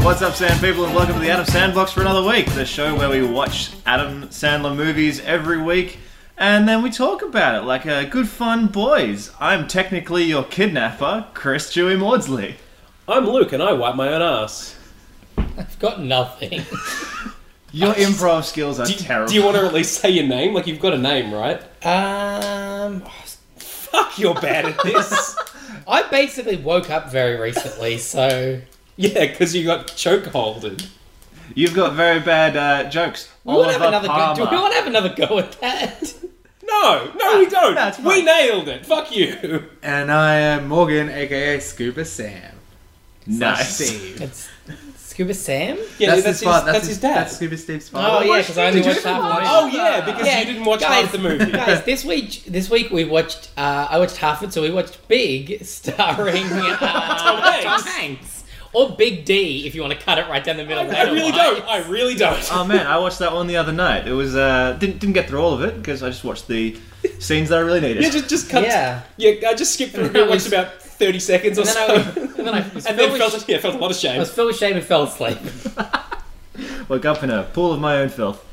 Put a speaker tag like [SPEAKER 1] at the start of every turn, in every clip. [SPEAKER 1] What's up, Sand people, and welcome to the Adam Sandbox for another week, the show where we watch Adam Sandler movies every week and then we talk about it like a good fun boys. I'm technically your kidnapper, Chris Dewey Maudsley.
[SPEAKER 2] I'm Luke and I wipe my own ass.
[SPEAKER 3] I've got nothing.
[SPEAKER 1] Your improv skills are
[SPEAKER 2] Do,
[SPEAKER 1] terrible.
[SPEAKER 2] do you want to at least say your name? Like you've got a name, right?
[SPEAKER 3] um,
[SPEAKER 2] Fuck, you're bad at this.
[SPEAKER 3] I basically woke up very recently, so
[SPEAKER 2] yeah, because you got chokeholded.
[SPEAKER 1] You've got very bad uh, jokes.
[SPEAKER 3] we want to have
[SPEAKER 1] Oliver
[SPEAKER 3] another go. Do we
[SPEAKER 1] Palmer.
[SPEAKER 3] want to have another go at that?
[SPEAKER 2] No, no, we don't.
[SPEAKER 1] that's
[SPEAKER 2] we
[SPEAKER 1] fine.
[SPEAKER 2] nailed it. Fuck you.
[SPEAKER 4] And I am Morgan, aka Scuba Sam. Slash
[SPEAKER 1] Nice.
[SPEAKER 4] Steve.
[SPEAKER 3] It's Scuba Sam.
[SPEAKER 2] Yeah, that's,
[SPEAKER 4] his
[SPEAKER 2] his,
[SPEAKER 4] part.
[SPEAKER 2] that's,
[SPEAKER 4] his,
[SPEAKER 2] his dad.
[SPEAKER 4] That's Scuba Steve's
[SPEAKER 3] Oh,
[SPEAKER 4] father.
[SPEAKER 3] yeah, because I only watched half of it.
[SPEAKER 2] oh yeah, because
[SPEAKER 3] Yeah,
[SPEAKER 2] you didn't watch
[SPEAKER 3] guys.
[SPEAKER 2] half the movie.
[SPEAKER 3] Guys, this week, this week we watched. Uh, I watched half it, so we watched Big, starring uh,
[SPEAKER 2] Tom Hanks.
[SPEAKER 3] Tom Hanks, or Big D, if you want to cut it right down the middle.
[SPEAKER 2] I, I really don't. I really don't.
[SPEAKER 1] Oh man, I watched that one the other night. It was uh, didn't didn't get through all of it because I just watched the scenes that I really needed.
[SPEAKER 2] yeah, just just cut.
[SPEAKER 3] Yeah.
[SPEAKER 2] yeah. I just skipped through.
[SPEAKER 3] then I
[SPEAKER 2] and watched
[SPEAKER 3] was-
[SPEAKER 2] about thirty seconds or
[SPEAKER 3] And then I,
[SPEAKER 2] so,
[SPEAKER 3] and then I was
[SPEAKER 2] and
[SPEAKER 3] filled
[SPEAKER 2] then
[SPEAKER 3] with-
[SPEAKER 2] felt yeah felt a lot of
[SPEAKER 3] I
[SPEAKER 2] shame.
[SPEAKER 3] was filled with shame and fell asleep.
[SPEAKER 1] Woke up in a pool of my own filth.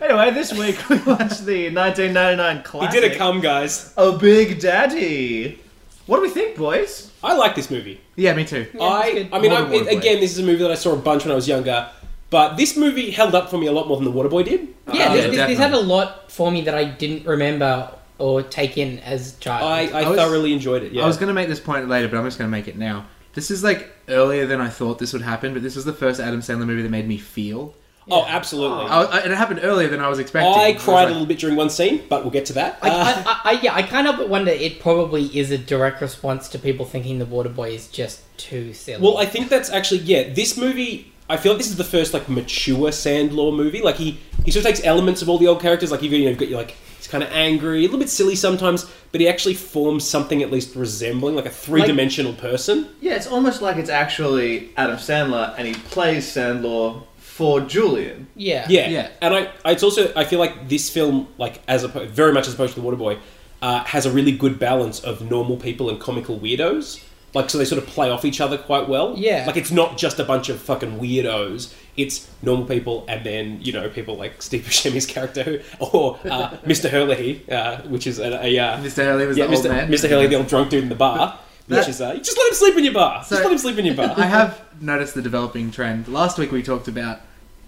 [SPEAKER 1] Anyway, this week we watched the 1999
[SPEAKER 2] He
[SPEAKER 1] classic.
[SPEAKER 2] did it, come guys.
[SPEAKER 1] A Big Daddy. What do we think, boys?
[SPEAKER 2] I like this movie.
[SPEAKER 4] Yeah, me too.
[SPEAKER 2] I, I mean, I,
[SPEAKER 4] Waterboy.
[SPEAKER 2] it- again, this is a movie that I saw a bunch when I was younger, but this movie held up for me a lot more than The Waterboy did. Um,
[SPEAKER 3] Yeah,
[SPEAKER 4] Oh,
[SPEAKER 3] this,
[SPEAKER 4] yeah,
[SPEAKER 3] this, this had a lot for me that I didn't remember or take in as a child.
[SPEAKER 2] I, I,
[SPEAKER 4] I was-
[SPEAKER 2] thoroughly enjoyed it. Yeah,
[SPEAKER 4] I was going to make this point later, but I'm just going to make it now. This is like earlier than I thought this would happen, but this was the first Adam Sandler movie that made me feel.
[SPEAKER 2] oh, absolutely.
[SPEAKER 4] I, I, and it happened earlier than I was expecting.
[SPEAKER 2] I
[SPEAKER 4] was
[SPEAKER 2] cried
[SPEAKER 4] like-
[SPEAKER 2] a little bit during one scene, but we'll get to that.
[SPEAKER 3] I,
[SPEAKER 2] Uh,
[SPEAKER 3] I, I, I, yeah, I kind of wonder it probably is a direct response to people thinking the Waterboy is just too silly.
[SPEAKER 2] well, I think that's actually yeah. This movie, I feel like this is the first like mature Sandlor movie. Like he he sort of takes elements of all the old characters. Like you've, you know, you've got your like he's kind of angry, a little bit silly sometimes, but he actually forms something at least resembling like a three dimensional person.
[SPEAKER 1] Yeah, it's almost like it's actually Adam Sandler, and he plays Sandler for Julian.
[SPEAKER 3] yeah,
[SPEAKER 2] Yeah,
[SPEAKER 4] Yeah.
[SPEAKER 2] And I, I, it's also I feel like this film, like as oppo- very much as opposed to the Waterboy, uh, has a really good balance of normal people and comical weirdos. Like so, they sort of play off each other quite well.
[SPEAKER 3] Yeah.
[SPEAKER 2] Like it's not just a bunch of fucking weirdos. It's normal people, and then you know people like Steve Buscemi's character, who- or uh, Mr. Hurley, uh, which is a, a uh,
[SPEAKER 4] Mr. Hurley was
[SPEAKER 2] yeah, Mr.
[SPEAKER 4] the old man.
[SPEAKER 2] Mr. Hurley, the old drunk dude in the bar. Which
[SPEAKER 4] That-
[SPEAKER 2] is uh, just let him sleep in your bar.
[SPEAKER 4] So-
[SPEAKER 2] just let him sleep in your bar.
[SPEAKER 4] I have noticed the developing trend. Last week we talked about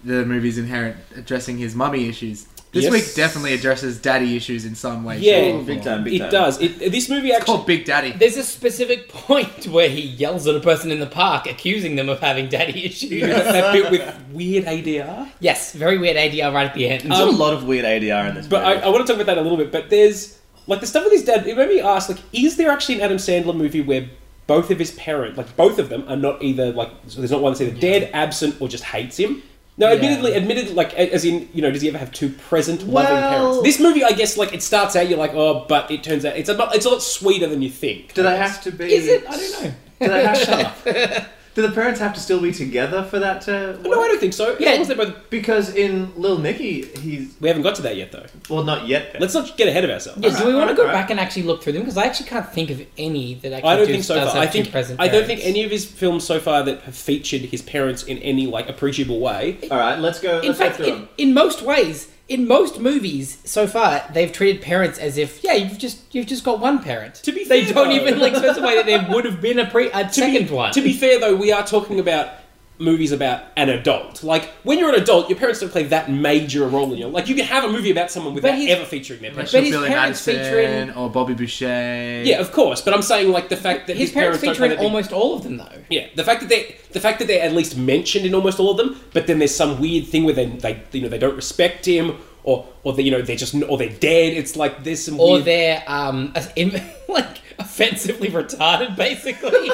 [SPEAKER 4] the movie's inherent addressing his mummy issues. This
[SPEAKER 2] Yes.
[SPEAKER 4] week definitely addresses daddy issues in some way.
[SPEAKER 2] Yeah.
[SPEAKER 4] shape, or
[SPEAKER 1] Big
[SPEAKER 4] form.
[SPEAKER 1] time, big time.
[SPEAKER 2] it does. It, this movie actually
[SPEAKER 4] Called Big Daddy.
[SPEAKER 3] There's a specific point where he yells at a person in the park, accusing them of having daddy
[SPEAKER 2] You know,
[SPEAKER 3] issues.
[SPEAKER 2] that, that bit with weird ADR.
[SPEAKER 3] yes, very weird ADR right at the end.
[SPEAKER 1] There's a lot of weird ADR in this
[SPEAKER 2] Um, But I,
[SPEAKER 1] movie.
[SPEAKER 2] I want to talk about that a little bit. But there's like the stuff with his dad. It made me ask: like, is there actually an Adam Sandler movie where both of his parents, like both of them, are not either like so there's not one that's either dead, absent, or just hates him? No,
[SPEAKER 3] Yeah.
[SPEAKER 2] admittedly, admittedly, like a- as in you know, does he ever have two present loving
[SPEAKER 1] Well-
[SPEAKER 2] parents? This movie, I guess, like it starts out you're like, oh, but it turns out it's a lot- it's a lot sweeter than you think.
[SPEAKER 1] do they have to be?
[SPEAKER 3] Is it? I don't know.
[SPEAKER 1] Do they have to? do the parents have to still be together for that uh, to?
[SPEAKER 2] No, I don't think so.
[SPEAKER 3] Yeah.
[SPEAKER 2] Yeah, they're both.
[SPEAKER 1] Because in Lil Nicky, he's
[SPEAKER 2] We haven't got to that yet, though.
[SPEAKER 1] well, not yet.
[SPEAKER 2] Let's not get ahead of ourselves.
[SPEAKER 3] Yeah, do we
[SPEAKER 1] Alright,
[SPEAKER 3] want to go
[SPEAKER 1] alright.
[SPEAKER 3] back and actually look through them? Because I actually can't think of any that actually
[SPEAKER 2] I don't
[SPEAKER 3] do-
[SPEAKER 2] think so
[SPEAKER 3] does
[SPEAKER 2] far.
[SPEAKER 3] have
[SPEAKER 2] I
[SPEAKER 3] two
[SPEAKER 2] think
[SPEAKER 3] present
[SPEAKER 2] I don't think
[SPEAKER 3] parents.
[SPEAKER 2] any of his films so far that have featured his parents in any like appreciable way.
[SPEAKER 1] All right, let's go.
[SPEAKER 3] in
[SPEAKER 1] let's go
[SPEAKER 3] fact,
[SPEAKER 1] through
[SPEAKER 3] in,
[SPEAKER 1] them.
[SPEAKER 3] in most ways, in most movies so far, they've treated parents as if yeah, you've just you've just got one parent.
[SPEAKER 2] To be
[SPEAKER 3] they
[SPEAKER 2] fair,
[SPEAKER 3] don't
[SPEAKER 2] though-
[SPEAKER 3] even like specify that there would have been a pre a
[SPEAKER 2] To be-
[SPEAKER 3] second one.
[SPEAKER 2] To be fair though, we are talking about movies about an adult. Like when you're an adult, your parents don't play that major a role in your like you can have a movie about someone without
[SPEAKER 3] he's-
[SPEAKER 2] ever featuring their
[SPEAKER 4] Like
[SPEAKER 2] parents.
[SPEAKER 3] But
[SPEAKER 4] Sean
[SPEAKER 3] his
[SPEAKER 4] Billy
[SPEAKER 3] parents
[SPEAKER 4] Madison
[SPEAKER 3] featuring-
[SPEAKER 4] or Bobby Boucher.
[SPEAKER 2] Yeah, of course, but I'm saying like the fact that
[SPEAKER 3] his, parents,
[SPEAKER 2] don't play
[SPEAKER 3] featuring
[SPEAKER 2] that big-
[SPEAKER 3] almost all of them though.
[SPEAKER 2] Yeah, the fact that they the fact that they're at least mentioned in almost all of them, but then there's some weird thing where they, they you know they don't respect him or or they you know they're just or they're dead. It's like there's some
[SPEAKER 3] Or
[SPEAKER 2] weird...
[SPEAKER 3] they're um as- in, like offensively retarded, basically.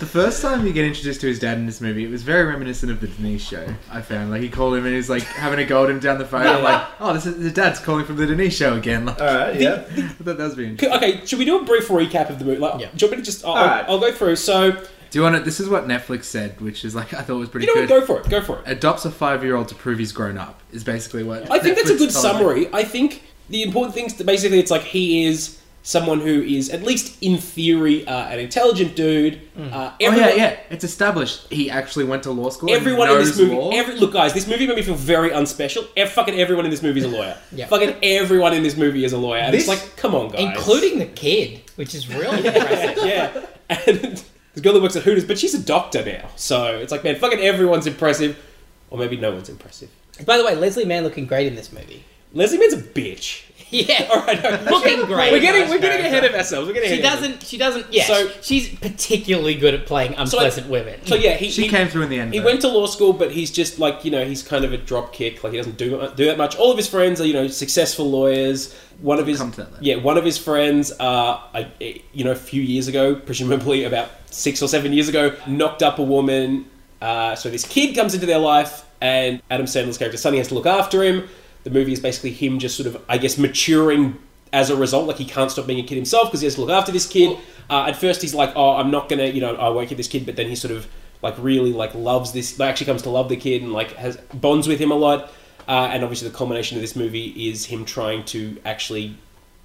[SPEAKER 4] The first time you get introduced to his dad in this movie, it was very reminiscent of the Denise show. I found like he called him and he's like having a go at him down the phone. I'm like, oh, this is the dad's calling from the Denise show again. Like,
[SPEAKER 1] All right, yeah.
[SPEAKER 4] I thought that was really
[SPEAKER 2] C-
[SPEAKER 4] interesting.
[SPEAKER 2] Okay, should we do a brief recap of the movie? Like,
[SPEAKER 3] Yeah.
[SPEAKER 2] Do you want me to just? I'll,
[SPEAKER 1] All right.
[SPEAKER 2] I'll go through. So
[SPEAKER 4] Do you want to? This is what Netflix said, which is like I thought was pretty
[SPEAKER 2] you know what?
[SPEAKER 4] good.
[SPEAKER 2] Go for it. Go for it.
[SPEAKER 4] Adopts a five-year-old to prove he's grown up is basically what.
[SPEAKER 2] I think that's a
[SPEAKER 4] Netflix
[SPEAKER 2] good
[SPEAKER 4] told Oh, me.
[SPEAKER 2] summary. I think the important things. That basically, it's like he is someone who is at least in theory uh, an intelligent dude. Uh,
[SPEAKER 4] oh
[SPEAKER 2] everyone-
[SPEAKER 4] yeah, yeah. It's established he actually went to law school. and
[SPEAKER 2] Everyone in
[SPEAKER 4] knows
[SPEAKER 2] this movie,
[SPEAKER 4] law.
[SPEAKER 2] every look, guys, this movie made me feel very unspecial. Ev- fucking everyone in this movie is a lawyer.
[SPEAKER 3] Yeah.
[SPEAKER 2] Fucking everyone in this movie is a lawyer. And it's
[SPEAKER 3] This-
[SPEAKER 2] like, come on, guys,
[SPEAKER 3] including the kid, which is really impressive.
[SPEAKER 2] yeah. And this girl that works at Hooters, but she's a doctor now, so it's like, man, fucking everyone's impressive, or maybe no one's impressive.
[SPEAKER 3] By the way, Leslie Mann looking great in this movie.
[SPEAKER 2] Leslie Mann's a bitch.
[SPEAKER 3] Yeah,
[SPEAKER 2] All right, no,
[SPEAKER 3] looking great.
[SPEAKER 2] We're getting we're
[SPEAKER 5] Nice
[SPEAKER 2] getting
[SPEAKER 5] character.
[SPEAKER 2] ahead of ourselves. We're getting
[SPEAKER 3] She
[SPEAKER 2] ahead of
[SPEAKER 3] doesn't. She doesn't. Yeah,
[SPEAKER 2] So-
[SPEAKER 3] she's particularly good at playing unpleasant women.
[SPEAKER 2] ourselves. So yeah, he,
[SPEAKER 4] she
[SPEAKER 2] he,
[SPEAKER 4] came through in the end.
[SPEAKER 2] he
[SPEAKER 4] though.
[SPEAKER 2] went to law school, but he's just like you know he's kind of a drop kick. Like he doesn't do do that much. All of his friends are you know successful lawyers. One of his
[SPEAKER 4] come to that later.
[SPEAKER 2] yeah, one of his friends, uh, I, you know, a few years ago, presumably about six or seven years ago, knocked up a woman. Uh, so this kid comes into their life, and Adam Sandler's character Sonny has to look after him. The movie is basically him just sort of, I guess, maturing as a result. Like he can't stop being a kid himself because he has to look after this kid. Uh, at first, he's like, "Oh, I'm not gonna, you know, I won't get this kid," but then he sort of like really like loves this. Like, actually, comes to love the kid and like has bonds with him a lot. Uh, and obviously, the culmination of this movie is him trying to actually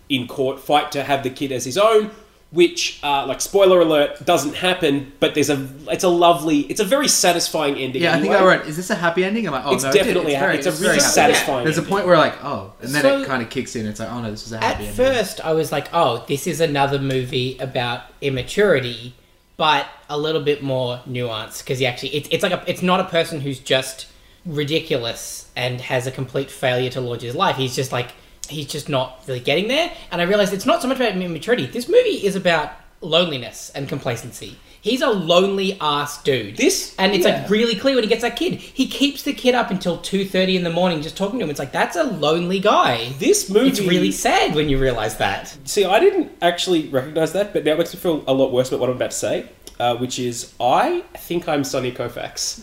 [SPEAKER 2] in court fight to have the kid as his own which uh, like spoiler alert doesn't happen but there's a it's a lovely it's a very satisfying ending
[SPEAKER 4] Yeah, I think
[SPEAKER 2] anyway.
[SPEAKER 4] I wrote. Is this a happy ending? I'm like, oh
[SPEAKER 2] it's
[SPEAKER 4] no, it did.
[SPEAKER 2] definitely
[SPEAKER 4] it's
[SPEAKER 2] a-
[SPEAKER 4] very,
[SPEAKER 2] it's a
[SPEAKER 4] very
[SPEAKER 2] really
[SPEAKER 4] happy.
[SPEAKER 2] satisfying
[SPEAKER 4] There's a
[SPEAKER 2] ending.
[SPEAKER 4] point where like, oh, and then
[SPEAKER 3] So-
[SPEAKER 4] it kind of kicks in. It's like, oh no, this was a
[SPEAKER 3] At
[SPEAKER 4] happy ending.
[SPEAKER 3] first, I was like, "Oh, this is another movie about immaturity, but a little bit more nuance." Because he actually, it's it's like a, it's not a person who's just ridiculous and has a complete failure to launch his life. He's just like he's just not really getting there. And I realized it's not so much about immaturity. This movie is about loneliness and complacency. He's a lonely ass dude.
[SPEAKER 2] This-
[SPEAKER 3] and it's
[SPEAKER 2] yeah.
[SPEAKER 3] like really clear when he gets that kid. He keeps the kid up until two thirty in the morning just talking to him. It's like that's a lonely guy.
[SPEAKER 2] this movie
[SPEAKER 3] It's really sad when you realize that.
[SPEAKER 2] see i didn't actually recognize that but now it makes me feel a lot worse about what i'm about to say uh, which is i think i'm sonny koufax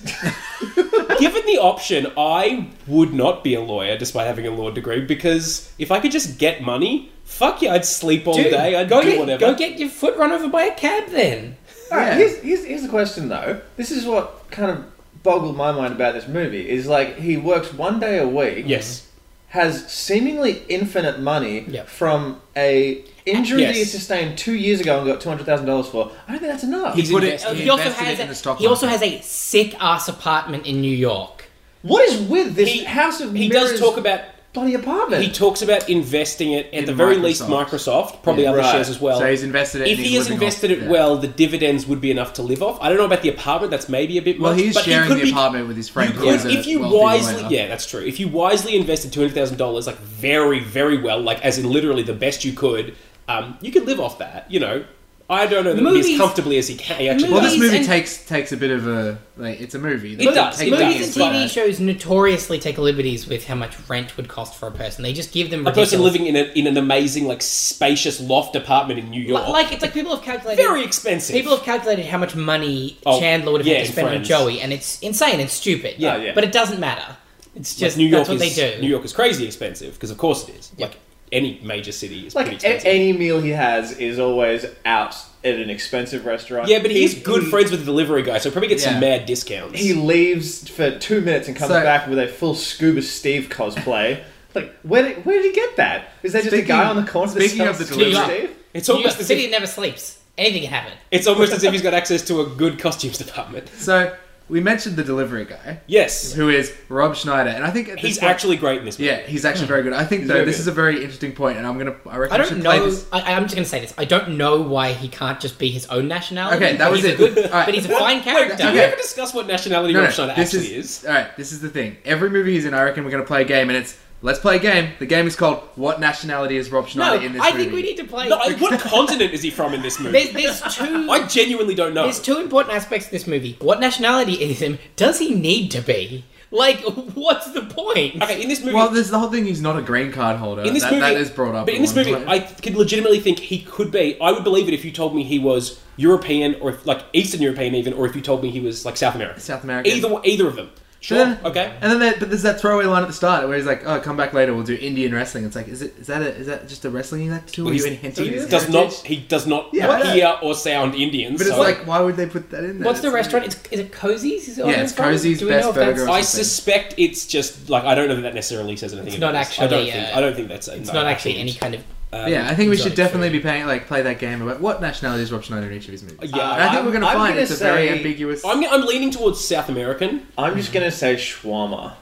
[SPEAKER 2] given the option i would not be a lawyer despite having a law degree because if i could just get money fuck yeah i'd sleep all
[SPEAKER 3] Dude,
[SPEAKER 2] day i'd
[SPEAKER 3] go
[SPEAKER 2] do
[SPEAKER 3] get,
[SPEAKER 2] whatever
[SPEAKER 3] Go get your foot run over by a cab then.
[SPEAKER 5] Alright,
[SPEAKER 4] Yeah.
[SPEAKER 5] here's, here's, here's the question though. This is what kind of boggled my mind about this movie is like he works one day a week.
[SPEAKER 2] yes
[SPEAKER 5] Has seemingly infinite money
[SPEAKER 3] Yep.
[SPEAKER 5] from a injury that he
[SPEAKER 2] Yes.
[SPEAKER 5] sustained two years ago and got two hundred thousand dollars for. I don't think that's enough.
[SPEAKER 4] He put it.
[SPEAKER 2] invested-
[SPEAKER 4] He,
[SPEAKER 3] Oh, he also
[SPEAKER 4] invested
[SPEAKER 3] has
[SPEAKER 4] it in the
[SPEAKER 3] a,
[SPEAKER 4] stock
[SPEAKER 3] he also
[SPEAKER 4] market.
[SPEAKER 3] has a sick ass apartment in New York.
[SPEAKER 5] what is with this
[SPEAKER 2] He-
[SPEAKER 5] house of
[SPEAKER 2] he does
[SPEAKER 5] mirrors
[SPEAKER 2] talk about
[SPEAKER 5] bloody apartment?
[SPEAKER 2] He talks about investing it at
[SPEAKER 4] In
[SPEAKER 2] the very
[SPEAKER 4] Microsoft.
[SPEAKER 2] least Microsoft, probably
[SPEAKER 5] Yeah.
[SPEAKER 2] other
[SPEAKER 5] Right.
[SPEAKER 2] shares as well.
[SPEAKER 4] So he's invested it.
[SPEAKER 2] if
[SPEAKER 4] and
[SPEAKER 2] he
[SPEAKER 4] he's
[SPEAKER 2] has
[SPEAKER 4] living off-
[SPEAKER 2] invested it
[SPEAKER 4] yeah.
[SPEAKER 2] well, the dividends would be enough to live off. I don't know about the apartment; that's maybe a bit.
[SPEAKER 4] well,
[SPEAKER 2] much,
[SPEAKER 4] he's
[SPEAKER 2] but he
[SPEAKER 4] sharing
[SPEAKER 2] could
[SPEAKER 4] the
[SPEAKER 2] be-
[SPEAKER 4] apartment with his friend. who
[SPEAKER 2] Yeah,
[SPEAKER 4] is a
[SPEAKER 2] if you
[SPEAKER 4] wealthy
[SPEAKER 2] wisely,
[SPEAKER 4] lawyer.
[SPEAKER 2] yeah, that's true. If you wisely invested two hundred thousand dollars, like very, very well, like as in literally the best you could, um, you could live off that. You know, I don't know that it'd be as
[SPEAKER 3] Movies-
[SPEAKER 2] comfortably as he can. He actually,
[SPEAKER 4] Well,
[SPEAKER 2] does.
[SPEAKER 4] this
[SPEAKER 3] Movies
[SPEAKER 4] movie
[SPEAKER 3] and-
[SPEAKER 4] takes takes a bit of a like it's a movie. They
[SPEAKER 2] It
[SPEAKER 4] don't
[SPEAKER 2] does,
[SPEAKER 4] take
[SPEAKER 2] it
[SPEAKER 4] that
[SPEAKER 3] Movies
[SPEAKER 2] does,
[SPEAKER 4] into
[SPEAKER 3] and TV
[SPEAKER 4] that.
[SPEAKER 3] shows notoriously take liberties with how much rent would cost for a person. They just give them
[SPEAKER 2] a person
[SPEAKER 3] ridiculous-
[SPEAKER 2] living in, a, in an amazing, like spacious loft apartment in New York,
[SPEAKER 3] Li- like it's like people have calculated
[SPEAKER 2] very expensive.
[SPEAKER 3] People have calculated how much money
[SPEAKER 2] Oh,
[SPEAKER 3] Chandler would have
[SPEAKER 2] yeah,
[SPEAKER 3] had to
[SPEAKER 2] and
[SPEAKER 3] spend
[SPEAKER 2] Friends.
[SPEAKER 3] on Joey, and it's insane and stupid.
[SPEAKER 2] Yeah,
[SPEAKER 5] yeah.
[SPEAKER 3] But it doesn't matter. It's just
[SPEAKER 2] Like, New York
[SPEAKER 3] that's what
[SPEAKER 2] is
[SPEAKER 3] they do.
[SPEAKER 2] New York is crazy expensive because of course it is.
[SPEAKER 3] Yeah.
[SPEAKER 2] Like any major city is pretty
[SPEAKER 5] like a-
[SPEAKER 2] expensive.
[SPEAKER 5] any meal he has is always out at an expensive restaurant.
[SPEAKER 2] yeah, but he's good
[SPEAKER 5] he-
[SPEAKER 2] friends with the delivery guy, so he probably gets some
[SPEAKER 4] Yeah.
[SPEAKER 2] mad discounts.
[SPEAKER 5] He leaves for two minutes and comes
[SPEAKER 4] So-
[SPEAKER 5] back with a full Scuba Steve cosplay. like, where did, where did he get that? Is that just a
[SPEAKER 4] Speaking-
[SPEAKER 5] guy on the corner that
[SPEAKER 4] speaking
[SPEAKER 5] sells
[SPEAKER 4] of the
[SPEAKER 5] Scuba
[SPEAKER 3] delivery-
[SPEAKER 5] Steve?
[SPEAKER 2] it's
[SPEAKER 3] New York
[SPEAKER 2] almost as
[SPEAKER 3] City
[SPEAKER 2] if,
[SPEAKER 3] never sleeps. Anything can happen.
[SPEAKER 2] it's almost as if he's got access to a good costumes department.
[SPEAKER 4] So we mentioned the delivery guy,
[SPEAKER 2] Yes,
[SPEAKER 4] who is Rob Schneider, and I think at this
[SPEAKER 2] he's
[SPEAKER 4] point-
[SPEAKER 2] actually great in this movie.
[SPEAKER 4] yeah, he's actually very good. I think
[SPEAKER 5] very
[SPEAKER 4] though this
[SPEAKER 5] good.
[SPEAKER 4] is a very interesting point, and I'm gonna I reckon
[SPEAKER 3] I
[SPEAKER 4] we
[SPEAKER 3] don't
[SPEAKER 4] should play
[SPEAKER 3] know.
[SPEAKER 4] this.
[SPEAKER 3] I, I'm just going to say this. I don't know why he can't just be his own nationality.
[SPEAKER 4] Okay, that
[SPEAKER 3] but
[SPEAKER 4] was
[SPEAKER 3] he's a
[SPEAKER 4] it.
[SPEAKER 3] good,
[SPEAKER 4] All right.
[SPEAKER 3] But he's a
[SPEAKER 4] Well,
[SPEAKER 3] fine character.
[SPEAKER 2] Did we
[SPEAKER 4] Okay.
[SPEAKER 2] ever discuss what nationality Rob Schneider
[SPEAKER 4] this
[SPEAKER 2] actually is?
[SPEAKER 4] all right. This is the thing. Every movie he's in, I reckon we're gonna play a game, and it's let's play a game. The game is called What nationality is Rob
[SPEAKER 3] No,
[SPEAKER 4] Schneider in this
[SPEAKER 3] I
[SPEAKER 4] movie?
[SPEAKER 3] think we need to play.
[SPEAKER 2] No, I- what continent is he from in this
[SPEAKER 3] there's,
[SPEAKER 2] movie?
[SPEAKER 3] there's two.
[SPEAKER 2] I genuinely don't know.
[SPEAKER 3] There's two important aspects of this movie. What nationality is him? Does he need to be? Like, what's the point?
[SPEAKER 2] Okay, in this movie,
[SPEAKER 4] Well, there's the whole thing. He's not a green card holder.
[SPEAKER 2] in this
[SPEAKER 4] that,
[SPEAKER 2] movie,
[SPEAKER 4] that is brought up.
[SPEAKER 2] But
[SPEAKER 4] at
[SPEAKER 2] in this
[SPEAKER 4] one
[SPEAKER 2] movie,
[SPEAKER 4] point.
[SPEAKER 2] I could legitimately think he could be. I would believe it if you told me he was European or if, like Eastern European, even, or if you told me he was like South American.
[SPEAKER 4] South American.
[SPEAKER 2] Either either of them. Sure.
[SPEAKER 4] But then-
[SPEAKER 2] okay.
[SPEAKER 4] And then, there, but there's that throwaway line at the start where he's like, "Oh, come back later. We'll do Indian wrestling." It's like, is it is that a, is that just a wrestling act too? Are you
[SPEAKER 2] He's-
[SPEAKER 4] enhancing
[SPEAKER 2] he
[SPEAKER 4] his
[SPEAKER 2] does not.
[SPEAKER 4] heritage?
[SPEAKER 2] He does not
[SPEAKER 4] Yeah, I know.
[SPEAKER 2] appear or sound Indian.
[SPEAKER 4] But it's
[SPEAKER 2] so-
[SPEAKER 4] like, why would they put that in there?
[SPEAKER 3] What's the
[SPEAKER 4] It's like-
[SPEAKER 3] restaurant? It's, is it Cozy's? Is it
[SPEAKER 4] Yeah,
[SPEAKER 3] on
[SPEAKER 4] it's
[SPEAKER 3] the front?
[SPEAKER 4] Cozy's
[SPEAKER 3] Do we know
[SPEAKER 4] Best
[SPEAKER 3] if that's-
[SPEAKER 4] Burger or
[SPEAKER 2] I
[SPEAKER 4] something.
[SPEAKER 2] suspect it's just like I don't know that that necessarily says anything.
[SPEAKER 3] It's
[SPEAKER 2] about
[SPEAKER 3] not
[SPEAKER 2] this. I
[SPEAKER 3] actually,
[SPEAKER 2] don't think.
[SPEAKER 3] uh,
[SPEAKER 2] I don't think that's.
[SPEAKER 3] It's not actually any kind of
[SPEAKER 2] Um,
[SPEAKER 4] Yeah, I think we should
[SPEAKER 2] exotic
[SPEAKER 4] definitely
[SPEAKER 2] food.
[SPEAKER 4] be paying like play that game about what nationality is Rob Schneider in each of his movies.
[SPEAKER 2] Yeah,
[SPEAKER 4] And I think
[SPEAKER 1] I'm-
[SPEAKER 4] we're going to
[SPEAKER 1] I'm
[SPEAKER 4] find
[SPEAKER 1] gonna
[SPEAKER 4] it's a very
[SPEAKER 1] say-
[SPEAKER 4] ambiguous.
[SPEAKER 2] I'm, I'm leaning towards South American.
[SPEAKER 1] I'm just gonna say shawarma.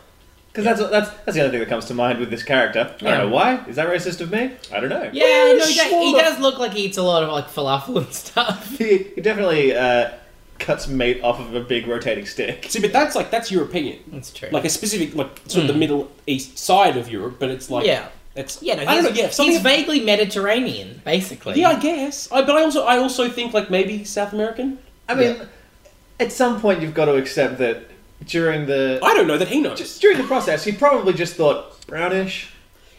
[SPEAKER 1] Because that's, that's that's the other thing that comes to mind with this character. I
[SPEAKER 3] Yeah.
[SPEAKER 1] don't know why. Is that racist of me? I don't know.
[SPEAKER 3] Yeah, no, he, does, he
[SPEAKER 2] Shawarma.
[SPEAKER 3] does look like he eats a lot of like falafel and stuff.
[SPEAKER 1] He, he definitely uh, cuts meat off of a big rotating stick.
[SPEAKER 2] See, but that's like that's European,
[SPEAKER 3] That's true. Hmm.
[SPEAKER 2] like a specific like sort of the Middle East side of Europe. But it's like
[SPEAKER 3] Yeah.
[SPEAKER 2] it's
[SPEAKER 3] yeah, no, he's,
[SPEAKER 2] I don't know. Yeah, something.
[SPEAKER 3] he's vaguely Mediterranean, basically.
[SPEAKER 2] yeah, I guess. I, but I also I also think like maybe South American.
[SPEAKER 1] I mean, at some point you've got to accept that during the
[SPEAKER 2] I don't know that he knows.
[SPEAKER 1] just during the process, he probably just thought brownish.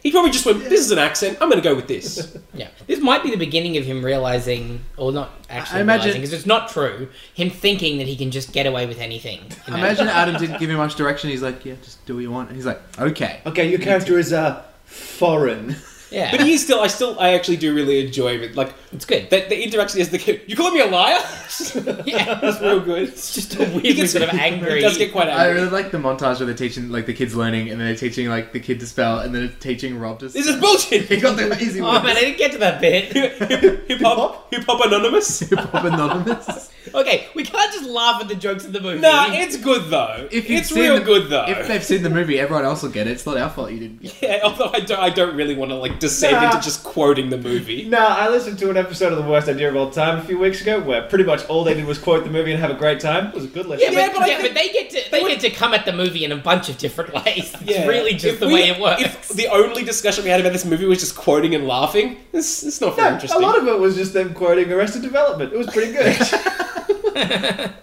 [SPEAKER 2] he probably just went. This is an accent. I'm going to go with this.
[SPEAKER 3] Yeah. This might be the beginning of him realizing, or not actually
[SPEAKER 4] I imagine-
[SPEAKER 3] realizing, because it's not true, him thinking that he can just get away with anything. you know?
[SPEAKER 4] Imagine Adam didn't give me much direction. He's like, yeah, just do what you want. And he's like, okay.
[SPEAKER 1] Okay, your character is uh, foreign.
[SPEAKER 3] Yeah.
[SPEAKER 2] but he is still. I still. I actually do really enjoy it. Like
[SPEAKER 3] it's good.
[SPEAKER 2] the, the interaction is the kid. You calling me a liar?
[SPEAKER 3] yeah.
[SPEAKER 2] That's real good.
[SPEAKER 3] It's just a
[SPEAKER 2] He
[SPEAKER 3] weird
[SPEAKER 2] gets
[SPEAKER 3] sort of angry.
[SPEAKER 2] He does get quite
[SPEAKER 4] I
[SPEAKER 2] angry.
[SPEAKER 4] really like the montage where they're teaching, like the kids learning, and then they're teaching like the kid to spell, and then they're teaching Rob to.
[SPEAKER 2] this is bullshit.
[SPEAKER 4] he got the easy
[SPEAKER 3] Oh
[SPEAKER 4] one.
[SPEAKER 3] man, I didn't get to that bit.
[SPEAKER 2] hip hop, hip hop anonymous.
[SPEAKER 4] Hip hop anonymous.
[SPEAKER 3] Okay, we can't just laugh at the jokes in the movie.
[SPEAKER 2] Nah, it's good though.
[SPEAKER 4] If you've
[SPEAKER 2] it's
[SPEAKER 4] seen
[SPEAKER 2] real
[SPEAKER 4] the-
[SPEAKER 2] good though.
[SPEAKER 4] If they've seen the movie, everyone else will get it. It's not our fault you didn't. Get it.
[SPEAKER 2] yeah, although I don't, I don't really want to like descend
[SPEAKER 1] Nah.
[SPEAKER 2] into just quoting the movie.
[SPEAKER 1] No, I listened to an episode of The Worst Idea of All Time a few weeks ago where pretty much all they did was quote the movie and have a great time. It was a good
[SPEAKER 3] yeah,
[SPEAKER 1] listen.
[SPEAKER 3] but,
[SPEAKER 2] Yeah, but I
[SPEAKER 3] yeah,
[SPEAKER 2] think-
[SPEAKER 3] but they get to they get to come at the movie in a bunch of different ways. It's
[SPEAKER 2] Yeah.
[SPEAKER 3] really just
[SPEAKER 2] If
[SPEAKER 3] the
[SPEAKER 2] we-
[SPEAKER 3] way it works.
[SPEAKER 2] If the only discussion we had about this movie was just quoting and laughing, it's, it's not very
[SPEAKER 1] No,
[SPEAKER 2] interesting.
[SPEAKER 1] a lot of it was just them quoting Arrested Development. It was pretty good.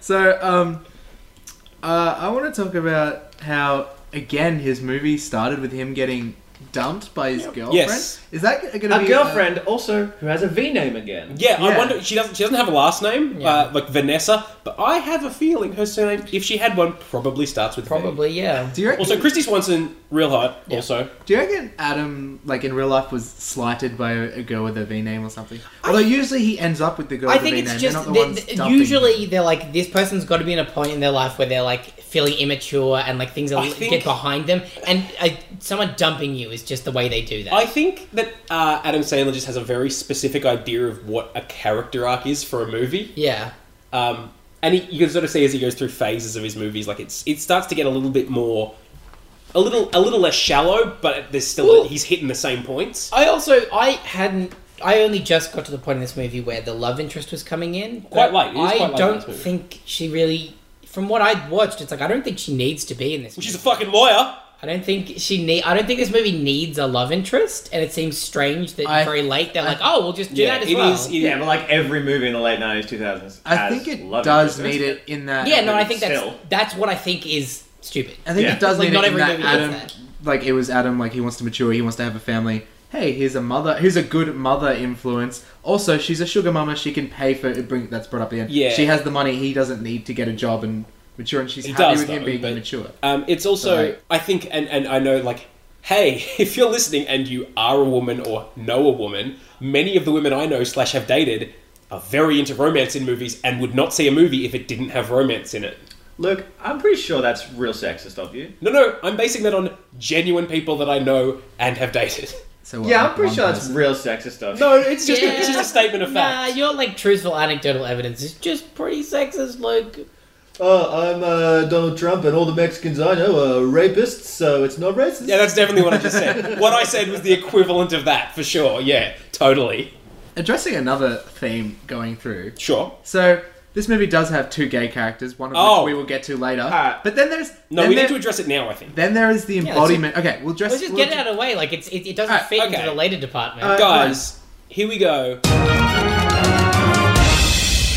[SPEAKER 4] So, um, uh, I want to talk about how again his movie started with him getting dumped by his girlfriend.
[SPEAKER 2] Yes.
[SPEAKER 4] Is that going to
[SPEAKER 1] a
[SPEAKER 4] be uh,
[SPEAKER 1] girlfriend also who has a V name again.
[SPEAKER 2] yeah, I
[SPEAKER 4] Yeah.
[SPEAKER 2] wonder she doesn't she doesn't have a last name
[SPEAKER 3] Yeah.
[SPEAKER 2] uh, like Vanessa, but I have a feeling her surname, if she had one, probably starts with V.
[SPEAKER 3] Probably, yeah.
[SPEAKER 4] do you reckon?
[SPEAKER 2] Also, Christy Swanson, real hot.
[SPEAKER 3] Yeah.
[SPEAKER 2] Also,
[SPEAKER 4] do you reckon Adam, like in real life, was slighted by a a girl with a V name or something? Although usually he ends up with the girl
[SPEAKER 3] I
[SPEAKER 4] with
[SPEAKER 3] think
[SPEAKER 4] a V
[SPEAKER 3] it's
[SPEAKER 4] name.
[SPEAKER 3] just
[SPEAKER 4] They're not the
[SPEAKER 3] th-
[SPEAKER 4] ones
[SPEAKER 3] th-
[SPEAKER 4] dumping
[SPEAKER 3] usually they're like this person's got to be in a point in their life where they're like feeling immature and like things are,
[SPEAKER 2] I think-
[SPEAKER 3] get behind them, and uh, someone dumping you is just the way they do that.
[SPEAKER 2] I think that uh, Adam Sandler just has a very specific idea of what a character arc is for a movie.
[SPEAKER 3] yeah,
[SPEAKER 2] Um, and he, you can sort of see as he goes through phases of his movies, like it's it starts to get a little bit more, a little a little less shallow, but there's still
[SPEAKER 3] Well-
[SPEAKER 2] he's hitting the same points.
[SPEAKER 3] I also I hadn't. I only just got to the point in this movie where the love interest was coming in.
[SPEAKER 2] Quite
[SPEAKER 3] but
[SPEAKER 2] late. It is
[SPEAKER 3] I
[SPEAKER 2] quite late in
[SPEAKER 3] don't
[SPEAKER 2] this movie.
[SPEAKER 3] think she really. From what I watched, it's like I don't think she needs to be in this.
[SPEAKER 2] She's a
[SPEAKER 3] movie.
[SPEAKER 2] fucking lawyer.
[SPEAKER 3] I don't think she need. I don't think this movie needs a love interest, and it seems strange that
[SPEAKER 4] I-
[SPEAKER 3] very late they're
[SPEAKER 4] I-
[SPEAKER 3] like, "Oh, we'll just do that as
[SPEAKER 2] it
[SPEAKER 3] well."
[SPEAKER 2] is- it-
[SPEAKER 1] Yeah, but like every movie in the late 90s, 2000s.
[SPEAKER 4] I
[SPEAKER 1] has
[SPEAKER 4] think it
[SPEAKER 1] love
[SPEAKER 4] does
[SPEAKER 1] interests.
[SPEAKER 4] need it in that.
[SPEAKER 3] yeah, no, I
[SPEAKER 1] but
[SPEAKER 3] think that's
[SPEAKER 1] still.
[SPEAKER 3] that's what I think is stupid.
[SPEAKER 4] I think
[SPEAKER 1] Yeah.
[SPEAKER 4] it does
[SPEAKER 3] Like,
[SPEAKER 4] need
[SPEAKER 3] not
[SPEAKER 4] it in
[SPEAKER 3] every
[SPEAKER 4] that
[SPEAKER 3] movie does
[SPEAKER 4] Adam,
[SPEAKER 3] that.
[SPEAKER 4] like it was Adam, like he wants to mature, he wants to have a family. Hey, here's a mother. Here's a good mother influence. Also, she's a sugar mama. She can pay for it. Bring that's brought up at the end.
[SPEAKER 2] Yeah.
[SPEAKER 4] she has the money. He doesn't need to get a job and mature, and she's
[SPEAKER 2] He
[SPEAKER 4] happy
[SPEAKER 2] does,
[SPEAKER 4] with him
[SPEAKER 2] though,
[SPEAKER 4] being
[SPEAKER 2] but-
[SPEAKER 4] mature.
[SPEAKER 2] Um, it's also
[SPEAKER 4] Right.
[SPEAKER 2] I think, and and I know like, hey, if you're listening and you are a woman or know a woman, many of the women I know slash have dated are very into romance in movies and would not see a movie if it didn't have romance in it.
[SPEAKER 1] Look, I'm pretty sure that's real sexist of you.
[SPEAKER 2] No, no, I'm basing that on genuine people that I know and have dated.
[SPEAKER 4] So what,
[SPEAKER 1] yeah,
[SPEAKER 4] like,
[SPEAKER 1] I'm pretty
[SPEAKER 4] one
[SPEAKER 1] sure that's
[SPEAKER 4] person-
[SPEAKER 1] real sexist of you.
[SPEAKER 2] No, it's just
[SPEAKER 3] Yeah.
[SPEAKER 2] it's just a statement of
[SPEAKER 3] Nah,
[SPEAKER 2] fact.
[SPEAKER 3] your like truthful anecdotal evidence is just pretty sexist, Luke.
[SPEAKER 1] Oh, I'm uh, Donald Trump, and all the Mexicans I know are rapists, so it's not racist.
[SPEAKER 2] Yeah, that's definitely what I just said. what I said was the equivalent of that for sure. Yeah, totally.
[SPEAKER 4] addressing another theme going through.
[SPEAKER 2] Sure.
[SPEAKER 4] So this movie does have two gay characters, one of
[SPEAKER 2] Oh. Uh,
[SPEAKER 4] which we will get to later.
[SPEAKER 1] right.
[SPEAKER 4] But then there's
[SPEAKER 2] No,
[SPEAKER 4] then
[SPEAKER 2] we
[SPEAKER 4] there,
[SPEAKER 2] need to address it now. I think.
[SPEAKER 4] then there is the
[SPEAKER 3] let's
[SPEAKER 4] embodiment. okay, we'll dress.
[SPEAKER 3] Let's just
[SPEAKER 4] we'll
[SPEAKER 3] get it out of the way. Like it's it, it doesn't
[SPEAKER 4] Alright,
[SPEAKER 3] fit
[SPEAKER 2] okay.
[SPEAKER 3] into the later department.
[SPEAKER 4] Uh,
[SPEAKER 2] Guys, here we go.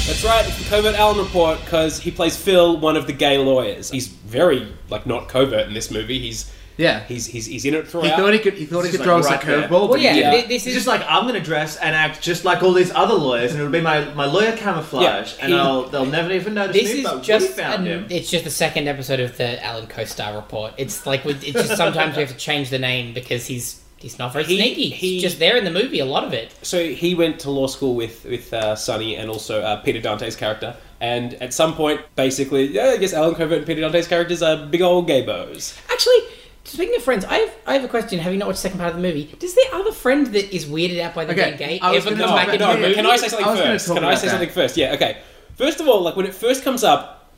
[SPEAKER 2] That's right, it's the Covert Allen report because he plays Phil, one of the gay lawyers. He's very like not covert in this movie. He's
[SPEAKER 4] Yeah, he,
[SPEAKER 2] he's he's, he's in it throughout.
[SPEAKER 4] thought he could. He thought he
[SPEAKER 1] This
[SPEAKER 4] could
[SPEAKER 1] is
[SPEAKER 4] throw
[SPEAKER 1] like
[SPEAKER 4] us a
[SPEAKER 1] right there.
[SPEAKER 4] curveball.
[SPEAKER 3] well,
[SPEAKER 4] but
[SPEAKER 3] yeah,
[SPEAKER 4] he
[SPEAKER 2] yeah.
[SPEAKER 3] thi-
[SPEAKER 1] It's
[SPEAKER 3] this is
[SPEAKER 1] just like I'm gonna dress and act just like all these other lawyers, and it'll be my, my lawyer camouflage,
[SPEAKER 2] Yeah,
[SPEAKER 1] and
[SPEAKER 2] he-
[SPEAKER 1] I'll, they'll never even notice
[SPEAKER 3] this
[SPEAKER 1] me. but
[SPEAKER 3] is just
[SPEAKER 1] we found
[SPEAKER 3] an-
[SPEAKER 1] him.
[SPEAKER 3] it's just the second episode of the Alan Costar report. It's like we, it's just sometimes we have to change the name because he's he's not very
[SPEAKER 2] He-
[SPEAKER 3] sneaky.
[SPEAKER 2] he-
[SPEAKER 3] he's just there in the movie a lot of it.
[SPEAKER 2] So he went to law school with with uh, Sonny and also uh, Peter Dante's character. And at some point, basically, yeah, I guess Alan Covert and Peter Dante's characters are big old gay bows.
[SPEAKER 3] Actually, Speaking of friends, I have, I have a question. Having not watched the second part of the movie, does the other friend that is weirded out by the
[SPEAKER 4] Okay,
[SPEAKER 3] being gay
[SPEAKER 4] I was
[SPEAKER 3] ever come
[SPEAKER 4] gonna
[SPEAKER 3] back
[SPEAKER 4] talk
[SPEAKER 3] into
[SPEAKER 4] about-
[SPEAKER 3] the
[SPEAKER 4] no,
[SPEAKER 3] movie?
[SPEAKER 2] Can I say something
[SPEAKER 4] I was gonna
[SPEAKER 2] first?
[SPEAKER 4] talk
[SPEAKER 2] Can I
[SPEAKER 4] about
[SPEAKER 2] say
[SPEAKER 4] that.
[SPEAKER 2] something first? Yeah, okay. First of all, like when it first comes up,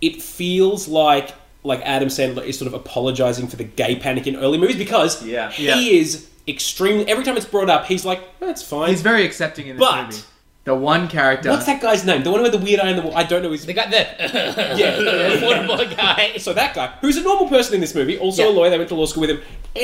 [SPEAKER 2] it feels like like Adam Sandler is sort of apologizing for the gay panic in early movies because
[SPEAKER 5] Yeah.
[SPEAKER 2] he
[SPEAKER 4] Yeah.
[SPEAKER 2] is extremely every time it's brought up, he's like, That's fine.
[SPEAKER 4] He's very accepting in this
[SPEAKER 2] But-
[SPEAKER 4] movie. The one character.
[SPEAKER 2] What's that guy's name? The one with the weird eye in the wall. I don't know his
[SPEAKER 3] The guy, the
[SPEAKER 2] Yeah.
[SPEAKER 3] affordable guy.
[SPEAKER 2] So that guy, who's a normal person in this movie, also a
[SPEAKER 3] Yeah.
[SPEAKER 2] lawyer, they went to law school with him.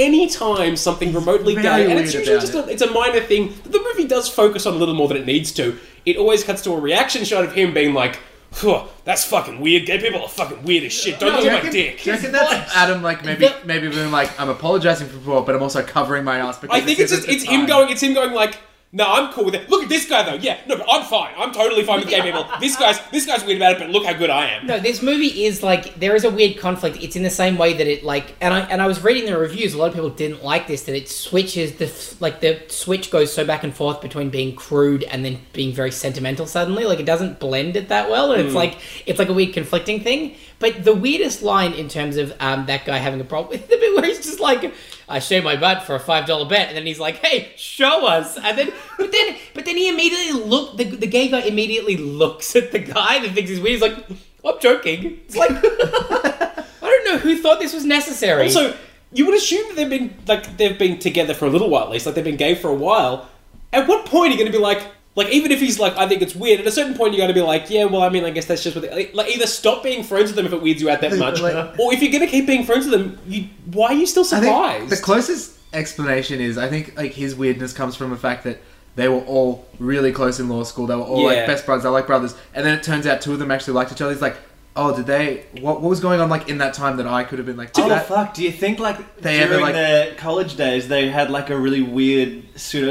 [SPEAKER 2] Anytime something remotely
[SPEAKER 4] very
[SPEAKER 2] gay, and it's
[SPEAKER 4] weird
[SPEAKER 2] usually just
[SPEAKER 4] about
[SPEAKER 2] a, it's a minor thing that the movie does focus on a little more than it needs to. It always cuts to a reaction shot of him being like, "Phew, "That's fucking weird. Gay people are fucking weird as shit. Don't
[SPEAKER 4] Do
[SPEAKER 2] look
[SPEAKER 4] you
[SPEAKER 2] at my
[SPEAKER 4] reckon,
[SPEAKER 2] dick."
[SPEAKER 4] do you reckon that's Adam like maybe
[SPEAKER 3] The-
[SPEAKER 4] maybe being like I'm apologizing for before, but I'm also covering my ass because
[SPEAKER 2] I think
[SPEAKER 4] this
[SPEAKER 2] it's just
[SPEAKER 4] isn't
[SPEAKER 2] it's
[SPEAKER 4] the
[SPEAKER 2] him
[SPEAKER 4] time.
[SPEAKER 2] going. It's him going like. No, I'm cool with it. Look at this guy though. Yeah, no, but I'm fine. I'm totally fine with gay people. This guy's this guy's weird about it, but look how good I am.
[SPEAKER 3] No, this movie is like there is a weird conflict. It's in the same way that it like, and I and I was reading the reviews. A lot of people didn't like this. That it switches the f- like the switch goes so back and forth between being crude and then being very sentimental. Suddenly, like it doesn't blend it that well, and it's like it's like a weird conflicting thing. But the weirdest line in terms of um, that guy having a problem with the bit where he's just like, "I show my butt for a five dollar bet," and then he's like, "Hey, show us," and then but then but then he immediately look the the gay guy immediately looks at the guy that thinks he's weird. He's like. I'm joking. It's like I don't know who thought this was necessary.
[SPEAKER 2] Also, you would assume that they've been like they've been together for a little while at least, like they've been gay for a while. At what point are you going to be like, like even if he's like, I think it's weird. At a certain point, you're going to be like, yeah, well, I mean, I guess that's just what. They, like, either stop being friends with them if it weirds you out that much,
[SPEAKER 4] Like-
[SPEAKER 2] or if you're going to keep being friends with them, you why are you still
[SPEAKER 4] I think
[SPEAKER 2] surprised?
[SPEAKER 4] the closest explanation is I think like his weirdness comes from the fact that they were all really close in law school. They were all
[SPEAKER 2] Yeah.
[SPEAKER 4] like best brothers. They were like brothers, and then it turns out two of them actually liked each other. He's like, oh, did they? What what was going on like in that time that I could have been like?
[SPEAKER 5] Oh
[SPEAKER 4] did that-
[SPEAKER 5] fuck! Do you think like
[SPEAKER 4] They ever,
[SPEAKER 5] during
[SPEAKER 4] like-
[SPEAKER 5] their college days they had like a really weird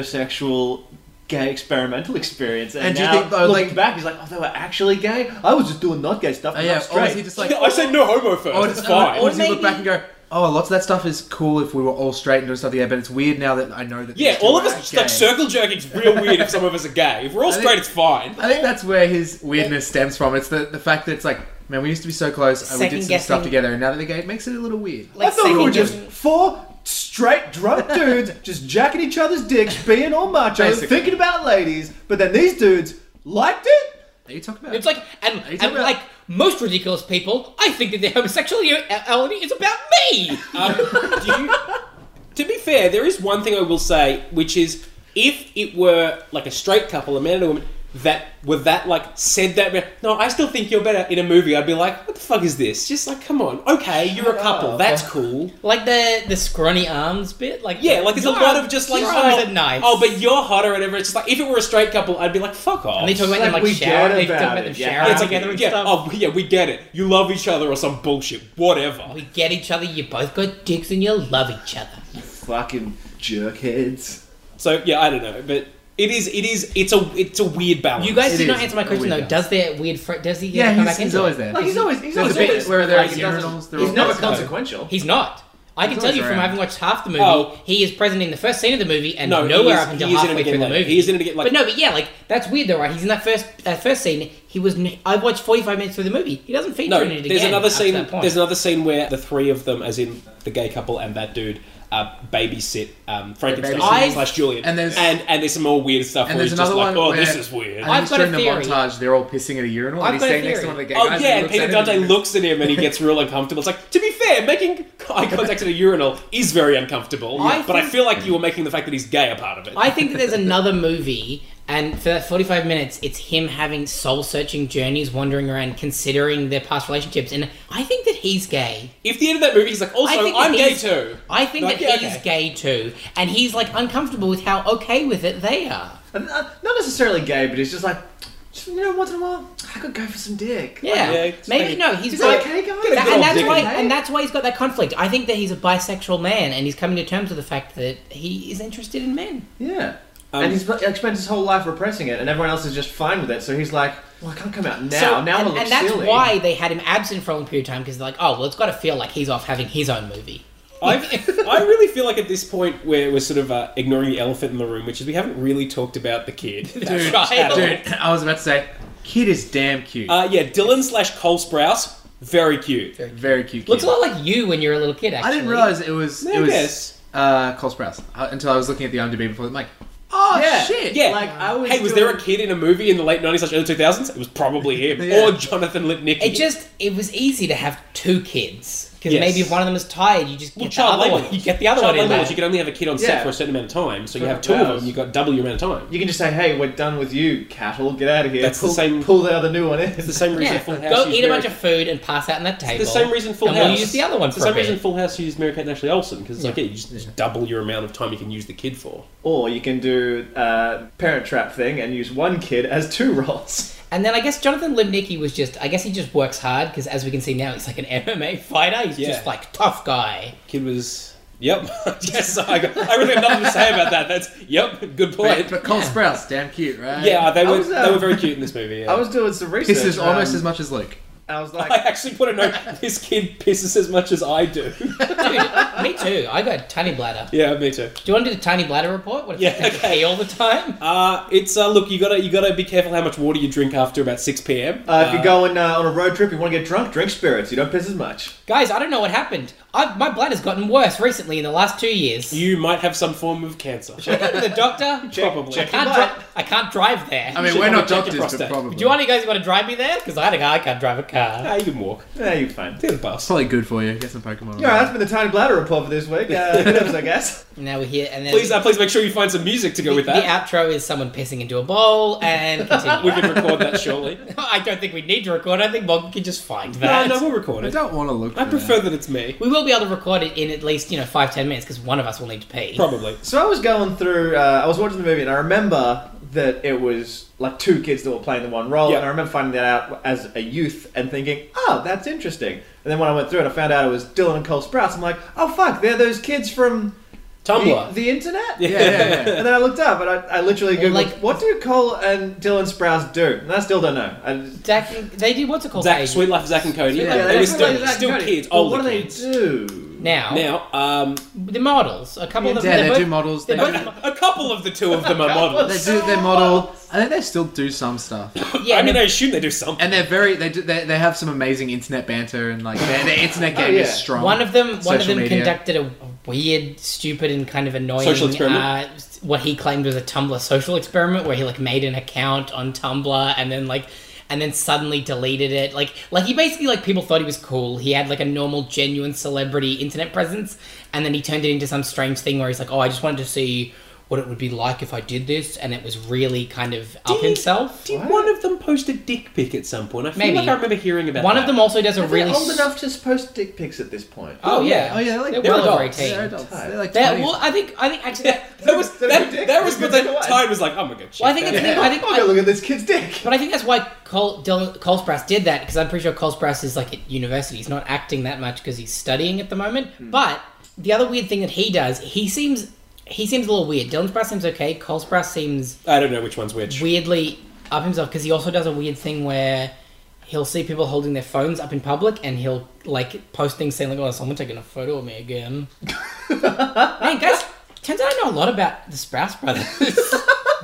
[SPEAKER 5] pseudosexual gay experimental experience, and,
[SPEAKER 4] And do you
[SPEAKER 5] now
[SPEAKER 4] think, though,
[SPEAKER 5] looking
[SPEAKER 4] like-
[SPEAKER 5] back, he's like, oh, they were actually gay. I was just doing not gay stuff.
[SPEAKER 4] Oh,
[SPEAKER 5] and
[SPEAKER 4] yeah,
[SPEAKER 5] I'm
[SPEAKER 4] or was
[SPEAKER 5] straight.
[SPEAKER 4] he just like?
[SPEAKER 2] I said no homo first.
[SPEAKER 4] Or
[SPEAKER 2] it's
[SPEAKER 4] does,
[SPEAKER 2] fine.
[SPEAKER 4] or does he look
[SPEAKER 3] maybe-
[SPEAKER 4] back and go, oh, lots of that stuff is cool if we were all straight and doing stuff. Yeah, but it's weird now that I know that.
[SPEAKER 2] yeah,
[SPEAKER 4] these two
[SPEAKER 2] all of
[SPEAKER 4] are
[SPEAKER 2] us just,
[SPEAKER 4] gay."
[SPEAKER 2] like circle jerking's real weird. if some of us are gay, if we're all
[SPEAKER 4] think-
[SPEAKER 2] straight, it's fine.
[SPEAKER 4] I think that's where his weirdness stems from. It's the, the fact that it's like, man, we used to be so close and we did some
[SPEAKER 3] Second-guessing-
[SPEAKER 4] stuff together, and now that the gay it makes it a little weird.
[SPEAKER 5] I
[SPEAKER 3] like
[SPEAKER 5] thought we were just
[SPEAKER 3] second-guessing-
[SPEAKER 5] four straight drunk dudes just jacking each other's dicks, being all macho,
[SPEAKER 4] Basically.
[SPEAKER 5] thinking about ladies, but then these dudes liked it.
[SPEAKER 4] Are you talking about?
[SPEAKER 3] it's like and,
[SPEAKER 4] Are you
[SPEAKER 3] and
[SPEAKER 4] talking about-
[SPEAKER 3] like most ridiculous people, I think that their homosexuality is about me.
[SPEAKER 2] Um, do you, to be fair, there is one thing I will say, which is if it were like a straight couple, a man and a woman, that were that like said that, no, I still think you're better in a movie, I'd be like, what the fuck is this? Just like, come on, okay, you're a couple,
[SPEAKER 5] up.
[SPEAKER 2] that's cool.
[SPEAKER 3] like the the scrawny arms bit. Like
[SPEAKER 2] Yeah, like there's a
[SPEAKER 3] your
[SPEAKER 2] lot of just like,
[SPEAKER 3] your arms
[SPEAKER 2] oh,
[SPEAKER 3] are nice.
[SPEAKER 2] oh, but you're hot or whatever. It's just like, if it were a straight couple, I'd be like, fuck off.
[SPEAKER 3] and they talk about
[SPEAKER 5] Like,
[SPEAKER 3] them like
[SPEAKER 5] we
[SPEAKER 3] shower.
[SPEAKER 5] get
[SPEAKER 3] They talk
[SPEAKER 5] about
[SPEAKER 3] about
[SPEAKER 5] it,
[SPEAKER 3] them
[SPEAKER 5] yeah.
[SPEAKER 3] showering
[SPEAKER 2] it's like,
[SPEAKER 3] together and
[SPEAKER 2] yeah,
[SPEAKER 3] stuff.
[SPEAKER 2] oh, yeah, we get it. You love each other or some bullshit, whatever.
[SPEAKER 3] We get each other. You both got dicks and you love each other.
[SPEAKER 5] Fucking jerkheads.
[SPEAKER 2] So yeah, I don't know, but it is, it is, it's a, it's a weird balance.
[SPEAKER 3] You guys
[SPEAKER 4] It
[SPEAKER 3] did not
[SPEAKER 4] is
[SPEAKER 3] answer my
[SPEAKER 4] a
[SPEAKER 3] question
[SPEAKER 4] weird
[SPEAKER 3] though. Does their weird fr- does he
[SPEAKER 4] yeah,
[SPEAKER 3] ever come
[SPEAKER 4] he's,
[SPEAKER 3] back
[SPEAKER 4] he's
[SPEAKER 3] into
[SPEAKER 4] always
[SPEAKER 3] it?
[SPEAKER 4] there.
[SPEAKER 5] Like he's always he's
[SPEAKER 4] There's
[SPEAKER 5] always
[SPEAKER 4] a bit
[SPEAKER 5] always-
[SPEAKER 4] where they're
[SPEAKER 5] like,
[SPEAKER 4] at
[SPEAKER 5] he doesn't-
[SPEAKER 4] urinals. They're
[SPEAKER 5] He's
[SPEAKER 4] all
[SPEAKER 5] never
[SPEAKER 4] fucking-
[SPEAKER 5] consequential.
[SPEAKER 3] He's not. I can
[SPEAKER 4] He's
[SPEAKER 3] tell
[SPEAKER 4] always
[SPEAKER 3] you from
[SPEAKER 4] around.
[SPEAKER 3] having watched half the movie,
[SPEAKER 2] Oh.
[SPEAKER 3] he is present in the first scene of the movie and
[SPEAKER 2] No,
[SPEAKER 3] nowhere
[SPEAKER 2] he is-
[SPEAKER 3] up until
[SPEAKER 2] he is in it
[SPEAKER 3] halfway
[SPEAKER 2] again
[SPEAKER 3] through the
[SPEAKER 2] later.
[SPEAKER 3] movie.
[SPEAKER 2] He is in it again, like-
[SPEAKER 3] but no, but yeah, like that's weird though, right? He's in that first that first scene. He was. n- I watched forty five minutes through the movie. He doesn't feature
[SPEAKER 2] No,
[SPEAKER 3] in it again.
[SPEAKER 2] there's another
[SPEAKER 3] up to
[SPEAKER 2] scene.
[SPEAKER 3] that point.
[SPEAKER 2] There's another scene where the three of them, as in the gay couple and that dude, uh, babysit um, Frankenstein
[SPEAKER 3] babysit.
[SPEAKER 2] slash Julian.
[SPEAKER 4] And there's-
[SPEAKER 2] and, and there's some more weird stuff.
[SPEAKER 4] And
[SPEAKER 2] where
[SPEAKER 4] there's
[SPEAKER 2] he's just
[SPEAKER 4] another
[SPEAKER 2] like,
[SPEAKER 4] one
[SPEAKER 2] Oh,
[SPEAKER 4] where-
[SPEAKER 2] this is weird.
[SPEAKER 4] And
[SPEAKER 3] I've
[SPEAKER 4] he's
[SPEAKER 3] got
[SPEAKER 4] during
[SPEAKER 3] a
[SPEAKER 4] the
[SPEAKER 3] theory.
[SPEAKER 4] montage, they're all pissing at a urinal,
[SPEAKER 3] I've
[SPEAKER 4] and
[SPEAKER 3] got
[SPEAKER 4] he's
[SPEAKER 3] a
[SPEAKER 4] standing next to
[SPEAKER 3] theory.
[SPEAKER 4] one of the gay
[SPEAKER 2] Oh
[SPEAKER 4] guys.
[SPEAKER 2] yeah,
[SPEAKER 4] he
[SPEAKER 2] and
[SPEAKER 4] looks
[SPEAKER 2] Peter
[SPEAKER 4] at him and
[SPEAKER 2] Dante
[SPEAKER 4] he goes,
[SPEAKER 2] looks at him and he gets real uncomfortable. It's like, to be fair, making eye contact at a urinal is very uncomfortable.
[SPEAKER 3] I
[SPEAKER 2] but I
[SPEAKER 3] think-
[SPEAKER 2] feel like you were making the fact that he's gay a part of it.
[SPEAKER 3] I think that there's another movie, and for that 45 minutes, it's him having soul searching journeys, wandering around, considering their past relationships. And I think that he's gay.
[SPEAKER 2] if the end of that movie, he's like, also,
[SPEAKER 3] I think that
[SPEAKER 2] I'm gay
[SPEAKER 3] he's-
[SPEAKER 2] too.
[SPEAKER 3] I think
[SPEAKER 2] Like,
[SPEAKER 3] that
[SPEAKER 2] yeah,
[SPEAKER 3] he's
[SPEAKER 2] okay.
[SPEAKER 3] gay too. And he's like uncomfortable with how okay with it they are.
[SPEAKER 5] And, uh, Not necessarily gay, but he's just like, just, you know, once in a while, I could go for some dick.
[SPEAKER 3] Yeah.
[SPEAKER 2] yeah, it's
[SPEAKER 3] Maybe,
[SPEAKER 2] like-
[SPEAKER 3] no, he's
[SPEAKER 5] Is
[SPEAKER 3] bi-
[SPEAKER 5] that okay, guys?
[SPEAKER 2] Get a
[SPEAKER 3] That-
[SPEAKER 2] good
[SPEAKER 3] and
[SPEAKER 2] old
[SPEAKER 3] that's
[SPEAKER 2] dick
[SPEAKER 3] why,
[SPEAKER 2] in
[SPEAKER 3] and that's why he's got that conflict. I think that he's a bisexual man, and he's coming to terms with the fact that he is interested in men.
[SPEAKER 5] Yeah.
[SPEAKER 2] Um,
[SPEAKER 5] and he's he spends his whole life repressing it, and everyone else is just fine with it. So he's like, "Well, I can't come out now.
[SPEAKER 3] So-
[SPEAKER 5] now I
[SPEAKER 3] and,
[SPEAKER 5] look
[SPEAKER 3] and that's
[SPEAKER 5] silly."
[SPEAKER 3] why they had him absent for a long period of time because they're like, oh, well, it's got to feel like he's off having his own movie.
[SPEAKER 2] I've, I really feel like at this point we're, we're sort of uh, ignoring the elephant in the room, which is we haven't really talked about the kid.
[SPEAKER 3] Child.
[SPEAKER 2] Adam.
[SPEAKER 4] Dude, I was about to say, kid is damn cute.
[SPEAKER 2] Uh, yeah, Dylan slash Cole Sprouse, Very cute.
[SPEAKER 4] Very cute.
[SPEAKER 3] Looks a
[SPEAKER 4] kid.
[SPEAKER 3] lot like you when you were a little kid. Actually,
[SPEAKER 4] I didn't realize it was.
[SPEAKER 2] I
[SPEAKER 4] it was
[SPEAKER 2] guess.
[SPEAKER 4] uh, Cole Sprouse uh, until I was looking at the IMDb before. I'm like, oh
[SPEAKER 2] Yeah,
[SPEAKER 4] shit!
[SPEAKER 2] yeah.
[SPEAKER 4] Like I was.
[SPEAKER 2] Hey, was
[SPEAKER 4] doing-
[SPEAKER 2] there a kid in a movie in the late 90s, slash early 2000s? It was probably him.
[SPEAKER 4] Yeah.
[SPEAKER 2] Or Jonathan Lipnicki.
[SPEAKER 3] It just it was easy to have two kids because
[SPEAKER 2] Yes.
[SPEAKER 3] maybe if one of them is tired, you just get
[SPEAKER 2] Well,
[SPEAKER 3] the
[SPEAKER 2] child
[SPEAKER 3] other
[SPEAKER 2] labor.
[SPEAKER 3] one. You get the other
[SPEAKER 2] child
[SPEAKER 3] one in
[SPEAKER 2] labor
[SPEAKER 3] there.
[SPEAKER 2] was you can only have a kid on set
[SPEAKER 1] Yeah.
[SPEAKER 2] for a certain amount of time, so you
[SPEAKER 1] For
[SPEAKER 2] have two of
[SPEAKER 1] hours.
[SPEAKER 2] them, you've got double your amount of time.
[SPEAKER 1] You can just say, "Hey, we're done with you, cattle. Get out of here."
[SPEAKER 2] That's the
[SPEAKER 1] pull,
[SPEAKER 2] same-
[SPEAKER 1] Pull the other new one in.
[SPEAKER 2] It's the same reason
[SPEAKER 3] Yeah.
[SPEAKER 2] Full House.
[SPEAKER 3] Go
[SPEAKER 2] used
[SPEAKER 3] eat a
[SPEAKER 2] Mary-
[SPEAKER 3] bunch of food and pass out on that table.
[SPEAKER 2] The same reason Full
[SPEAKER 3] and
[SPEAKER 2] House.
[SPEAKER 3] We'll use the other one
[SPEAKER 2] It's
[SPEAKER 3] for
[SPEAKER 2] the
[SPEAKER 3] a
[SPEAKER 2] same
[SPEAKER 3] bit.
[SPEAKER 2] reason Full House used Mary Kate and Ashley Olsen because it's
[SPEAKER 3] Yeah.
[SPEAKER 2] like yeah, you just, just double your amount of time you can use the kid for.
[SPEAKER 1] Or you can do uh, parent trap thing and use one kid as two roles.
[SPEAKER 3] And then I guess Jonathan Limnicki was just, I guess he just works hard because as we can see now, he's like an MMA fighter. He's
[SPEAKER 2] Yeah.
[SPEAKER 3] just like tough guy.
[SPEAKER 2] Kid was. Yep. yes, I, got, I really have nothing to say about that. That's yep. Good point.
[SPEAKER 4] But, but Cole Sprouse, damn cute, right?
[SPEAKER 2] yeah, they
[SPEAKER 1] I
[SPEAKER 2] were
[SPEAKER 1] was,
[SPEAKER 2] they
[SPEAKER 1] um,
[SPEAKER 2] were very cute in this movie. Yeah.
[SPEAKER 1] I was doing some research.
[SPEAKER 4] This is
[SPEAKER 1] um,
[SPEAKER 4] almost as much as Luke.
[SPEAKER 1] I was
[SPEAKER 2] I
[SPEAKER 1] like,
[SPEAKER 2] actually put a note. This kid pisses as much as I do.
[SPEAKER 3] Dude, me too. I got tiny bladder.
[SPEAKER 2] yeah, me too.
[SPEAKER 3] Do you want to do the tiny bladder report? What if
[SPEAKER 2] Yeah,
[SPEAKER 3] I take a
[SPEAKER 2] okay.
[SPEAKER 3] pee all the time?
[SPEAKER 2] Uh, it's uh, look, you gotta you gotta be careful how much water you drink after about six p.m.
[SPEAKER 1] uh, if you're going uh, on a road trip, you want to get drunk, drink spirits. You don't piss as much.
[SPEAKER 3] Guys, I don't know what happened. I've, my bladder's gotten worse recently in the last two years.
[SPEAKER 2] you might have some form of cancer.
[SPEAKER 3] the doctor?
[SPEAKER 1] Check-
[SPEAKER 2] Probably.
[SPEAKER 1] check
[SPEAKER 3] I
[SPEAKER 1] your
[SPEAKER 3] can't,
[SPEAKER 1] butt.
[SPEAKER 3] dri- I can't drive there.
[SPEAKER 4] I mean,
[SPEAKER 2] should
[SPEAKER 4] we're not
[SPEAKER 2] probably check
[SPEAKER 4] doctors,
[SPEAKER 2] your
[SPEAKER 4] but
[SPEAKER 2] prostate.
[SPEAKER 4] probably.
[SPEAKER 3] Do you want you guys want to drive me there? Because I don't. I can't drive a car.
[SPEAKER 2] Ah, you can walk.
[SPEAKER 1] Yeah, you're fine.
[SPEAKER 2] Get a bus.
[SPEAKER 4] It's
[SPEAKER 1] uh,
[SPEAKER 4] probably good for you. Get some Pokemon.
[SPEAKER 1] Yeah, that's been the tiny bladder report for this week. Uh, good episode, I guess.
[SPEAKER 3] Now we're here, and then
[SPEAKER 2] Please, uh, please make sure you find some music to go
[SPEAKER 3] the,
[SPEAKER 2] with that.
[SPEAKER 3] the outro is someone pissing into a bowl and
[SPEAKER 2] We
[SPEAKER 3] continue.
[SPEAKER 2] can record that shortly.
[SPEAKER 3] I don't think we need to record. I think Bob can just find
[SPEAKER 2] No,
[SPEAKER 3] that.
[SPEAKER 2] no, we'll record
[SPEAKER 4] I
[SPEAKER 2] it.
[SPEAKER 4] don't want to look.
[SPEAKER 2] I
[SPEAKER 4] for
[SPEAKER 2] prefer
[SPEAKER 4] that.
[SPEAKER 2] that it's me.
[SPEAKER 3] We will be able to record it in at least you know five ten minutes because one of us will need to pee.
[SPEAKER 2] Probably.
[SPEAKER 1] So I was going through. Uh, I was watching the movie, and I remember that it was like two kids that were playing the one role.
[SPEAKER 2] Yeah.
[SPEAKER 1] And I remember finding that out as a youth and thinking, "Oh, that's interesting." And then when I went through it, I found out it was Dylan and Cole Sprouse. I'm like, "Oh fuck, they're those kids from the,
[SPEAKER 2] Tumblr.
[SPEAKER 1] the internet."
[SPEAKER 2] Yeah.
[SPEAKER 4] Yeah, yeah, yeah.
[SPEAKER 1] And then I looked up, and I, I literally
[SPEAKER 3] Well,
[SPEAKER 1] googled,
[SPEAKER 3] like-
[SPEAKER 1] "What do Cole and Dylan Sprouse do?" And I still don't know. I just,
[SPEAKER 3] Zach, they did what's it called?
[SPEAKER 2] Zach,
[SPEAKER 3] Paige?
[SPEAKER 2] Sweet Life of Zach and Cody.
[SPEAKER 3] Yeah,
[SPEAKER 2] they were
[SPEAKER 1] that's
[SPEAKER 2] still,
[SPEAKER 1] like that
[SPEAKER 2] still
[SPEAKER 1] code.
[SPEAKER 2] kids,
[SPEAKER 1] But
[SPEAKER 2] older
[SPEAKER 1] What do they
[SPEAKER 2] kids.
[SPEAKER 1] do?
[SPEAKER 3] Now,
[SPEAKER 2] Now, um,
[SPEAKER 3] the models. A couple of them.
[SPEAKER 4] Yeah,
[SPEAKER 3] they're
[SPEAKER 4] they
[SPEAKER 3] both-
[SPEAKER 4] do models. They
[SPEAKER 3] they're
[SPEAKER 4] do,
[SPEAKER 3] both-
[SPEAKER 2] a couple of the two of them are models.
[SPEAKER 4] they do their model. I think they still do some stuff,
[SPEAKER 3] yeah,
[SPEAKER 2] I mean,
[SPEAKER 3] and
[SPEAKER 2] I
[SPEAKER 3] they're-
[SPEAKER 2] assume they do something.
[SPEAKER 4] and they're very. They do, they, they have some amazing internet banter, and like their, their internet game
[SPEAKER 1] yeah.
[SPEAKER 4] is strong.
[SPEAKER 3] one of them. One of
[SPEAKER 4] Social
[SPEAKER 3] them
[SPEAKER 4] media.
[SPEAKER 3] conducted a weird, stupid, and kind of annoying
[SPEAKER 2] Social experiment?
[SPEAKER 3] Uh, what he claimed was a Tumblr social experiment, where he like made an account on Tumblr and then like. And then suddenly deleted it, like like he basically like people thought he was cool. He had like a normal, genuine celebrity internet presence, and then he turned it into some strange thing where he's like, "Oh, I just wanted to see what it would be like if I did this," and it was really kind of up
[SPEAKER 2] Did-
[SPEAKER 3] himself.
[SPEAKER 2] Did one of them post a dick pic at some point? I feel
[SPEAKER 3] Maybe.
[SPEAKER 2] like I remember hearing about
[SPEAKER 3] One
[SPEAKER 2] that.
[SPEAKER 3] of them also does a
[SPEAKER 1] Are
[SPEAKER 3] really
[SPEAKER 1] they old
[SPEAKER 3] s-
[SPEAKER 1] enough to post dick pics at this point?
[SPEAKER 3] Oh yeah,
[SPEAKER 4] Oh yeah, they're like
[SPEAKER 3] They're
[SPEAKER 4] they're
[SPEAKER 3] well over
[SPEAKER 4] adults.
[SPEAKER 3] 18.
[SPEAKER 4] They're adults. They're like
[SPEAKER 3] That,
[SPEAKER 4] 20s.
[SPEAKER 3] well, I think I think actually, that,
[SPEAKER 2] That was
[SPEAKER 1] Did I
[SPEAKER 2] that,
[SPEAKER 1] do dick?
[SPEAKER 2] that was
[SPEAKER 1] Did
[SPEAKER 2] what
[SPEAKER 1] I do
[SPEAKER 2] that
[SPEAKER 1] what?
[SPEAKER 2] time was like. Oh my god.
[SPEAKER 3] well, I think
[SPEAKER 2] shit.
[SPEAKER 3] that's the thing, I think
[SPEAKER 1] Oh, God,
[SPEAKER 3] I,
[SPEAKER 1] look at this kid's dick.
[SPEAKER 3] but I think that's why Cole Dylan, Cole Sprouse did that because I'm pretty sure Cole Sprouse is like at university. He's not acting that much because he's studying at the moment. But the other weird thing that he does, he seems he seems a little weird. Dylan Sprouse seems okay. Cole Sprouse seems
[SPEAKER 2] I don't know which one's which.
[SPEAKER 3] weirdly up himself because he also does a weird thing where he'll see people holding their phones up in public and he'll like post things saying like, "Oh, someone taking a photo of me again." Man, guys, turns out I know a lot about the Sprouse brothers.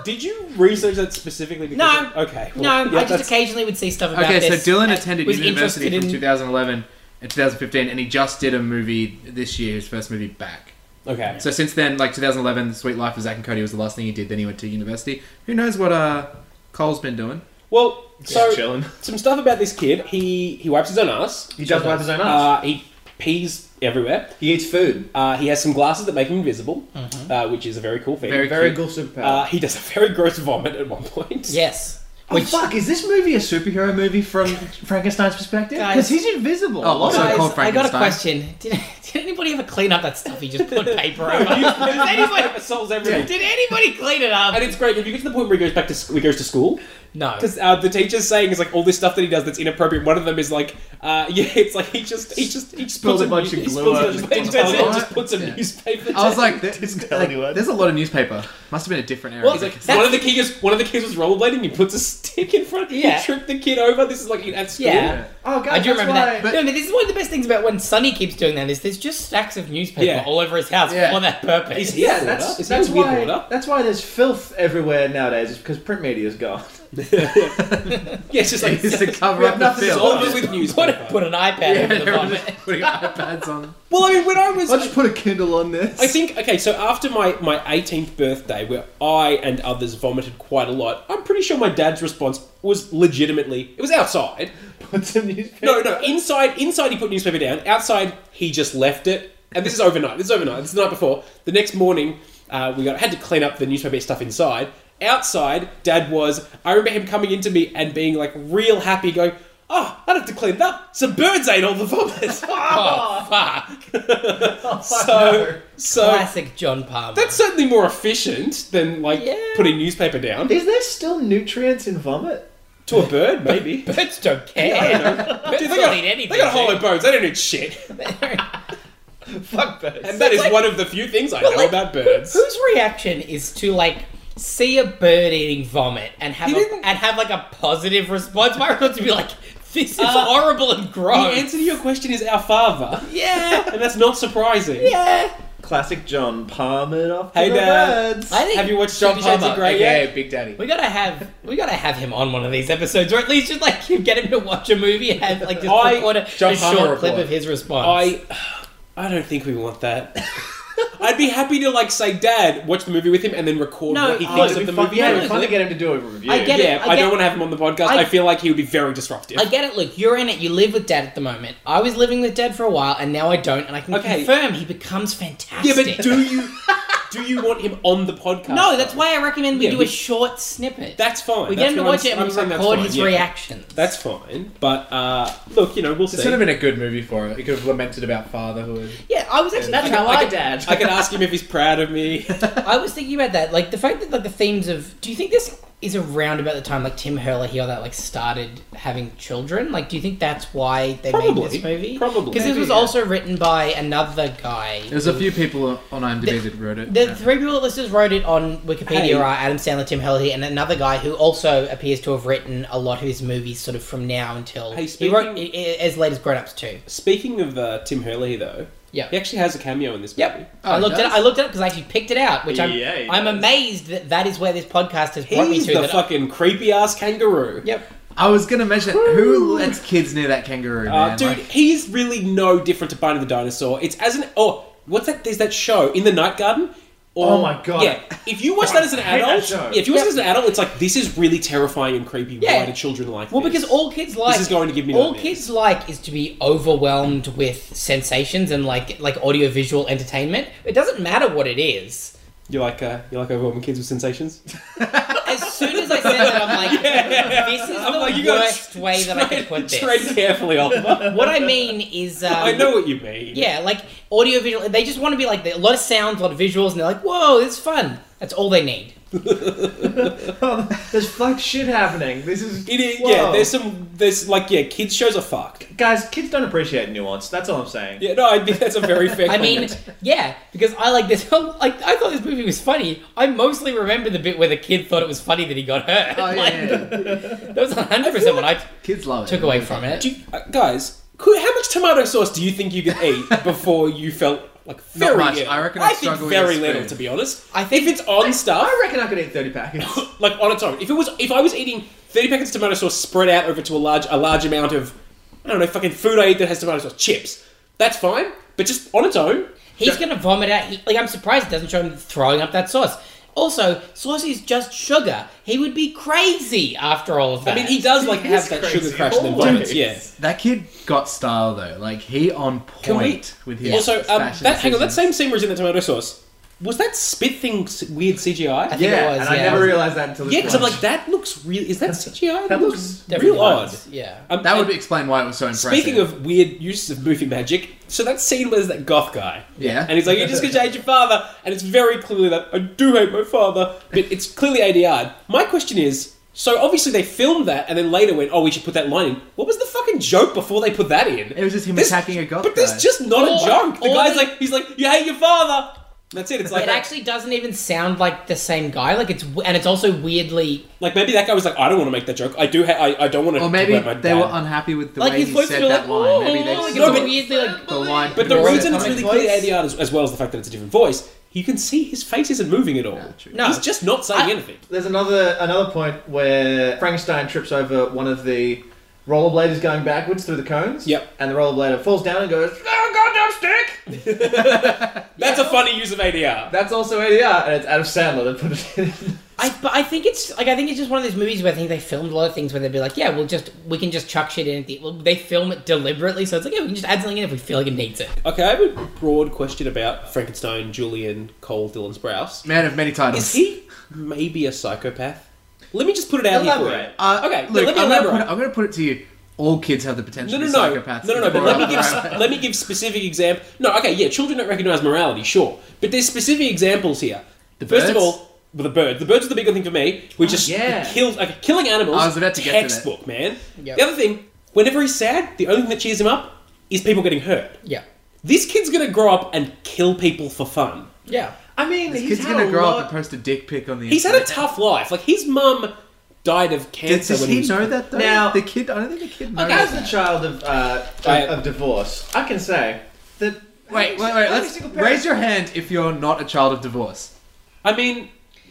[SPEAKER 2] Did you research that specifically? Because
[SPEAKER 3] No.
[SPEAKER 2] Okay. well,
[SPEAKER 3] No,
[SPEAKER 2] yeah,
[SPEAKER 3] I just
[SPEAKER 2] that's-
[SPEAKER 3] occasionally would see stuff about
[SPEAKER 4] okay,
[SPEAKER 3] this.
[SPEAKER 4] so Dylan
[SPEAKER 3] and
[SPEAKER 4] attended
[SPEAKER 3] was
[SPEAKER 4] university
[SPEAKER 3] interested
[SPEAKER 4] from
[SPEAKER 3] in-
[SPEAKER 4] 2011 and 2015, and he just did a movie this year, his first movie back.
[SPEAKER 2] Okay.
[SPEAKER 4] So since then, like 2011, Sweet Life of Zack and Cody was the last thing he did. Then he went to university. Who knows what uh, Cole's been doing?
[SPEAKER 2] Well, so
[SPEAKER 1] Just chilling.
[SPEAKER 2] some stuff about this kid. He he wipes his own ass.
[SPEAKER 1] He does wipe his own ass.
[SPEAKER 2] Uh, he pees everywhere.
[SPEAKER 1] he eats food.
[SPEAKER 2] Uh, he has some glasses that make him invisible, uh, which is a very cool thing.
[SPEAKER 1] Very,
[SPEAKER 4] Very
[SPEAKER 1] very
[SPEAKER 4] cute.
[SPEAKER 1] cool superpower.
[SPEAKER 2] uh, he does a very gross vomit at one point.
[SPEAKER 3] Yes.
[SPEAKER 1] oh
[SPEAKER 3] Which
[SPEAKER 1] fuck! Is this movie a superhero movie from Frankenstein's perspective?
[SPEAKER 3] Guys.
[SPEAKER 1] Because he's invisible.
[SPEAKER 4] Oh, also
[SPEAKER 3] guys,
[SPEAKER 4] called
[SPEAKER 3] I got a
[SPEAKER 4] Frankenstein.
[SPEAKER 3] question. Did, did anybody ever clean up that stuff you just put paper over?
[SPEAKER 2] You-
[SPEAKER 3] did, anybody,
[SPEAKER 2] It solves everything.
[SPEAKER 3] did anybody clean it up?
[SPEAKER 2] And it's great if you get to the point where he goes back to sc- where he goes to school
[SPEAKER 3] No.
[SPEAKER 2] because uh, the teacher's saying is like all this stuff that he does that's inappropriate. One of them is like, uh, yeah, it's like he just he just he just
[SPEAKER 1] Spilled
[SPEAKER 2] puts
[SPEAKER 1] a bunch
[SPEAKER 2] mu-
[SPEAKER 1] of
[SPEAKER 2] he
[SPEAKER 1] glue
[SPEAKER 2] spills a
[SPEAKER 1] on
[SPEAKER 2] bunch
[SPEAKER 1] the
[SPEAKER 2] of- that's it,
[SPEAKER 4] toilet.
[SPEAKER 2] just puts a
[SPEAKER 4] Yeah.
[SPEAKER 2] newspaper.
[SPEAKER 4] I was
[SPEAKER 2] down.
[SPEAKER 4] like, there-
[SPEAKER 1] Didn't tell
[SPEAKER 4] like
[SPEAKER 1] anyone.
[SPEAKER 4] there's a lot of newspaper. Must have been a different era.
[SPEAKER 2] Well,
[SPEAKER 4] He's like,
[SPEAKER 3] that's-
[SPEAKER 2] one of the kids, one of the kids was rollerblading. He puts a stick in front.
[SPEAKER 3] Yeah.
[SPEAKER 2] He tripped the kid over. This is like at school.
[SPEAKER 3] Yeah.
[SPEAKER 1] Oh god,
[SPEAKER 3] I do
[SPEAKER 1] that's
[SPEAKER 3] remember
[SPEAKER 1] why.
[SPEAKER 3] that. no, no, this is one of the best things about when Sonny keeps doing that is there's just stacks of newspaper
[SPEAKER 2] Yeah.
[SPEAKER 3] all over his house
[SPEAKER 4] Yeah.
[SPEAKER 3] for that purpose.
[SPEAKER 2] Is he-
[SPEAKER 1] yeah,
[SPEAKER 2] Water?
[SPEAKER 1] that's
[SPEAKER 2] Is he
[SPEAKER 1] that's
[SPEAKER 2] weird
[SPEAKER 1] why
[SPEAKER 2] water?
[SPEAKER 1] that's why there's filth everywhere nowadays. Is because print media's gone.
[SPEAKER 2] Yeah, it's just like
[SPEAKER 4] It's to cover
[SPEAKER 2] we have
[SPEAKER 4] up the
[SPEAKER 2] nothing, it's
[SPEAKER 4] film.
[SPEAKER 2] all just with
[SPEAKER 3] Put,
[SPEAKER 2] newspaper.
[SPEAKER 3] put an iPad over the
[SPEAKER 4] everyone's
[SPEAKER 3] bottom.
[SPEAKER 4] just putting iPads on.
[SPEAKER 2] Well, I mean, when I was
[SPEAKER 1] I'll just put a Kindle on this.
[SPEAKER 2] I think okay. So after my my 18th birthday, where I and others vomited quite a lot, I'm pretty sure my dad's response was legitimately it was outside.
[SPEAKER 1] put some newspaper.
[SPEAKER 2] No, no, inside inside he put newspaper down. Outside he just left it. And this is overnight. This is overnight. This is the night before. The next morning uh, we got had to clean up the newspaper stuff inside. Outside, Dad was. I remember him coming into me and being like real happy, going, "Oh, I don't have to clean it up. Some birds ate all the vomit."
[SPEAKER 3] Oh, fuck.
[SPEAKER 2] so, so
[SPEAKER 3] Classic John Palmer.
[SPEAKER 2] That's certainly more efficient than like
[SPEAKER 3] Yeah.
[SPEAKER 2] putting newspaper down
[SPEAKER 1] Is there still nutrients in vomit?
[SPEAKER 2] to a bird, maybe.
[SPEAKER 3] Birds don't care. Birds
[SPEAKER 2] Dude, they,
[SPEAKER 3] don't
[SPEAKER 2] got,
[SPEAKER 3] eat anything.
[SPEAKER 2] they got hollow
[SPEAKER 3] dude.
[SPEAKER 2] bones. They don't eat shit,
[SPEAKER 1] Fuck birds.
[SPEAKER 2] and that is
[SPEAKER 3] like-
[SPEAKER 2] one of the few things I know
[SPEAKER 3] like,
[SPEAKER 2] about birds.
[SPEAKER 3] Whose reaction is to like see a bird eating vomit and have
[SPEAKER 2] He
[SPEAKER 3] a,
[SPEAKER 2] didn't-
[SPEAKER 3] and have like a positive response? My response would be like, "This is
[SPEAKER 2] Uh,
[SPEAKER 3] horrible and
[SPEAKER 2] The
[SPEAKER 3] gross."
[SPEAKER 2] answer to your question is our father,
[SPEAKER 3] yeah,
[SPEAKER 2] and that's not surprising.
[SPEAKER 3] yeah.
[SPEAKER 1] Classic John Palmer off
[SPEAKER 2] Hey,
[SPEAKER 1] the
[SPEAKER 2] Dad.
[SPEAKER 1] birds.
[SPEAKER 3] I think
[SPEAKER 2] Have you watched John
[SPEAKER 3] Fifty Shades
[SPEAKER 2] Palmer?
[SPEAKER 3] of Grey
[SPEAKER 2] Yeah.
[SPEAKER 3] yet?
[SPEAKER 4] Yeah, Big Daddy.
[SPEAKER 3] We gotta have we gotta have him on one of these episodes, or at least just like get him to watch a movie and have like just
[SPEAKER 2] I-
[SPEAKER 3] record a,
[SPEAKER 4] John
[SPEAKER 3] a
[SPEAKER 4] Palmer
[SPEAKER 3] short clip
[SPEAKER 4] report.
[SPEAKER 3] of his response.
[SPEAKER 2] I, I don't think we want that. I'd be happy to like say, Dad, watch the movie with him, and then record
[SPEAKER 3] No,
[SPEAKER 2] what he
[SPEAKER 3] oh,
[SPEAKER 2] thinks
[SPEAKER 3] it'd
[SPEAKER 2] of
[SPEAKER 1] be
[SPEAKER 2] the
[SPEAKER 1] fun,
[SPEAKER 2] movie.
[SPEAKER 1] yeah, it'd
[SPEAKER 2] yeah,
[SPEAKER 1] be fun to get him to do a review.
[SPEAKER 3] I get it.
[SPEAKER 2] I,
[SPEAKER 3] get-
[SPEAKER 2] don't want to have him on the podcast.
[SPEAKER 3] I-
[SPEAKER 2] I, feel like he would be very disruptive.
[SPEAKER 3] I get it. Look, you're in it. You live with Dad at the moment. I was living with Dad for a while, and now I don't. And I can
[SPEAKER 2] Okay.
[SPEAKER 3] confirm he becomes fantastic.
[SPEAKER 2] yeah, but do you do you want him on the podcast?
[SPEAKER 3] no,
[SPEAKER 2] though?
[SPEAKER 3] that's why I recommend we
[SPEAKER 2] Yeah,
[SPEAKER 3] do
[SPEAKER 2] we-
[SPEAKER 3] a short snippet.
[SPEAKER 2] That's fine.
[SPEAKER 3] we
[SPEAKER 2] That's
[SPEAKER 3] get him to
[SPEAKER 2] what
[SPEAKER 3] watch
[SPEAKER 2] I'm-
[SPEAKER 3] it
[SPEAKER 2] I'm
[SPEAKER 3] and
[SPEAKER 2] saying
[SPEAKER 3] we
[SPEAKER 2] that's
[SPEAKER 3] record
[SPEAKER 2] fine,
[SPEAKER 3] his
[SPEAKER 2] yeah.
[SPEAKER 3] reactions.
[SPEAKER 2] That's fine. But uh, look, you know, we'll
[SPEAKER 4] This
[SPEAKER 2] see.
[SPEAKER 4] would have been a good movie for it. It could have lamented about fatherhood.
[SPEAKER 3] yeah. I was actually
[SPEAKER 1] That's
[SPEAKER 3] I-
[SPEAKER 1] how
[SPEAKER 3] I-
[SPEAKER 1] I, dad.
[SPEAKER 2] I can ask him if he's proud of me.
[SPEAKER 3] I was thinking about that, like the fact that like the themes of. Do you think this is around about the time like Tim Hurley here that like started having children? Like, do you think that's why they
[SPEAKER 2] Probably.
[SPEAKER 3] made this movie?
[SPEAKER 2] Probably.
[SPEAKER 3] because this was
[SPEAKER 4] Maybe, yeah.
[SPEAKER 3] also written by another guy.
[SPEAKER 4] There's a few people on IMDb
[SPEAKER 3] The-
[SPEAKER 4] that wrote it.
[SPEAKER 3] The
[SPEAKER 4] Yeah.
[SPEAKER 3] three people that just wrote it on Wikipedia
[SPEAKER 2] Hey.
[SPEAKER 3] are Adam Sandler, Tim Hurley, and another guy who also appears to have written a lot of his movies sort of from now until
[SPEAKER 2] Hey,
[SPEAKER 3] he wrote
[SPEAKER 2] speaking-
[SPEAKER 3] i- i- as late as Grown Ups too.
[SPEAKER 2] Speaking of uh, Tim Hurley, though,
[SPEAKER 3] Yeah.
[SPEAKER 2] he actually has a cameo in this movie.
[SPEAKER 3] Yep. I
[SPEAKER 4] he
[SPEAKER 3] looked at it.
[SPEAKER 4] does?
[SPEAKER 3] I looked at it because I actually picked it out, which I'm
[SPEAKER 1] Yeah, he
[SPEAKER 3] I'm
[SPEAKER 1] does.
[SPEAKER 3] amazed that that is where this podcast has brought
[SPEAKER 2] He's the
[SPEAKER 3] me to. that I-
[SPEAKER 2] fucking creepy ass kangaroo.
[SPEAKER 3] Yep.
[SPEAKER 4] I was gonna mention who lets kids near that kangaroo,
[SPEAKER 2] Uh,
[SPEAKER 4] man?
[SPEAKER 2] dude,
[SPEAKER 4] Like,
[SPEAKER 2] he's really no different to Barney the Dinosaur. It's as an oh, what's that? There's that show in the Night Garden. Or,
[SPEAKER 1] Oh my God.
[SPEAKER 2] Yeah, if you watch that as an
[SPEAKER 1] hate that
[SPEAKER 2] adult,
[SPEAKER 1] show.
[SPEAKER 2] yeah, if you watch it as an adult, it's like this is really terrifying and creepy.
[SPEAKER 3] Yeah.
[SPEAKER 2] Why do children like
[SPEAKER 3] Well,
[SPEAKER 2] this?
[SPEAKER 3] because all kids like
[SPEAKER 2] is going to give me
[SPEAKER 3] all
[SPEAKER 2] nightmares.
[SPEAKER 3] kids like is to be overwhelmed with sensations and like like audiovisual entertainment. It doesn't matter what it is.
[SPEAKER 2] you like uh, you like overwhelming kids with sensations.
[SPEAKER 3] As soon as I said that, I'm like, this is
[SPEAKER 2] I'm
[SPEAKER 3] the
[SPEAKER 2] like, you gotta
[SPEAKER 3] worst way that I can
[SPEAKER 2] Tread-
[SPEAKER 3] put this.
[SPEAKER 2] Tread carefully, Oliver.
[SPEAKER 3] What I mean is, um,
[SPEAKER 2] I know what you mean.
[SPEAKER 3] Yeah, like audio visual. They just want to be like a lot of sounds, a lot of visuals, and they're like, "Whoa, it's fun." That's all they need.
[SPEAKER 1] There's fuck shit happening. This is.
[SPEAKER 2] It is,
[SPEAKER 1] Whoa.
[SPEAKER 2] yeah, there's some, there's like, yeah, kids shows are fucked.
[SPEAKER 1] Guys, kids don't appreciate nuance. That's all I'm saying.
[SPEAKER 2] Yeah, no, I think that's a very fair.
[SPEAKER 3] I mean,
[SPEAKER 2] comment.
[SPEAKER 3] yeah, because I like this. Like, I thought this movie was funny. I mostly remember the bit where the kid thought it was funny that he got hurt.
[SPEAKER 4] oh,
[SPEAKER 3] Like,
[SPEAKER 4] yeah, yeah, yeah.
[SPEAKER 3] That was 100 percent what I
[SPEAKER 4] kids love it.
[SPEAKER 3] took away from it.
[SPEAKER 2] do you, uh, guys, could, how much tomato sauce do you think you could eat before you felt like
[SPEAKER 4] Not
[SPEAKER 2] very
[SPEAKER 4] much.
[SPEAKER 2] ill?
[SPEAKER 4] I reckon I'd
[SPEAKER 2] think
[SPEAKER 4] struggle with
[SPEAKER 2] very
[SPEAKER 4] a
[SPEAKER 2] little,
[SPEAKER 4] spoon.
[SPEAKER 2] to be honest.
[SPEAKER 3] I think-
[SPEAKER 2] if it's on stuff,
[SPEAKER 1] I reckon I could eat 30 packets.
[SPEAKER 2] like on its own. If it was, if I was eating thirty packets of tomato sauce spread out over to a large, a large amount of, I don't know, fucking food I eat that has tomato sauce, chips, that's fine. But just on its own,
[SPEAKER 3] He's gonna vomit out. He, like I'm surprised it doesn't show him throwing up that sauce. Also, sauce is just sugar. He would be crazy after all of that.
[SPEAKER 2] I mean, he does like have that
[SPEAKER 1] crazy.
[SPEAKER 2] sugar crash in them
[SPEAKER 1] Always.
[SPEAKER 2] donuts, yeah.
[SPEAKER 4] That kid got style though. Like he on
[SPEAKER 2] Can we-
[SPEAKER 4] point with his
[SPEAKER 2] Also, um, that,
[SPEAKER 4] fashion
[SPEAKER 2] hang on, that
[SPEAKER 4] decisions.
[SPEAKER 2] same scene was in the tomato sauce. Was that spit thing s- weird
[SPEAKER 3] I
[SPEAKER 2] CGI?
[SPEAKER 3] think
[SPEAKER 4] yeah,
[SPEAKER 3] it was.
[SPEAKER 1] and
[SPEAKER 3] yeah,
[SPEAKER 1] I never realized that until this
[SPEAKER 2] Yeah, because I'm
[SPEAKER 1] lunch.
[SPEAKER 2] like, that looks real. Is that CGI?
[SPEAKER 1] That looks
[SPEAKER 3] Definitely
[SPEAKER 2] real odd.
[SPEAKER 3] was, Yeah.
[SPEAKER 2] Um,
[SPEAKER 4] That would
[SPEAKER 2] and
[SPEAKER 4] explain why it was so impressive.
[SPEAKER 2] Speaking of weird uses of movie magic, so that scene was that goth guy.
[SPEAKER 4] Yeah.
[SPEAKER 2] And he's like, you just gonna change your father. And it's very clearly that I do hate my father, but it's clearly ADR. My question is so obviously they filmed that and then later went, oh, we should put that line in. What was the fucking joke before they put that in?
[SPEAKER 4] It was just him attacking a goth
[SPEAKER 2] But
[SPEAKER 4] guy.
[SPEAKER 2] there's just not
[SPEAKER 3] Or-
[SPEAKER 2] a joke. The
[SPEAKER 3] or
[SPEAKER 2] guy's
[SPEAKER 3] they-
[SPEAKER 2] like, he's like, you hate your father. That's it. It's like,
[SPEAKER 3] It actually doesn't even sound like the same guy. Like it's and it's also weirdly
[SPEAKER 2] like maybe that guy was like, I don't want to make that joke. I do. Ha- I, I don't want to.
[SPEAKER 4] or maybe
[SPEAKER 2] my
[SPEAKER 4] they
[SPEAKER 2] dad.
[SPEAKER 4] were unhappy with the
[SPEAKER 3] like
[SPEAKER 4] way
[SPEAKER 3] he's
[SPEAKER 4] he
[SPEAKER 3] supposed to
[SPEAKER 4] said
[SPEAKER 3] be like,
[SPEAKER 4] that line. Maybe
[SPEAKER 3] "Oh,"
[SPEAKER 4] they
[SPEAKER 3] like,
[SPEAKER 4] just
[SPEAKER 2] No,
[SPEAKER 3] it's
[SPEAKER 2] but-
[SPEAKER 3] weirdly like
[SPEAKER 4] the line.
[SPEAKER 2] But the
[SPEAKER 3] Right.
[SPEAKER 2] reason it's
[SPEAKER 3] Comic
[SPEAKER 2] really clearly
[SPEAKER 3] voice.
[SPEAKER 2] ADR as, as well as the fact that it's a different voice you can see his face isn't moving at all.
[SPEAKER 4] Yeah, true.
[SPEAKER 3] No.
[SPEAKER 2] He's just not saying
[SPEAKER 3] I-
[SPEAKER 2] anything.
[SPEAKER 1] There's another another point where Frankenstein trips over one of the rollerbladers going backwards through the cones.
[SPEAKER 2] Yep.
[SPEAKER 1] And the rollerblader falls down and goes, "Oh, goddamn stick!"
[SPEAKER 2] That's a funny use of ADR.
[SPEAKER 1] That's also ADR, and it's Adam Sandler that put it in.
[SPEAKER 3] I, but I think it's like I think it's just one of those movies where I think they filmed a lot of things where they'd be like, yeah, we'll just we can just chuck shit in. At the, well, they film it deliberately, so it's like yeah, we can just add something in if we feel like it needs it.
[SPEAKER 2] Okay, I have a broad question about Frankenstein, Julian, Cole, Dylan Sprouse.
[SPEAKER 4] Man of many titles.
[SPEAKER 2] Is he maybe a psychopath? Let me just put it out here for
[SPEAKER 1] Elaborate.
[SPEAKER 2] you.
[SPEAKER 4] Uh,
[SPEAKER 2] Okay, let
[SPEAKER 4] Luke,
[SPEAKER 2] me
[SPEAKER 4] I'm gonna
[SPEAKER 2] elaborate.
[SPEAKER 4] put it- I'm going to put it to you. All kids have the potential
[SPEAKER 2] No, no,
[SPEAKER 4] to be
[SPEAKER 2] no, no,
[SPEAKER 4] psychopaths.
[SPEAKER 2] no, no. But let me give
[SPEAKER 4] Right.
[SPEAKER 2] let me give specific example. No, okay, yeah, children don't recognize morality, sure, but there's specific examples here.
[SPEAKER 4] The
[SPEAKER 2] First of
[SPEAKER 4] birds? Oh,
[SPEAKER 2] all, well, the birds. The birds are the bigger thing for me. We just
[SPEAKER 1] yeah.
[SPEAKER 2] kills okay, killing animals.
[SPEAKER 4] I was about to get to that.
[SPEAKER 2] textbook, man.
[SPEAKER 3] Yep.
[SPEAKER 2] The other thing, whenever he's sad, the only thing that cheers him up is people getting hurt.
[SPEAKER 3] Yeah,
[SPEAKER 2] This kid's gonna grow up and kill people for fun.
[SPEAKER 3] yeah.
[SPEAKER 1] I mean,
[SPEAKER 4] This
[SPEAKER 1] he's
[SPEAKER 4] kid's
[SPEAKER 1] had
[SPEAKER 4] going to
[SPEAKER 1] a
[SPEAKER 4] grow
[SPEAKER 1] lot...
[SPEAKER 4] up and post a dick pic on the
[SPEAKER 2] He's had a tough life. Like his mum died of
[SPEAKER 4] Does,
[SPEAKER 2] cancer.
[SPEAKER 4] does
[SPEAKER 2] when
[SPEAKER 4] he
[SPEAKER 2] was-
[SPEAKER 4] know that though?
[SPEAKER 1] Now-
[SPEAKER 4] the kid, I don't think the kid knows.
[SPEAKER 1] As the
[SPEAKER 4] that.
[SPEAKER 1] child of, uh, of,
[SPEAKER 2] I-
[SPEAKER 1] of divorce, I can say that.
[SPEAKER 4] Wait, wait, wait.
[SPEAKER 1] every
[SPEAKER 4] Let's
[SPEAKER 1] single parent-
[SPEAKER 4] raise your hand if you're not a child of divorce.
[SPEAKER 2] I mean,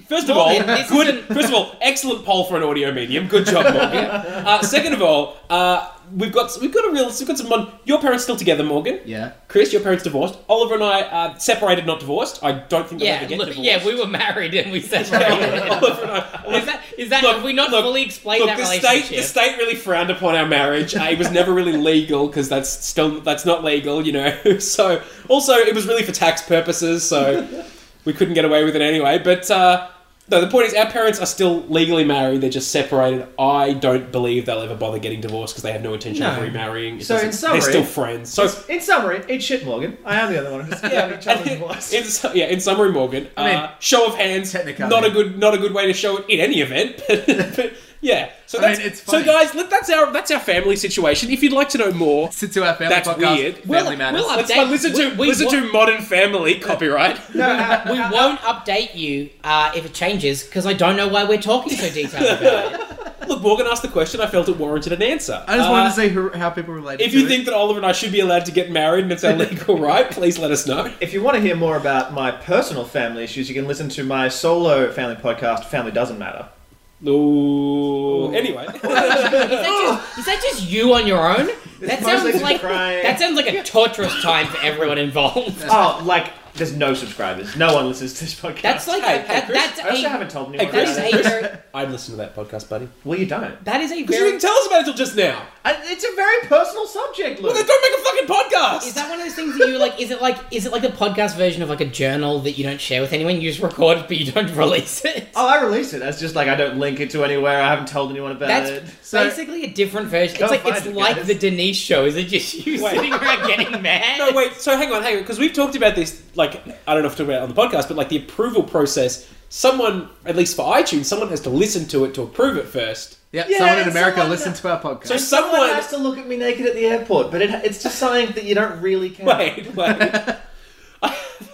[SPEAKER 2] first of
[SPEAKER 3] Well,
[SPEAKER 2] all,
[SPEAKER 3] this
[SPEAKER 2] good.
[SPEAKER 3] isn't-
[SPEAKER 2] First of all, excellent poll for an audio medium. Good job, Morgan. Uh, second of all, uh, we've got we've got a real we've got some. mon- Your parents still together, Morgan?
[SPEAKER 4] Yeah.
[SPEAKER 2] Chris, your parents divorced. Oliver and I uh, separated, not divorced. I don't think they'll
[SPEAKER 3] Yeah,
[SPEAKER 2] ever get
[SPEAKER 3] look,
[SPEAKER 2] divorced.
[SPEAKER 3] yeah, we were married and we separated.
[SPEAKER 2] Oliver and I.
[SPEAKER 3] is that is that
[SPEAKER 2] Look,
[SPEAKER 3] have we not
[SPEAKER 2] look,
[SPEAKER 3] fully explained
[SPEAKER 2] Look,
[SPEAKER 3] that
[SPEAKER 2] the
[SPEAKER 3] relationship?
[SPEAKER 2] state the state really frowned upon our marriage. Uh, it was never really legal because that's still that's not legal, you know. So also it was really for tax purposes, so we couldn't get away with it anyway. But uh, no, the point is our parents are still legally married. They're just separated. I don't believe they'll ever bother getting divorced because they have no intention of
[SPEAKER 3] No.
[SPEAKER 2] remarrying. It
[SPEAKER 1] So in
[SPEAKER 2] doesn't-
[SPEAKER 1] summary-
[SPEAKER 2] they're still friends. So.
[SPEAKER 1] In summary, eat shit, Morgan. I am the other one who's having a child of divorce.
[SPEAKER 2] In, su- yeah, in summary, Morgan. Uh,
[SPEAKER 4] mean,
[SPEAKER 2] show of hands.
[SPEAKER 4] technicality.
[SPEAKER 2] Not a good, not a good way to show it in any event. But, but yeah, so
[SPEAKER 4] I
[SPEAKER 2] that's
[SPEAKER 4] mean, it's
[SPEAKER 2] so,
[SPEAKER 4] funny.
[SPEAKER 2] guys. Let, that's our that's our family situation. If you'd like to know more,
[SPEAKER 4] Sit to our family
[SPEAKER 2] That's
[SPEAKER 4] podcast.
[SPEAKER 2] weird.
[SPEAKER 4] Family
[SPEAKER 3] We'll-
[SPEAKER 4] matters.
[SPEAKER 3] we'll-
[SPEAKER 2] let's
[SPEAKER 3] Dave,
[SPEAKER 2] listen to
[SPEAKER 3] we- we
[SPEAKER 2] listen
[SPEAKER 3] wa-
[SPEAKER 2] to Modern Family copyright.
[SPEAKER 1] No, uh,
[SPEAKER 3] we won't update you uh, if it changes because I don't know why we're talking so detailed about it.
[SPEAKER 2] Look, Morgan asked the question. I felt it warranted an answer.
[SPEAKER 4] I just
[SPEAKER 2] Uh,
[SPEAKER 4] wanted to see who, how people relate.
[SPEAKER 2] If you think that Oliver and I should be allowed to get married and it's our legal right, please let us know.
[SPEAKER 1] If you want to hear more about my personal family issues, you can listen to my solo family podcast, Family Doesn't Matter.
[SPEAKER 2] Ooh. Anyway,
[SPEAKER 3] Is that, just, is that just you on your own? That
[SPEAKER 1] mostly
[SPEAKER 3] sounds
[SPEAKER 1] just
[SPEAKER 3] like
[SPEAKER 1] crying.
[SPEAKER 3] that sounds like a torturous time for everyone involved.
[SPEAKER 1] Oh, like, there's no subscribers. No one listens to this podcast.
[SPEAKER 3] That's like
[SPEAKER 2] Hey,
[SPEAKER 3] that,
[SPEAKER 2] hey, Chris,
[SPEAKER 1] I also
[SPEAKER 3] that's a
[SPEAKER 1] haven't told anyone
[SPEAKER 2] Hey,
[SPEAKER 1] about
[SPEAKER 3] that is
[SPEAKER 2] Chris.
[SPEAKER 1] it.
[SPEAKER 3] a very,
[SPEAKER 2] I'd listen to that podcast, buddy.
[SPEAKER 1] Well, you don't.
[SPEAKER 3] that is a
[SPEAKER 2] Because you
[SPEAKER 3] very
[SPEAKER 2] didn't tell us about it until just now.
[SPEAKER 1] I, it's a very personal subject, Luke.
[SPEAKER 2] Well, then don't make a fucking podcast.
[SPEAKER 3] is that one of those things that you like? Is it like is it like the podcast version of like a journal that you don't share with anyone? You just record it, but you don't release it.
[SPEAKER 1] Oh, I release it. That's just like I don't link it to anywhere. I haven't told anyone about it.
[SPEAKER 2] uh,
[SPEAKER 3] That's
[SPEAKER 4] So-
[SPEAKER 3] basically a different version.
[SPEAKER 1] Go
[SPEAKER 3] It's like
[SPEAKER 1] find
[SPEAKER 3] it's
[SPEAKER 1] it,
[SPEAKER 3] like
[SPEAKER 1] guys.
[SPEAKER 3] the Denise show. Is it just you
[SPEAKER 2] Wait.
[SPEAKER 3] sitting around getting mad?
[SPEAKER 2] No, wait. So hang on, hang on, because we've talked about this. Like, I don't know if we talked about it on the podcast, but like the approval process. Someone, at least for iTunes, someone has to listen to it to approve it first.
[SPEAKER 4] yeah,
[SPEAKER 1] Yeah,
[SPEAKER 4] someone in
[SPEAKER 1] someone
[SPEAKER 4] America
[SPEAKER 1] that-
[SPEAKER 4] listened to our podcast.
[SPEAKER 2] So
[SPEAKER 1] Someone,
[SPEAKER 2] someone,
[SPEAKER 1] has to look at me naked at the airport, but it, it's just something that you don't really care.
[SPEAKER 2] wait, wait.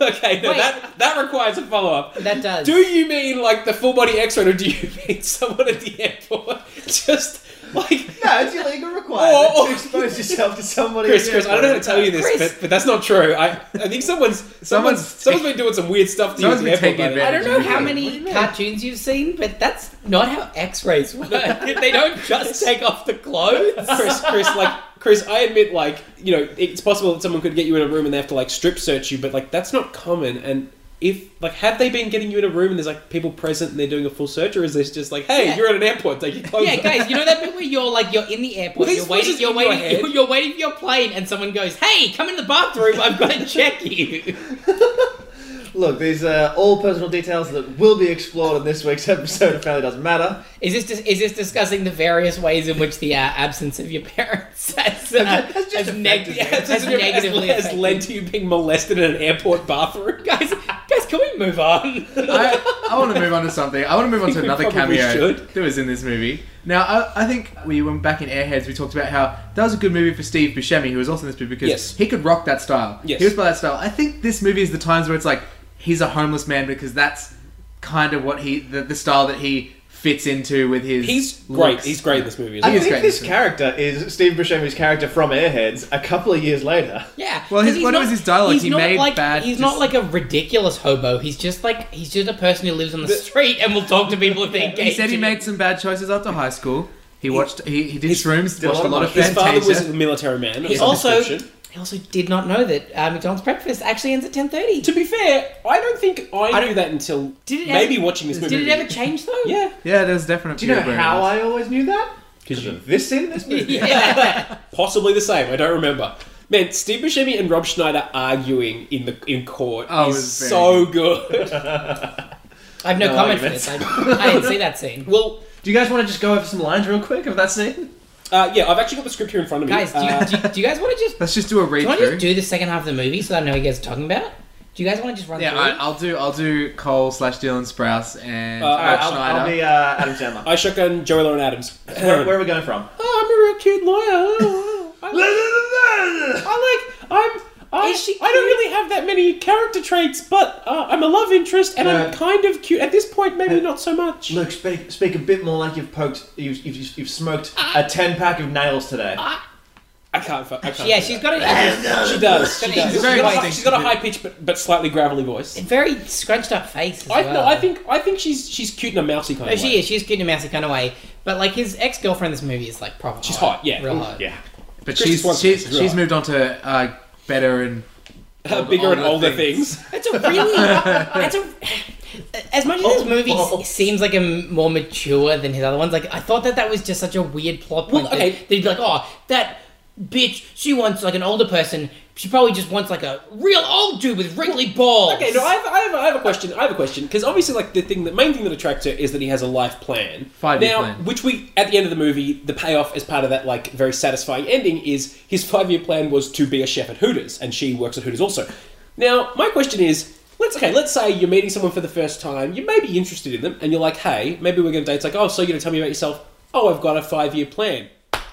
[SPEAKER 2] okay, no,
[SPEAKER 3] Wait.
[SPEAKER 2] that that requires a follow up.
[SPEAKER 3] That does.
[SPEAKER 2] Do you mean like the full body X-ray, or do you mean someone at the airport just like?
[SPEAKER 1] No, it's your legal requirement
[SPEAKER 2] Oh, oh.
[SPEAKER 1] to expose yourself to somebody.
[SPEAKER 2] Chris,
[SPEAKER 1] at the
[SPEAKER 2] Chris, I don't know how to
[SPEAKER 1] airport.
[SPEAKER 2] tell you this,
[SPEAKER 3] Chris.
[SPEAKER 2] but, but that's not true. I, I think someone's someone's
[SPEAKER 4] Someone's
[SPEAKER 2] someone's been doing some weird stuff to you at
[SPEAKER 4] Someone's
[SPEAKER 2] the
[SPEAKER 4] been
[SPEAKER 2] airport.
[SPEAKER 4] taking
[SPEAKER 2] buddy.
[SPEAKER 3] I
[SPEAKER 4] advantage
[SPEAKER 3] don't know how
[SPEAKER 4] Yeah.
[SPEAKER 3] many cartoons you've seen, but that's not how X-rays work. they don't just take off the clothes.
[SPEAKER 2] Chris, Chris, like Chris, I admit, like you know, it's possible that someone could get you in a room and they have to like strip search you, but like that's not common. And if like had they been getting you in a room and there's like people present and they're doing a full search, or is this just like, hey,
[SPEAKER 3] Yeah.
[SPEAKER 2] you're at an airport, take your clothes
[SPEAKER 3] Yeah,
[SPEAKER 2] off?
[SPEAKER 3] guys, you know that bit where you're like you're in the airport,
[SPEAKER 2] Were these
[SPEAKER 3] you're waiting,
[SPEAKER 2] voices
[SPEAKER 3] you're
[SPEAKER 2] in your
[SPEAKER 3] waiting,
[SPEAKER 2] head?
[SPEAKER 3] you're, you're waiting for your plane, and someone goes, "Hey, come in the bathroom. I've got to check you."
[SPEAKER 1] Look, these are all personal details that will be explored in this week's episode of Family Doesn't Matter.
[SPEAKER 3] Is this dis- is this discussing the various ways in which the uh, absence of your parents has, uh,
[SPEAKER 1] Has just
[SPEAKER 3] has,
[SPEAKER 1] affected
[SPEAKER 3] neg-
[SPEAKER 1] you.
[SPEAKER 3] has,
[SPEAKER 2] Has,
[SPEAKER 3] negatively
[SPEAKER 2] has
[SPEAKER 3] affected-
[SPEAKER 2] led to you being molested in an airport bathroom.
[SPEAKER 3] Guys, guys, can we move on?
[SPEAKER 4] I, I want to move on to something. I want to move on to
[SPEAKER 2] think we
[SPEAKER 4] another
[SPEAKER 2] probably
[SPEAKER 4] cameo
[SPEAKER 2] should.
[SPEAKER 4] that was in this movie. Now, I, I think we went back in Airheads. We talked about how that was a good movie for Steve Buscemi, who was also in this movie because
[SPEAKER 2] Yes.
[SPEAKER 4] he could rock that style.
[SPEAKER 2] Yes.
[SPEAKER 4] he was by that style. I think this movie is the times where it's like he's a homeless man because that's kind of what he the, the style that he fits into with his.
[SPEAKER 2] He's great.
[SPEAKER 4] looks.
[SPEAKER 2] He's great in this movie. Isn't
[SPEAKER 1] I
[SPEAKER 4] is
[SPEAKER 1] think
[SPEAKER 4] great in
[SPEAKER 1] this
[SPEAKER 4] this
[SPEAKER 1] character is Steve Buscemi's character from Airheads a couple of years later.
[SPEAKER 3] Yeah.
[SPEAKER 4] Well,
[SPEAKER 3] 'cause
[SPEAKER 4] his-
[SPEAKER 3] he's
[SPEAKER 4] what
[SPEAKER 3] not-
[SPEAKER 4] was his dialogue?
[SPEAKER 3] He's
[SPEAKER 4] He
[SPEAKER 3] not
[SPEAKER 4] made
[SPEAKER 3] like,
[SPEAKER 4] bad-
[SPEAKER 3] He's
[SPEAKER 4] just-
[SPEAKER 3] not like a ridiculous hobo. He's just like he's just a person who lives on the, street and will talk to people if they engage.
[SPEAKER 4] He said he
[SPEAKER 3] him.
[SPEAKER 4] made some bad choices after high school. He watched. He, he did
[SPEAKER 2] his-
[SPEAKER 4] shrooms.
[SPEAKER 1] did a
[SPEAKER 4] Watched a
[SPEAKER 1] lot
[SPEAKER 4] lot
[SPEAKER 1] of
[SPEAKER 4] of
[SPEAKER 1] money.
[SPEAKER 2] His father was
[SPEAKER 4] Fantasia.
[SPEAKER 2] a military man. of
[SPEAKER 3] He
[SPEAKER 2] some
[SPEAKER 3] also
[SPEAKER 2] description.
[SPEAKER 3] he also did not know that uh, McDonald's breakfast actually ends at ten thirty.
[SPEAKER 2] To be fair, I don't think I,
[SPEAKER 3] I
[SPEAKER 2] knew that until
[SPEAKER 3] Did it
[SPEAKER 2] maybe
[SPEAKER 3] ever-
[SPEAKER 2] watching this
[SPEAKER 3] Did
[SPEAKER 2] movie.
[SPEAKER 3] it ever change though?
[SPEAKER 2] Yeah,
[SPEAKER 4] Yeah, there was definitely.
[SPEAKER 1] Do you know how I always knew that?
[SPEAKER 2] because you
[SPEAKER 1] This scene in this movie.
[SPEAKER 3] yeah.
[SPEAKER 2] possibly the same. I don't remember. Man, Steve Buscemi and Rob Schneider arguing in the in court
[SPEAKER 4] Oh, it
[SPEAKER 2] is
[SPEAKER 4] was very
[SPEAKER 2] so good.
[SPEAKER 3] I have no,
[SPEAKER 1] No
[SPEAKER 3] comment for
[SPEAKER 1] arguments.
[SPEAKER 3] this. I, I didn't see that scene.
[SPEAKER 2] well,
[SPEAKER 5] Do you guys want to just go over some lines real quick of that scene?
[SPEAKER 2] uh, yeah, I've actually got the script here in front of me.
[SPEAKER 3] Guys, do you,
[SPEAKER 2] Uh,
[SPEAKER 3] do, you, do you guys want to just
[SPEAKER 4] Let's just do a read
[SPEAKER 3] do I
[SPEAKER 4] through.
[SPEAKER 3] just do the second half of the movie so that I know what you guys are talking about? Do you guys want to just run
[SPEAKER 4] yeah,
[SPEAKER 3] through?
[SPEAKER 4] I, I'll do. I'll do Cole slash Dylan Sprouse and
[SPEAKER 2] Uh,
[SPEAKER 4] Rob
[SPEAKER 2] alright,
[SPEAKER 1] I'll,
[SPEAKER 4] Schneider.
[SPEAKER 1] I'll be uh, Adam Sandler.
[SPEAKER 2] I shotgun Joey Lauren Adams.
[SPEAKER 1] Where, where are we going from?
[SPEAKER 2] Oh, I'm a real cute lawyer. I like,
[SPEAKER 1] Oh,
[SPEAKER 2] I like I'm. I,
[SPEAKER 3] Is she
[SPEAKER 2] I don't really have that many character traits, but uh, I'm a love interest and I'm
[SPEAKER 1] No.
[SPEAKER 2] kind of cute. At this point,
[SPEAKER 3] Uh,
[SPEAKER 2] maybe not so much.
[SPEAKER 1] Luke, speak, speak a bit more like you've poked, you've, you've, you've smoked a ten pack of nails today.
[SPEAKER 2] Ah. I can't. fu- I can't
[SPEAKER 3] yeah,
[SPEAKER 2] do
[SPEAKER 3] she's
[SPEAKER 2] that.
[SPEAKER 3] got a
[SPEAKER 2] She does. She
[SPEAKER 3] She's
[SPEAKER 2] does. She's
[SPEAKER 4] very
[SPEAKER 2] got, a,
[SPEAKER 4] distinct.
[SPEAKER 2] she's got a high pitched but, but slightly gravelly voice.
[SPEAKER 3] very scrunched up face. As
[SPEAKER 2] I,
[SPEAKER 3] well.
[SPEAKER 2] no, I think I think she's she's cute in a mousy kind
[SPEAKER 3] No,
[SPEAKER 2] of way.
[SPEAKER 3] she is. She's cute in a mousy kind of way. But like his ex girlfriend, this movie is like proper.
[SPEAKER 2] She's hot. Yeah.
[SPEAKER 3] real hot.
[SPEAKER 2] Yeah.
[SPEAKER 4] but
[SPEAKER 2] Christy
[SPEAKER 4] she's
[SPEAKER 2] Swanson
[SPEAKER 4] she's,
[SPEAKER 2] is right.
[SPEAKER 4] she's moved on to uh, better and
[SPEAKER 2] Uh, bigger and
[SPEAKER 4] Older
[SPEAKER 2] older things.
[SPEAKER 3] That's a really. that's a. As much as this movie s-
[SPEAKER 1] Oh.
[SPEAKER 3] seems like a m- more mature than his other ones, like I thought that that was just such a weird plot point.
[SPEAKER 2] Well,
[SPEAKER 3] that-
[SPEAKER 2] okay.
[SPEAKER 3] that you'd be like, oh, that bitch. She wants like an older person. She probably just wants like a real old dude with wrinkly balls.
[SPEAKER 2] Okay, no, I have, I have, I have a question. I have a question because obviously, like the thing, the main thing that attracts her is that he has a life plan.
[SPEAKER 4] Five-year
[SPEAKER 2] now,
[SPEAKER 4] plan.
[SPEAKER 2] which we at the end of the movie, the payoff as part of that like very satisfying ending is his five-year plan was to be a chef at Hooters, and she works at Hooters also. Now, my question is. Let's okay. Let's say you're meeting someone for the first time. You may be interested in them, and you're like, "Hey, maybe we're going to date." It's like, "Oh, so you're going to tell me about yourself?" "Oh, I've got a five-year plan."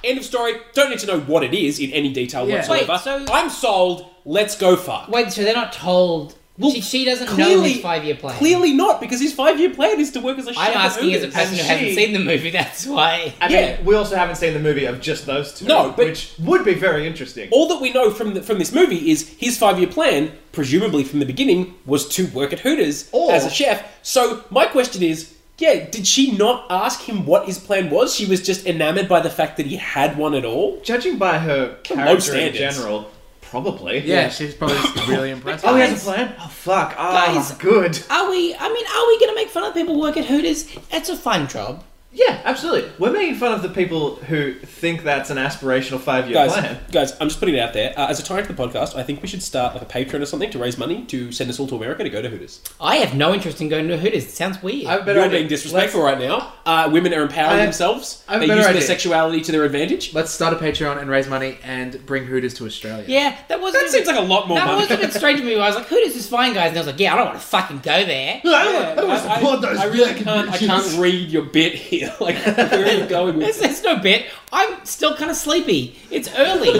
[SPEAKER 2] End of story. Don't need to know what it is in any detail
[SPEAKER 4] Yeah.
[SPEAKER 2] whatsoever.
[SPEAKER 3] Wait, so-
[SPEAKER 2] I'm sold. Let's go far.
[SPEAKER 3] Wait, so they're not told.
[SPEAKER 2] Well,
[SPEAKER 3] she, she doesn't know
[SPEAKER 2] clearly-
[SPEAKER 3] his five year plan.
[SPEAKER 2] Clearly not, because his five-year plan is to work as a chef.
[SPEAKER 3] I'm
[SPEAKER 2] at
[SPEAKER 3] asking as a
[SPEAKER 2] Hooters.
[SPEAKER 3] person who
[SPEAKER 1] And
[SPEAKER 3] hasn't
[SPEAKER 1] she-
[SPEAKER 3] seen the movie. That's why.
[SPEAKER 1] I
[SPEAKER 2] Yeah.
[SPEAKER 1] mean, we also haven't seen the movie of just those two.
[SPEAKER 2] No, but-
[SPEAKER 1] which would be very interesting.
[SPEAKER 2] All that we know from the, from this movie is his five-year plan, presumably from the beginning, was to work at Hooters
[SPEAKER 1] Or-
[SPEAKER 2] as a chef. So my question is, yeah, did she not ask him what his plan was? She was just enamored by the fact that he had one at all.
[SPEAKER 1] Judging by her
[SPEAKER 2] low
[SPEAKER 1] character in
[SPEAKER 2] standards.
[SPEAKER 1] general, probably.
[SPEAKER 4] yeah, she's probably just really impressed.
[SPEAKER 1] Oh,
[SPEAKER 4] with
[SPEAKER 1] he
[SPEAKER 4] him.
[SPEAKER 1] has a plan. Oh fuck! Ah,
[SPEAKER 3] Guys.
[SPEAKER 1] good.
[SPEAKER 3] Are we? I mean, are we going to make fun of people who work at Hooters? It's a fun job.
[SPEAKER 1] Yeah, absolutely. We're making fun of the people who think that's an aspirational five-year
[SPEAKER 2] Guys,
[SPEAKER 1] plan.
[SPEAKER 2] guys, I'm just putting it out there. Uh, as a tie to the podcast, I think we should start like a Patreon or something to raise money to send us all to America to go to Hooters.
[SPEAKER 3] I have no interest in going to Hooters. It sounds weird.
[SPEAKER 4] I have a better
[SPEAKER 2] You're
[SPEAKER 4] idea.
[SPEAKER 2] being disrespectful right now. Uh, women are
[SPEAKER 4] I
[SPEAKER 2] empowering
[SPEAKER 4] have-
[SPEAKER 2] themselves.
[SPEAKER 4] I have a
[SPEAKER 2] They're
[SPEAKER 4] better
[SPEAKER 2] using their
[SPEAKER 4] idea.
[SPEAKER 2] sexuality to their advantage.
[SPEAKER 4] Let's start a Patreon and raise money and bring Hooters to Australia.
[SPEAKER 3] yeah, that wasn't.
[SPEAKER 2] That seems like a lot more
[SPEAKER 3] that
[SPEAKER 2] money.
[SPEAKER 3] wasn't a bit strange to me. I was like, Hooters is fine, guys, and I was like, yeah, I don't want to fucking go there.
[SPEAKER 2] Yeah, I- I- I really can't. I can't read your bit here. Like where are you going with
[SPEAKER 3] It's,
[SPEAKER 2] this?
[SPEAKER 3] it's no bit. I'm still kind of sleepy. It's early.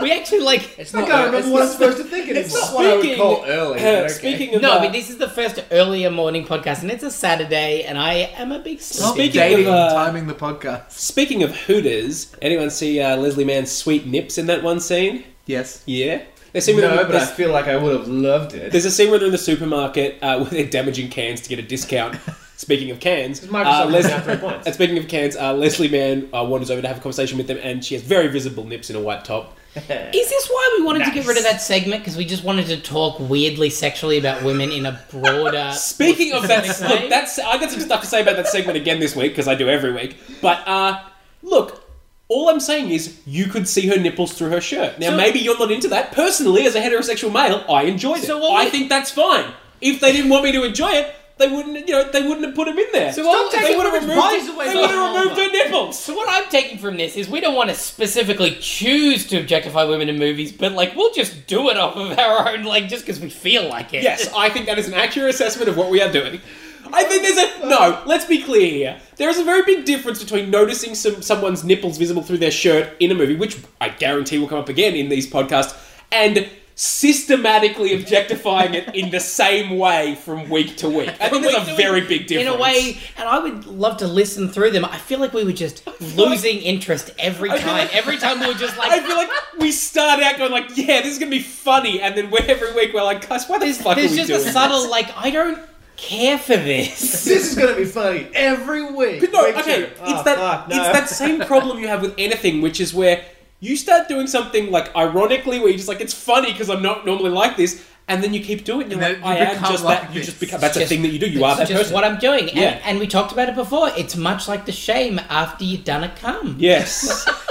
[SPEAKER 3] we actually like.
[SPEAKER 4] It's
[SPEAKER 1] I
[SPEAKER 4] not-
[SPEAKER 1] can't remember
[SPEAKER 4] it's
[SPEAKER 1] what I'm
[SPEAKER 4] not-
[SPEAKER 1] supposed to think anymore.
[SPEAKER 4] it's not what I would call early.
[SPEAKER 2] uh,
[SPEAKER 4] but okay.
[SPEAKER 2] Speaking of
[SPEAKER 3] No,
[SPEAKER 2] uh,
[SPEAKER 3] but this is the first earlier morning podcast, and it's a Saturday, and I am a big
[SPEAKER 4] Stop
[SPEAKER 3] sleepy.
[SPEAKER 2] Speaking
[SPEAKER 4] dating
[SPEAKER 2] of, uh,
[SPEAKER 4] and timing the podcast.
[SPEAKER 2] speaking of Hooters, anyone see uh, Leslie Mann's sweet nips in that one scene?
[SPEAKER 4] Yes.
[SPEAKER 2] Yeah, they seem
[SPEAKER 1] no, but I
[SPEAKER 2] there's,
[SPEAKER 1] feel like I would have loved it.
[SPEAKER 2] there's a scene where they're in the supermarket uh, where they're damaging cans to get a discount. speaking of cans,
[SPEAKER 1] Microsoft
[SPEAKER 2] uh, Les-
[SPEAKER 1] down three points.
[SPEAKER 2] and speaking of cans, uh, Leslie Mann uh, wanders over to have a conversation with them, and she has very visible nips in a white top.
[SPEAKER 3] Is this why we wanted to get
[SPEAKER 1] Nice.
[SPEAKER 3] rid of that segment? Because we just wanted to talk weirdly sexually about women in a broader.
[SPEAKER 2] Speaking of that,
[SPEAKER 3] specific way.
[SPEAKER 2] look, that's I got some stuff to say about that segment again this week because I do every week. But uh, look, all I'm saying is you could see her nipples through her shirt. Now,
[SPEAKER 3] So-
[SPEAKER 2] maybe you're not into that. Personally, as a heterosexual male, I enjoyed it.
[SPEAKER 3] So what
[SPEAKER 2] I
[SPEAKER 3] we-
[SPEAKER 2] think that's fine. If they didn't want me to enjoy it, they wouldn't. You know, they wouldn't have put them in there.
[SPEAKER 3] So what-
[SPEAKER 2] they
[SPEAKER 3] taking
[SPEAKER 2] would have
[SPEAKER 3] women's
[SPEAKER 2] removed.
[SPEAKER 3] bodies away
[SPEAKER 2] they
[SPEAKER 3] from
[SPEAKER 2] would
[SPEAKER 3] them.
[SPEAKER 2] have removed her nipples.
[SPEAKER 3] So what I'm taking from this is we don't want to specifically choose to objectify women in movies, but like we'll just do it off of our own, like just because we feel like it.
[SPEAKER 2] Yes, I think that is an accurate assessment of what we are doing. I think there's a no. Let's be clear here. There is a very big difference between noticing some someone's nipples visible through their shirt in a movie, which I guarantee will come up again in these podcasts, and systematically objectifying it in the same way from week to week. I think there's a very big difference.
[SPEAKER 3] In a way, and I would love to listen through them. I feel like we were just
[SPEAKER 2] like-
[SPEAKER 3] losing interest every
[SPEAKER 2] I feel
[SPEAKER 3] time.
[SPEAKER 2] like-
[SPEAKER 3] every time we were just
[SPEAKER 2] I
[SPEAKER 3] like,
[SPEAKER 2] feel like we start out going like, "Yeah, this is gonna be funny," and then we're, every week we're like, "Guys, why the fuck are
[SPEAKER 3] there's
[SPEAKER 2] we
[SPEAKER 3] just a
[SPEAKER 2] doing
[SPEAKER 3] subtle,
[SPEAKER 2] this?"
[SPEAKER 3] like, I don't care for this.
[SPEAKER 1] This is gonna be funny every week.
[SPEAKER 2] But no,
[SPEAKER 1] Week
[SPEAKER 2] okay,
[SPEAKER 1] two.
[SPEAKER 2] it's
[SPEAKER 4] Ah,
[SPEAKER 1] Oh,
[SPEAKER 2] that
[SPEAKER 1] fuck, no.
[SPEAKER 2] it's that same problem you have with anything, which is where you start doing something like ironically, where you're just like, "It's funny because I'm not normally like this," and then you keep doing it. And you're like,
[SPEAKER 4] And then
[SPEAKER 2] "I
[SPEAKER 4] you
[SPEAKER 2] am
[SPEAKER 4] become
[SPEAKER 2] just
[SPEAKER 4] like
[SPEAKER 2] that." You
[SPEAKER 4] this.
[SPEAKER 2] just become that's a
[SPEAKER 3] Just-
[SPEAKER 2] thing that you do. You are
[SPEAKER 3] It's
[SPEAKER 2] that
[SPEAKER 3] just
[SPEAKER 2] person.
[SPEAKER 3] what I'm doing. And,
[SPEAKER 2] Yeah.
[SPEAKER 3] and we talked about it before. It's much like the shame after you've done a cum.
[SPEAKER 2] Yes.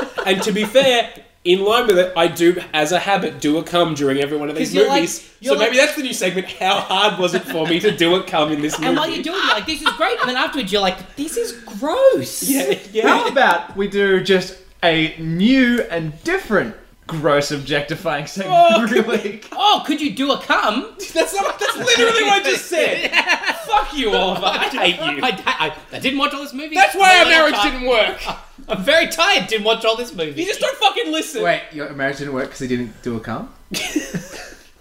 [SPEAKER 2] and to be fair, in line with it, I do, as a habit, do a cum during every one of these
[SPEAKER 3] 'Cause you're like-
[SPEAKER 2] movies.
[SPEAKER 3] you're
[SPEAKER 2] so maybe
[SPEAKER 3] like-
[SPEAKER 2] that's the new segment. How hard was it for me to do a cum in this movie?
[SPEAKER 3] And while you're doing it, you're like, this is great. And then afterwards, you're like, this is gross.
[SPEAKER 2] yeah,
[SPEAKER 5] How
[SPEAKER 2] yeah.
[SPEAKER 5] about we do just a new and different gross objectifying segment
[SPEAKER 2] Oh,
[SPEAKER 5] every week?
[SPEAKER 3] Oh, could you do a cum?
[SPEAKER 2] That's, not, that's literally what I just said. Fuck you, Oliver. I hate you.
[SPEAKER 3] I, I, I didn't watch all this movie.
[SPEAKER 2] That's why our
[SPEAKER 3] I'm a little
[SPEAKER 2] marriage
[SPEAKER 3] tired.
[SPEAKER 2] didn't work.
[SPEAKER 3] I'm very tired. Didn't watch all this movie.
[SPEAKER 2] You just don't fucking listen.
[SPEAKER 4] Wait, your marriage didn't work because he didn't do a cum?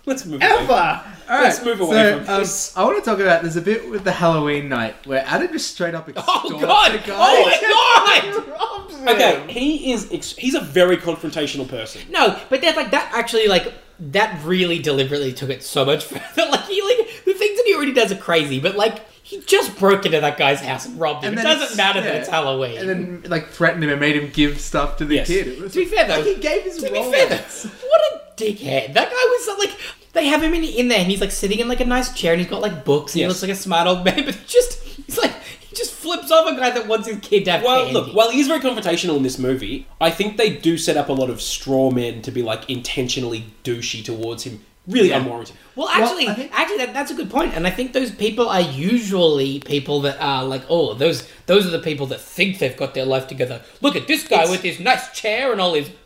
[SPEAKER 2] Let's move on.
[SPEAKER 1] Ever.
[SPEAKER 4] All right,
[SPEAKER 2] Let's move away
[SPEAKER 4] so,
[SPEAKER 2] from
[SPEAKER 4] um,
[SPEAKER 2] this.
[SPEAKER 4] I want to talk about there's a bit with the Halloween night where Adam just straight up extorts
[SPEAKER 2] Oh, God.
[SPEAKER 4] a guy.
[SPEAKER 2] Oh, my God.
[SPEAKER 1] Robs him.
[SPEAKER 2] Okay, he is, ex- he's a very confrontational person.
[SPEAKER 3] No, but that's like that actually like that really deliberately took it so much further. Like he like the things that he already does are crazy, but like he just broke into that guy's house and robbed him.
[SPEAKER 4] And
[SPEAKER 3] it
[SPEAKER 4] then
[SPEAKER 3] doesn't
[SPEAKER 4] it's-
[SPEAKER 3] matter that
[SPEAKER 4] yeah.
[SPEAKER 3] it's Halloween.
[SPEAKER 4] and then like threatened him and made him give stuff to the
[SPEAKER 2] Yes.
[SPEAKER 4] kid. It was
[SPEAKER 3] to be fair though,
[SPEAKER 4] Like, he gave his
[SPEAKER 3] to be
[SPEAKER 4] Rolex.
[SPEAKER 3] fair though, what a dickhead! That guy was like they have him in, in there and he's like sitting in like a nice chair and he's got like books and he
[SPEAKER 2] Yes.
[SPEAKER 3] looks like a smart old man, but he just he's like he just flips off a guy that wants his kid to have
[SPEAKER 2] Well,
[SPEAKER 3] candy.
[SPEAKER 2] look, while he's very confrontational in this movie, I think they do set up a lot of straw men to be like intentionally douchey towards him, really unwarranted.
[SPEAKER 3] Well, actually,
[SPEAKER 4] I think-
[SPEAKER 3] actually, that, that's a good point, and I think those people are usually people that are like, oh, those those are the people that think they've got their life together. Look at this guy
[SPEAKER 2] It's-
[SPEAKER 3] with his nice chair and all his books.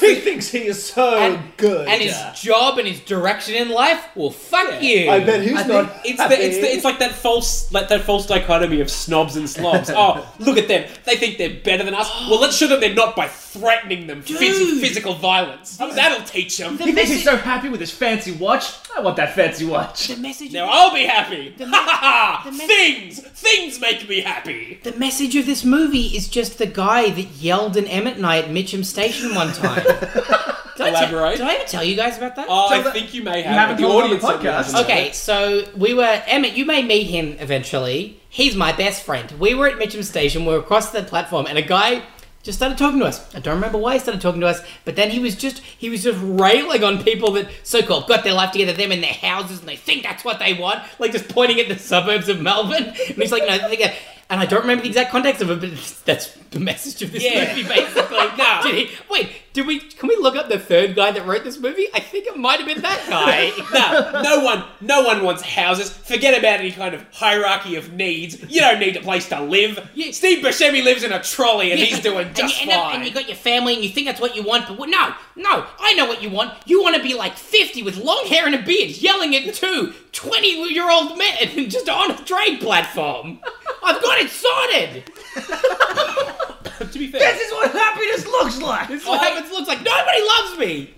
[SPEAKER 1] He thinks he is so
[SPEAKER 3] and,
[SPEAKER 1] good.
[SPEAKER 3] and his job and his direction in life. Well, fuck you.
[SPEAKER 1] I bet he's
[SPEAKER 4] I
[SPEAKER 1] not.
[SPEAKER 4] think
[SPEAKER 2] It's the, it's the, it's like that false like that false dichotomy of snobs and slobs. Oh, look at them! They think they're better than us. Well, let's show them they're not by threatening them phys-
[SPEAKER 3] Dude.
[SPEAKER 2] physical violence. That'll teach them.
[SPEAKER 3] The
[SPEAKER 5] He thinks he's
[SPEAKER 3] message,
[SPEAKER 5] so happy with his fancy watch. I want that fancy watch.
[SPEAKER 3] the message,
[SPEAKER 2] Now
[SPEAKER 3] of
[SPEAKER 2] I'll be happy. Ha
[SPEAKER 3] me-
[SPEAKER 2] ha ha!
[SPEAKER 3] the me-
[SPEAKER 2] Things things make me happy.
[SPEAKER 3] this, the message of this movie is just the guy that yelled and Emmett and I at Mitchum Station one time. did, I tell-
[SPEAKER 2] Elaborate.
[SPEAKER 3] did I ever tell you guys about that?
[SPEAKER 2] Oh,
[SPEAKER 5] So
[SPEAKER 2] I
[SPEAKER 5] the-
[SPEAKER 2] think you may have
[SPEAKER 5] haven't
[SPEAKER 2] the
[SPEAKER 5] told on the
[SPEAKER 2] audience certainly
[SPEAKER 5] podcast.
[SPEAKER 2] hasn't.
[SPEAKER 3] Okay, so we were Emmett. You may meet him eventually. He's my best friend. We were at Mitchum Station. We were across the platform, and a guy just started talking to us. I don't remember why he started talking to us, but then he was just he was just railing on people that so-called got their life together, them and their houses, and they think that's what they want. Like just pointing at the suburbs of Melbourne, and he's like, no, they think that- And I don't remember the exact context of it, but that's the message of this
[SPEAKER 2] Yeah.
[SPEAKER 3] movie, basically.
[SPEAKER 2] No.
[SPEAKER 3] Did he- wait, did we? Can we look up the third guy that wrote this movie? I think it might have been that guy.
[SPEAKER 2] no, no one, no one wants houses. Forget about any kind of hierarchy of needs. You don't need a place to live.
[SPEAKER 3] Yeah.
[SPEAKER 2] Steve Buscemi lives in a trolley and
[SPEAKER 3] Yeah.
[SPEAKER 2] he's doing just
[SPEAKER 3] and you end Up,
[SPEAKER 2] fine.
[SPEAKER 3] and you got your family, and you think that's what you want, but what- no, no, I know what you want. You want to be like fifty with long hair and a beard, yelling at two 20 year old men just on a train platform. I've got it sorted.
[SPEAKER 2] to be fair,
[SPEAKER 5] This is what happiness looks like.
[SPEAKER 3] Oh, heavens, looks like nobody loves me.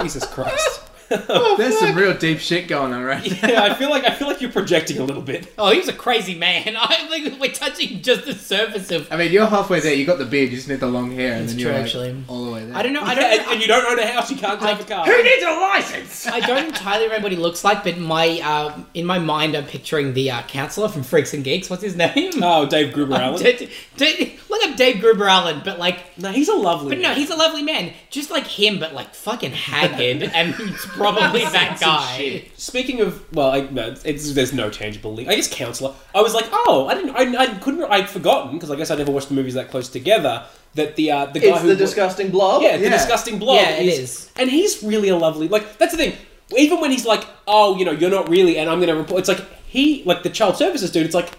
[SPEAKER 2] Jesus Christ.
[SPEAKER 4] There's some real deep shit going on right now.
[SPEAKER 2] yeah, I feel like I feel like you're projecting a little bit.
[SPEAKER 3] Oh, he was a crazy man. I think we're touching just the surface of.
[SPEAKER 4] I mean, you're halfway there. You got the beard. You just need the long hair, and
[SPEAKER 3] That's
[SPEAKER 4] then you're
[SPEAKER 3] true,
[SPEAKER 4] like,
[SPEAKER 3] actually.
[SPEAKER 4] all the way there.
[SPEAKER 3] I don't know. I
[SPEAKER 2] And,
[SPEAKER 3] don't.
[SPEAKER 2] and you don't own a house, you can't drive a car.
[SPEAKER 5] Who needs a license?
[SPEAKER 3] I don't entirely remember what he looks like, but my uh, in my mind, I'm picturing the uh, counselor from Freaks and Geeks. What's his name?
[SPEAKER 2] Oh, Dave Gruber Allen.
[SPEAKER 3] D- d- d- look up Dave Gruber Allen, but like,
[SPEAKER 2] No, he's a lovely.
[SPEAKER 3] but no,
[SPEAKER 2] man.
[SPEAKER 3] he's a lovely man, just like him, but like fucking haggard, and it's probably that guy.
[SPEAKER 2] Speaking of, well, I, no, it's, there's no tangible link. I guess counselor. I was like, oh, I didn't, I, I couldn't, I'd forgotten because I guess I never watched the movies that close together. That the uh, the guy
[SPEAKER 1] It's
[SPEAKER 2] who
[SPEAKER 1] the
[SPEAKER 2] wa-
[SPEAKER 1] disgusting blob.
[SPEAKER 2] Yeah, the
[SPEAKER 4] Yeah.
[SPEAKER 2] disgusting blob.
[SPEAKER 3] Yeah, it
[SPEAKER 2] is,
[SPEAKER 3] is.
[SPEAKER 2] And he's really a lovely. Like that's the thing. Even when he's like, "Oh, you know, you're not really," and I'm going to report. It's like he, like the child services dude. It's like,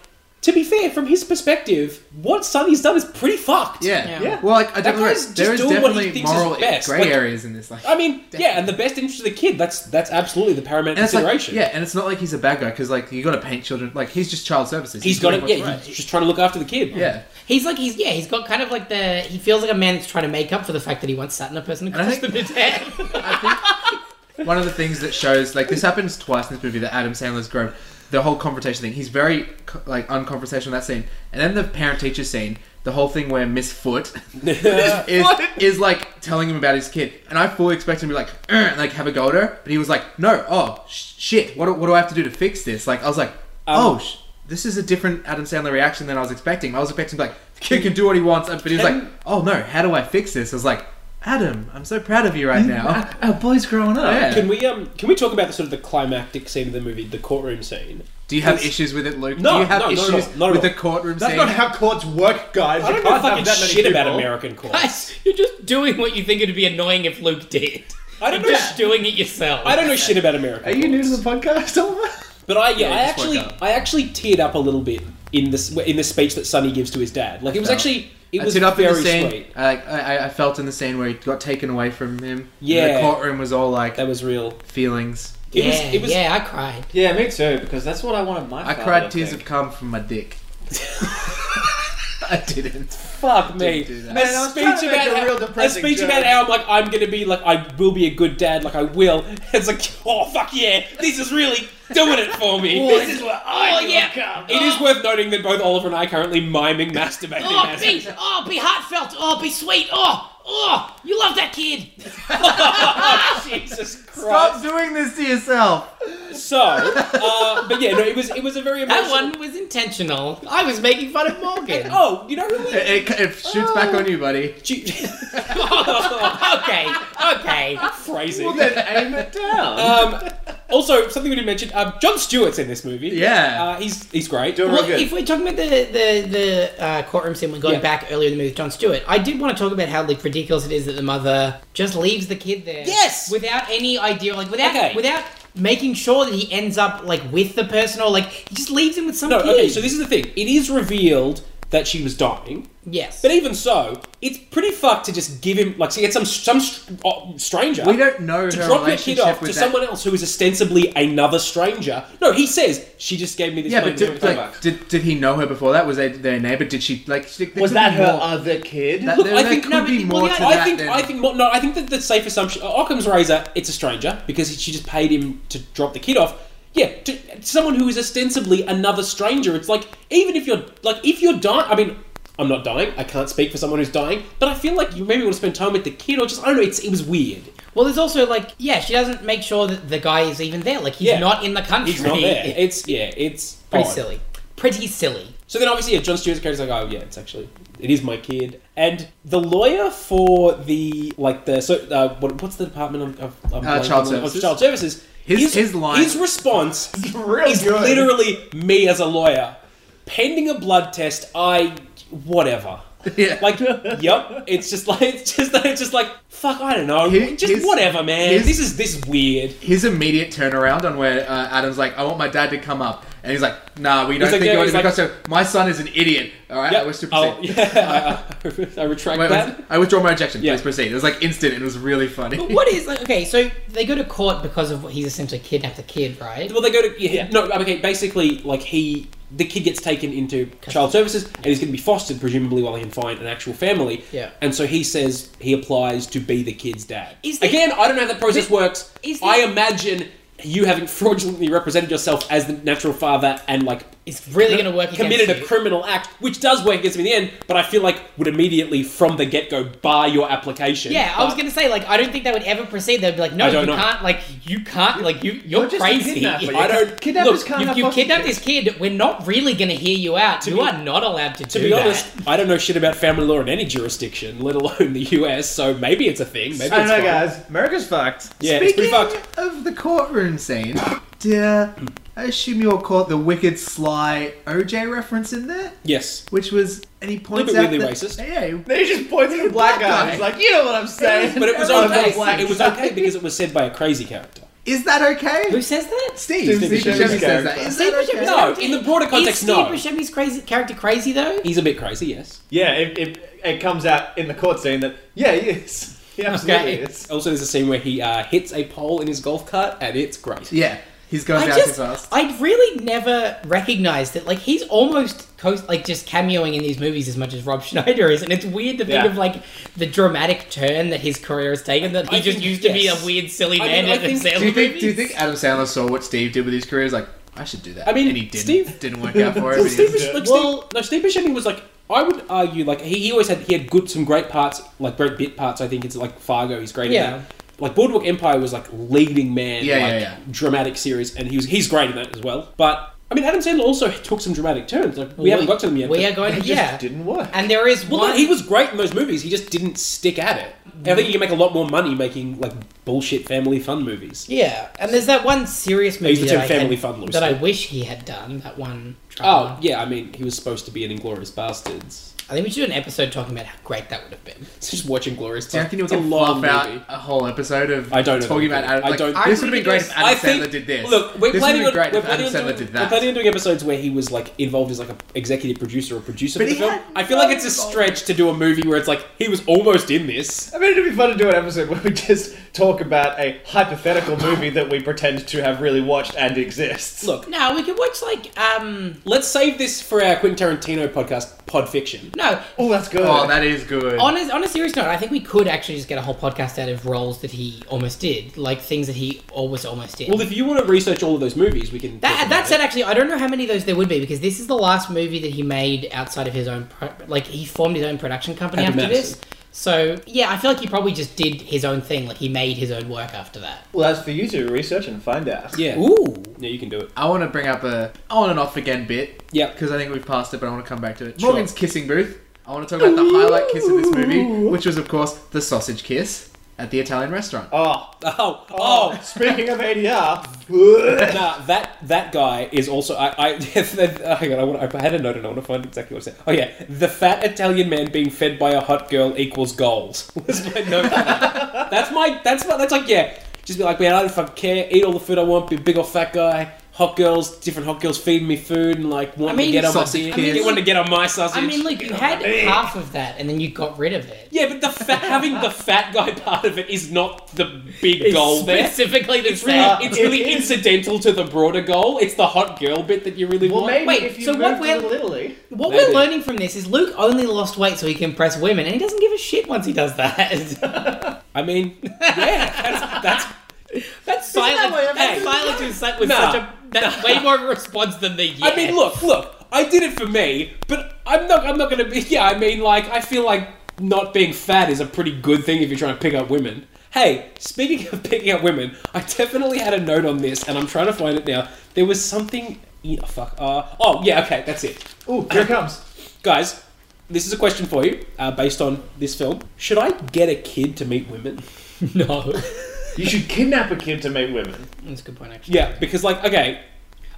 [SPEAKER 2] to be fair, from his perspective, what Sonny's done is pretty fucked.
[SPEAKER 4] Yeah.
[SPEAKER 3] Yeah.
[SPEAKER 4] Well, like, I definitely,
[SPEAKER 2] guy's just
[SPEAKER 4] there is
[SPEAKER 2] doing what he
[SPEAKER 4] definitely
[SPEAKER 2] thinks is
[SPEAKER 4] moral
[SPEAKER 2] best,
[SPEAKER 4] gray
[SPEAKER 2] like-
[SPEAKER 4] areas in this. Like,
[SPEAKER 2] I mean, yeah, and the best interest of the kid. That's that's absolutely the paramount
[SPEAKER 4] and it's like,
[SPEAKER 2] consideration.
[SPEAKER 4] yeah, and it's not like he's a bad guy because like you got to paint children. Like he's just child services.
[SPEAKER 2] he's got
[SPEAKER 4] doing
[SPEAKER 2] it.
[SPEAKER 4] what's
[SPEAKER 2] Yeah,
[SPEAKER 4] right.
[SPEAKER 2] he's just trying to look after the kid.
[SPEAKER 4] yeah.
[SPEAKER 3] He's like, he's yeah, he's got kind of like the he feels like a man that's trying to make up for the fact that he once sat in a person and
[SPEAKER 4] And I
[SPEAKER 3] crushed them
[SPEAKER 4] think-
[SPEAKER 3] to death.
[SPEAKER 4] I think one of the things that shows like this happens twice in this movie that Adam Sandler's grown. The whole confrontation thing. He's very co- like unconversational in that scene, and then the parent-teacher scene. The whole thing where Miss Foot is, is like telling him about his kid, and I fully expect him to be like, "Er," and like have a go at her, but he was like, no, oh sh- shit, what do, what do I have to do to fix this? Like I was like, oh, sh- this is a different Adam Sandler reaction than I was expecting. I was expecting like the kid can do what he wants, but he was like, oh no, how do I fix this? I was like, Adam, I'm so proud of you right now.
[SPEAKER 5] Our boy's growing up.
[SPEAKER 4] Yeah.
[SPEAKER 2] Can we um can we talk about the sort of the climactic scene of the movie, the courtroom scene?
[SPEAKER 4] Do you have
[SPEAKER 2] Because-
[SPEAKER 4] issues with it, Luke?
[SPEAKER 2] No,
[SPEAKER 4] Do you
[SPEAKER 2] no,
[SPEAKER 4] have
[SPEAKER 2] not at all,
[SPEAKER 4] issues
[SPEAKER 2] not at
[SPEAKER 4] with
[SPEAKER 2] all.
[SPEAKER 4] the courtroom
[SPEAKER 1] That's
[SPEAKER 4] scene?
[SPEAKER 1] not how courts work, guys.
[SPEAKER 2] I
[SPEAKER 1] You
[SPEAKER 2] don't know
[SPEAKER 1] can't have
[SPEAKER 2] fucking
[SPEAKER 1] that many
[SPEAKER 2] shit about
[SPEAKER 1] people.
[SPEAKER 2] American courts.
[SPEAKER 3] Guys, you're just doing what you think it'd be annoying if Luke did.
[SPEAKER 2] I don't know.
[SPEAKER 3] You're just doing it yourself.
[SPEAKER 2] I don't know shit about American.
[SPEAKER 1] Are you new to the podcast, Oliver?
[SPEAKER 2] But I yeah,
[SPEAKER 4] Yeah,
[SPEAKER 2] I
[SPEAKER 4] just woke
[SPEAKER 2] actually
[SPEAKER 4] up.
[SPEAKER 2] I actually teared up a little bit in this in the speech that Sonny gives to his dad. Like it was
[SPEAKER 4] Yeah.
[SPEAKER 2] actually it
[SPEAKER 4] I
[SPEAKER 2] was
[SPEAKER 4] stood up in
[SPEAKER 2] very
[SPEAKER 4] the scene.
[SPEAKER 2] sweet.
[SPEAKER 4] I, like, I, I- I felt in the scene where he got taken away from him.
[SPEAKER 2] Yeah.
[SPEAKER 4] the courtroom was all like
[SPEAKER 2] That was real.
[SPEAKER 4] feelings.
[SPEAKER 2] It
[SPEAKER 3] yeah,
[SPEAKER 2] was it was
[SPEAKER 3] yeah, I cried.
[SPEAKER 1] Yeah, me too, because that's what I wanted my
[SPEAKER 2] Oh,
[SPEAKER 4] I cried tears of cum from my dick. I didn't.
[SPEAKER 2] fuck me.
[SPEAKER 4] Didn't do that.
[SPEAKER 2] A
[SPEAKER 1] Man, I was trying
[SPEAKER 2] speech
[SPEAKER 1] to make
[SPEAKER 2] about
[SPEAKER 1] a real
[SPEAKER 2] how, a
[SPEAKER 1] depressing
[SPEAKER 2] speech
[SPEAKER 1] joke.
[SPEAKER 2] about how I'm like I'm gonna be like I will be a good dad, like I will. It's like oh fuck yeah, this is really doing it for me. This is-
[SPEAKER 1] what
[SPEAKER 3] Oh, yeah.
[SPEAKER 2] it is worth noting that both Oliver and I are currently miming masturbating.
[SPEAKER 3] Oh,
[SPEAKER 2] as-
[SPEAKER 3] be, oh, be heartfelt. Oh, be sweet. Oh, oh, you love that kid.
[SPEAKER 2] Jesus Christ.
[SPEAKER 4] Stop doing this to yourself.
[SPEAKER 2] So, uh, but yeah, no, it was it was a very emotional.
[SPEAKER 3] That one was intentional. I was making fun of Morgan.
[SPEAKER 2] Oh, you know really?
[SPEAKER 4] It, it, it shoots back on you, buddy.
[SPEAKER 3] okay, okay.
[SPEAKER 2] Phrasing.
[SPEAKER 1] Well, then aim it down.
[SPEAKER 2] um, also, something we didn't mention. Um, John Stewart's in this movie.
[SPEAKER 4] Yeah.
[SPEAKER 2] Uh, he's he's great.
[SPEAKER 1] Do- Real
[SPEAKER 3] Well,
[SPEAKER 1] good.
[SPEAKER 3] if we're talking about the the, the uh, courtroom scene, we're going
[SPEAKER 2] Yeah.
[SPEAKER 3] back earlier in the movie with John Stewart. I did want to talk about how like ridiculous it is that the mother just leaves the kid there,
[SPEAKER 2] Yes!
[SPEAKER 3] without any idea, like without
[SPEAKER 2] Okay.
[SPEAKER 3] without making sure that he ends up like with the person or like he just leaves him with some
[SPEAKER 2] No,
[SPEAKER 3] kid.
[SPEAKER 2] okay. So this is the thing. It is revealed that she was dying,
[SPEAKER 3] yes,
[SPEAKER 2] but even so, it's pretty fucked to just give him like to get some some str- uh, stranger.
[SPEAKER 4] We don't know
[SPEAKER 2] to
[SPEAKER 4] her
[SPEAKER 2] drop your kid
[SPEAKER 4] relationship
[SPEAKER 2] off to
[SPEAKER 4] with that.
[SPEAKER 2] someone else who is ostensibly another stranger. No, he says she just gave me this.
[SPEAKER 4] Yeah,
[SPEAKER 2] money
[SPEAKER 4] but
[SPEAKER 2] to
[SPEAKER 4] did,
[SPEAKER 2] come
[SPEAKER 4] like,
[SPEAKER 2] back."
[SPEAKER 4] did, did he know her before that? Was they their neighbor? Did she like? She, there
[SPEAKER 1] was
[SPEAKER 4] could
[SPEAKER 1] that
[SPEAKER 4] be
[SPEAKER 1] her
[SPEAKER 4] more.
[SPEAKER 1] other kid?
[SPEAKER 4] That-
[SPEAKER 3] Look,
[SPEAKER 4] there
[SPEAKER 3] I
[SPEAKER 4] there
[SPEAKER 3] think-
[SPEAKER 4] could
[SPEAKER 3] no, but
[SPEAKER 4] be
[SPEAKER 3] the-
[SPEAKER 4] more
[SPEAKER 3] well,
[SPEAKER 4] to
[SPEAKER 3] yeah,
[SPEAKER 2] I
[SPEAKER 4] that
[SPEAKER 2] think
[SPEAKER 4] than-
[SPEAKER 2] I think more, no. I think that the safe assumption. uh, Occam's razor. It's a stranger because she just paid him to drop the kid off. Yeah, to, to someone who is ostensibly another stranger. It's like even if you're like if you're dying. I mean, I'm not dying. I can't speak for someone who's dying. But I feel like you maybe want to spend time with the kid or just I don't know. It's it was weird.
[SPEAKER 3] well, there's also like yeah, she doesn't make sure that the guy is even there. Like he's
[SPEAKER 2] Yeah.
[SPEAKER 3] not in the country.
[SPEAKER 2] He's not there. It's yeah. It's
[SPEAKER 3] Pretty
[SPEAKER 2] odd.
[SPEAKER 3] silly. Pretty silly.
[SPEAKER 2] So then obviously, yeah, John Stewart's character's like, oh yeah, it's actually it is my kid. And the lawyer for the like the so uh, what, what's the department of, of, of
[SPEAKER 4] Uh,
[SPEAKER 2] like,
[SPEAKER 4] child
[SPEAKER 2] of-
[SPEAKER 4] services.
[SPEAKER 2] Child services.
[SPEAKER 4] His- his line-
[SPEAKER 2] his response
[SPEAKER 1] real
[SPEAKER 2] is
[SPEAKER 1] good.
[SPEAKER 2] literally me as a lawyer pending a blood test. I whatever.
[SPEAKER 4] Yeah.
[SPEAKER 2] Like, yep. It's just like it's just it's just like fuck. I don't know.
[SPEAKER 4] His-
[SPEAKER 2] just
[SPEAKER 4] his-
[SPEAKER 2] whatever, man.
[SPEAKER 4] his-
[SPEAKER 2] this is this is weird.
[SPEAKER 4] his immediate turnaround on where uh, Adam's like, I want my dad to come up, and he's like, Nah, we don't
[SPEAKER 2] He's like,
[SPEAKER 4] think
[SPEAKER 2] yeah,
[SPEAKER 4] you want
[SPEAKER 2] he's
[SPEAKER 4] him to
[SPEAKER 2] like-
[SPEAKER 4] come. So my son is an idiot. All right, I
[SPEAKER 2] Yep.
[SPEAKER 4] wish to
[SPEAKER 2] Oh,
[SPEAKER 4] proceed.
[SPEAKER 2] yeah. I, I, I retract
[SPEAKER 4] Wait,
[SPEAKER 2] that.
[SPEAKER 4] wait, I withdraw my objection.
[SPEAKER 2] Yeah.
[SPEAKER 4] Please proceed. It was like instant. and It was really funny.
[SPEAKER 3] But what is like okay? So they go to court because of he's essentially kidnapped the kid, right?
[SPEAKER 2] Well, they go to yeah, no. Okay, basically, like he, the kid gets taken into child services, and he's going to be fostered, presumably, while he can find an actual family.
[SPEAKER 3] Yeah.
[SPEAKER 2] And so he says he applies to be the kid's dad.
[SPEAKER 3] Is there-
[SPEAKER 2] Again, I don't know how that process works.
[SPEAKER 3] is
[SPEAKER 2] I
[SPEAKER 3] there-
[SPEAKER 2] imagine you having fraudulently represented yourself as the natural father and like
[SPEAKER 3] It's really going to work.
[SPEAKER 2] committed a
[SPEAKER 3] against you.
[SPEAKER 2] criminal act, which does work against him in the end. But I feel like would immediately from the get go bar your application.
[SPEAKER 3] Yeah, I was
[SPEAKER 2] But-
[SPEAKER 3] gonna say like I don't think they would ever proceed. They'd be like, no,
[SPEAKER 2] I
[SPEAKER 3] you
[SPEAKER 2] don't know.
[SPEAKER 3] can't. Like you can't. Like you, you're,
[SPEAKER 1] You're just a
[SPEAKER 3] crazy.
[SPEAKER 1] kidnapper.
[SPEAKER 2] I don't.
[SPEAKER 1] Kidnappers
[SPEAKER 2] look,
[SPEAKER 1] can't
[SPEAKER 3] You,
[SPEAKER 1] have
[SPEAKER 3] you
[SPEAKER 1] foster
[SPEAKER 3] kidnapped
[SPEAKER 1] kids.
[SPEAKER 3] this kid. We're not really gonna hear you out. You
[SPEAKER 2] be-
[SPEAKER 3] are not allowed to,
[SPEAKER 2] To
[SPEAKER 3] do
[SPEAKER 2] be
[SPEAKER 3] that.
[SPEAKER 2] honest, I don't know shit about family law in any jurisdiction, let alone the US. So maybe it's a thing. Maybe it's
[SPEAKER 1] I don't know,
[SPEAKER 2] fine.
[SPEAKER 1] guys. America's fucked.
[SPEAKER 2] Yeah, it's
[SPEAKER 4] Speaking
[SPEAKER 2] pretty fucked.
[SPEAKER 4] of the courtroom scene, dear, I assume you all caught the wicked sly OJ reference in there,
[SPEAKER 2] Yes.
[SPEAKER 4] which was, and he points
[SPEAKER 2] bit
[SPEAKER 4] out
[SPEAKER 2] weirdly
[SPEAKER 4] that,
[SPEAKER 2] racist.
[SPEAKER 4] Yeah,
[SPEAKER 1] Then he just points at the black guy. He's like, you know what I'm saying.
[SPEAKER 2] But it was
[SPEAKER 1] I'm a
[SPEAKER 2] okay.
[SPEAKER 1] black
[SPEAKER 2] It was
[SPEAKER 1] guy.
[SPEAKER 2] okay because it was said by a crazy character.
[SPEAKER 4] is that okay?
[SPEAKER 3] Who says that?
[SPEAKER 4] Steve,
[SPEAKER 1] Steve
[SPEAKER 4] Steve,
[SPEAKER 1] Buscemi's
[SPEAKER 4] Buscemi says that.
[SPEAKER 1] character.
[SPEAKER 4] Is
[SPEAKER 3] Steve
[SPEAKER 4] that
[SPEAKER 3] Buscemi's
[SPEAKER 4] okay?
[SPEAKER 2] No, in the broader
[SPEAKER 3] Is
[SPEAKER 2] context,
[SPEAKER 3] Steve
[SPEAKER 2] no.
[SPEAKER 3] Buscemi's crazy character crazy though?
[SPEAKER 2] He's a bit crazy, yes.
[SPEAKER 1] Yeah, it, it, it comes out in the court scene that, yeah, he is. He absolutely
[SPEAKER 3] Okay.
[SPEAKER 1] is.
[SPEAKER 2] Also, there's a scene where he uh, hits a pole in his golf cart, and it's great.
[SPEAKER 4] Yeah. He's going
[SPEAKER 3] I
[SPEAKER 4] down
[SPEAKER 3] just,
[SPEAKER 4] too fast.
[SPEAKER 3] I'd really never recognized that. Like, he's almost co- like just cameoing in these movies as much as Rob Schneider is, and it's weird to think
[SPEAKER 5] Yeah.
[SPEAKER 3] of like the dramatic turn that his career has taken. That he
[SPEAKER 2] I
[SPEAKER 3] just
[SPEAKER 2] think-
[SPEAKER 3] used to
[SPEAKER 2] yes.
[SPEAKER 3] be a weird, silly
[SPEAKER 2] I
[SPEAKER 3] man
[SPEAKER 2] mean, I
[SPEAKER 3] in a
[SPEAKER 2] think-
[SPEAKER 3] Sandler
[SPEAKER 4] Do you think? Do you
[SPEAKER 3] movies.
[SPEAKER 4] think Adam Sandler saw what Steve did with his career? He's like, I should do that.
[SPEAKER 2] I mean,
[SPEAKER 4] and he didn't.
[SPEAKER 2] Steve-
[SPEAKER 4] didn't work out for him.
[SPEAKER 2] Well,
[SPEAKER 4] and he-
[SPEAKER 2] Steve, Buscemi- like,
[SPEAKER 3] Well-
[SPEAKER 2] Steve, no, Steve Buscemi was like I would argue like he, he always had he had good some great parts like great bit parts I think it's like Fargo he's great
[SPEAKER 3] Yeah.
[SPEAKER 2] in that. like Boardwalk Empire was like leading man
[SPEAKER 4] Yeah,
[SPEAKER 2] like
[SPEAKER 4] yeah, yeah.
[SPEAKER 2] dramatic series and he was he's great in that as well but I mean Adam Sandler also took some dramatic turns like we, haven't got to them yet
[SPEAKER 3] We
[SPEAKER 2] but-
[SPEAKER 3] are going.
[SPEAKER 1] It
[SPEAKER 3] to
[SPEAKER 1] just
[SPEAKER 3] Yeah,
[SPEAKER 1] didn't work.
[SPEAKER 3] and there is
[SPEAKER 2] well
[SPEAKER 3] one.
[SPEAKER 2] no, he was great in those movies he just didn't stick at it And I think you can make a lot more money making like bullshit family fun movies
[SPEAKER 3] Yeah, and there's that one serious movie
[SPEAKER 2] use the
[SPEAKER 3] that,
[SPEAKER 2] term
[SPEAKER 3] I,
[SPEAKER 2] family
[SPEAKER 3] had-
[SPEAKER 2] fun loosely.
[SPEAKER 3] that I wish he had done. That one.
[SPEAKER 2] oh
[SPEAKER 3] drama.
[SPEAKER 2] yeah I mean he was supposed to be in Inglorious Bastards
[SPEAKER 3] I think we should do an episode talking about how great that would have been.
[SPEAKER 2] it's just watching Glorious
[SPEAKER 4] Do you
[SPEAKER 2] Bastards
[SPEAKER 4] reckon you'll
[SPEAKER 2] it's a
[SPEAKER 4] get
[SPEAKER 2] long
[SPEAKER 4] fluff
[SPEAKER 2] movie
[SPEAKER 4] out a whole episode of
[SPEAKER 2] I don't know
[SPEAKER 4] talking
[SPEAKER 2] that.
[SPEAKER 4] about Adam?
[SPEAKER 2] I
[SPEAKER 4] like,
[SPEAKER 2] don't-
[SPEAKER 4] this would have been great if Adam
[SPEAKER 2] I
[SPEAKER 4] Sandler
[SPEAKER 2] think-
[SPEAKER 4] did this.
[SPEAKER 2] Look, we're
[SPEAKER 4] this would have
[SPEAKER 2] planning
[SPEAKER 4] been
[SPEAKER 2] on,
[SPEAKER 4] great
[SPEAKER 2] we're
[SPEAKER 4] if
[SPEAKER 2] planning
[SPEAKER 4] Adam
[SPEAKER 2] on
[SPEAKER 4] Sandler
[SPEAKER 2] doing,
[SPEAKER 4] did
[SPEAKER 2] We're
[SPEAKER 4] that.
[SPEAKER 2] planning on doing episodes where he was like involved as like an executive producer or producer
[SPEAKER 4] But
[SPEAKER 2] for the
[SPEAKER 4] he
[SPEAKER 2] film.
[SPEAKER 4] had
[SPEAKER 2] I feel like it's a
[SPEAKER 4] no
[SPEAKER 2] stretch to do a movie where it's like he was almost in this.
[SPEAKER 1] I mean, it'd be fun to do an episode where we just talk about a hypothetical movie that we pretend to have really watched and exists.
[SPEAKER 2] Look,
[SPEAKER 3] No, we could watch like um
[SPEAKER 2] let's save this for our Quentin Tarantino podcast, Pod Fiction.
[SPEAKER 3] no
[SPEAKER 1] Oh, that's good.
[SPEAKER 4] Oh, that is good.
[SPEAKER 3] on a, on a serious note, I think we could actually just get a whole podcast out of roles that he almost did, like things that he always almost did.
[SPEAKER 2] Well, if you want to research all of those movies, we can. talk
[SPEAKER 3] that,
[SPEAKER 2] about
[SPEAKER 3] that
[SPEAKER 2] it.
[SPEAKER 3] said, actually, I don't know how many of those there would be because this is the last movie that he made outside of his own. Pro- like he formed his own production company
[SPEAKER 2] Happy
[SPEAKER 3] after
[SPEAKER 2] Madison.
[SPEAKER 3] this. So yeah, I feel like he probably just did his own thing. Like he made his own work after that.
[SPEAKER 1] Well, that's for you to research and find out.
[SPEAKER 2] Yeah.
[SPEAKER 3] Ooh.
[SPEAKER 2] Yeah, you can do it.
[SPEAKER 4] I want to bring up a on and off again bit
[SPEAKER 2] Yeah.
[SPEAKER 4] because I think we've passed it, but I want to come back to it.
[SPEAKER 2] Sure.
[SPEAKER 4] Morgan's kissing booth. I want to talk about the highlight kiss of this movie, which was, of course, the sausage kiss at the Italian restaurant.
[SPEAKER 1] Oh,
[SPEAKER 2] Oh,
[SPEAKER 1] oh,
[SPEAKER 2] oh,
[SPEAKER 1] speaking of ADR,
[SPEAKER 2] nah, that that guy is also. I, I oh, hang on. I, want, I had a note and I want to find exactly what it said. Oh yeah, the fat Italian man being fed by a hot girl equals goals. was my note. for that. that's my. That's my. That's like yeah. Just be like, man, I don't fucking care. Eat all the food I want. Be a big old fat guy. Hot girls, different hot girls feeding me food and like wanting
[SPEAKER 3] mean,
[SPEAKER 2] to get on my
[SPEAKER 4] sausage
[SPEAKER 2] dick.
[SPEAKER 4] kids.
[SPEAKER 2] They wanted to get on my sausage.
[SPEAKER 3] I mean, like you had half of that, and then you got rid of it.
[SPEAKER 2] yeah, but the fat, having the fat guy part of it is not the big
[SPEAKER 3] It's
[SPEAKER 2] goal there.
[SPEAKER 3] specifically the
[SPEAKER 2] It's really,
[SPEAKER 3] fat.
[SPEAKER 2] it's
[SPEAKER 1] it
[SPEAKER 2] really
[SPEAKER 1] is.
[SPEAKER 2] incidental to the broader goal. It's the hot girl bit that you really
[SPEAKER 1] well,
[SPEAKER 2] want.
[SPEAKER 1] maybe
[SPEAKER 3] Wait,
[SPEAKER 1] if you
[SPEAKER 3] so
[SPEAKER 1] moved
[SPEAKER 3] what
[SPEAKER 1] to
[SPEAKER 3] we're-
[SPEAKER 1] Little Italy,
[SPEAKER 3] What
[SPEAKER 2] Maybe.
[SPEAKER 3] we're learning from this is Luke only lost weight so he can impress women, and he doesn't give a shit once he does that.
[SPEAKER 2] I mean, yeah, that's, that's
[SPEAKER 3] That's silence.
[SPEAKER 1] way
[SPEAKER 3] That,
[SPEAKER 1] everything
[SPEAKER 3] silence was, su- was
[SPEAKER 2] Nah.
[SPEAKER 3] such a that's way more of a response than the yes.
[SPEAKER 2] I mean, look, look. I did it for me, but I'm not. I'm not gonna be. Yeah, I mean, like, I feel like not being fat is a pretty good thing if you're trying to pick up women. Hey, speaking of picking up women, I definitely had a note on this, and I'm trying to find it now. There was something. Yeah, fuck. Uh, oh, yeah. Okay, that's it.
[SPEAKER 1] ooh, here it comes.
[SPEAKER 2] Guys, this is a question for you, uh, based on this film. Should I get a kid to meet women?
[SPEAKER 3] no.
[SPEAKER 1] You should kidnap a kid to meet women.
[SPEAKER 3] That's a good point, actually.
[SPEAKER 2] Yeah, because like, okay,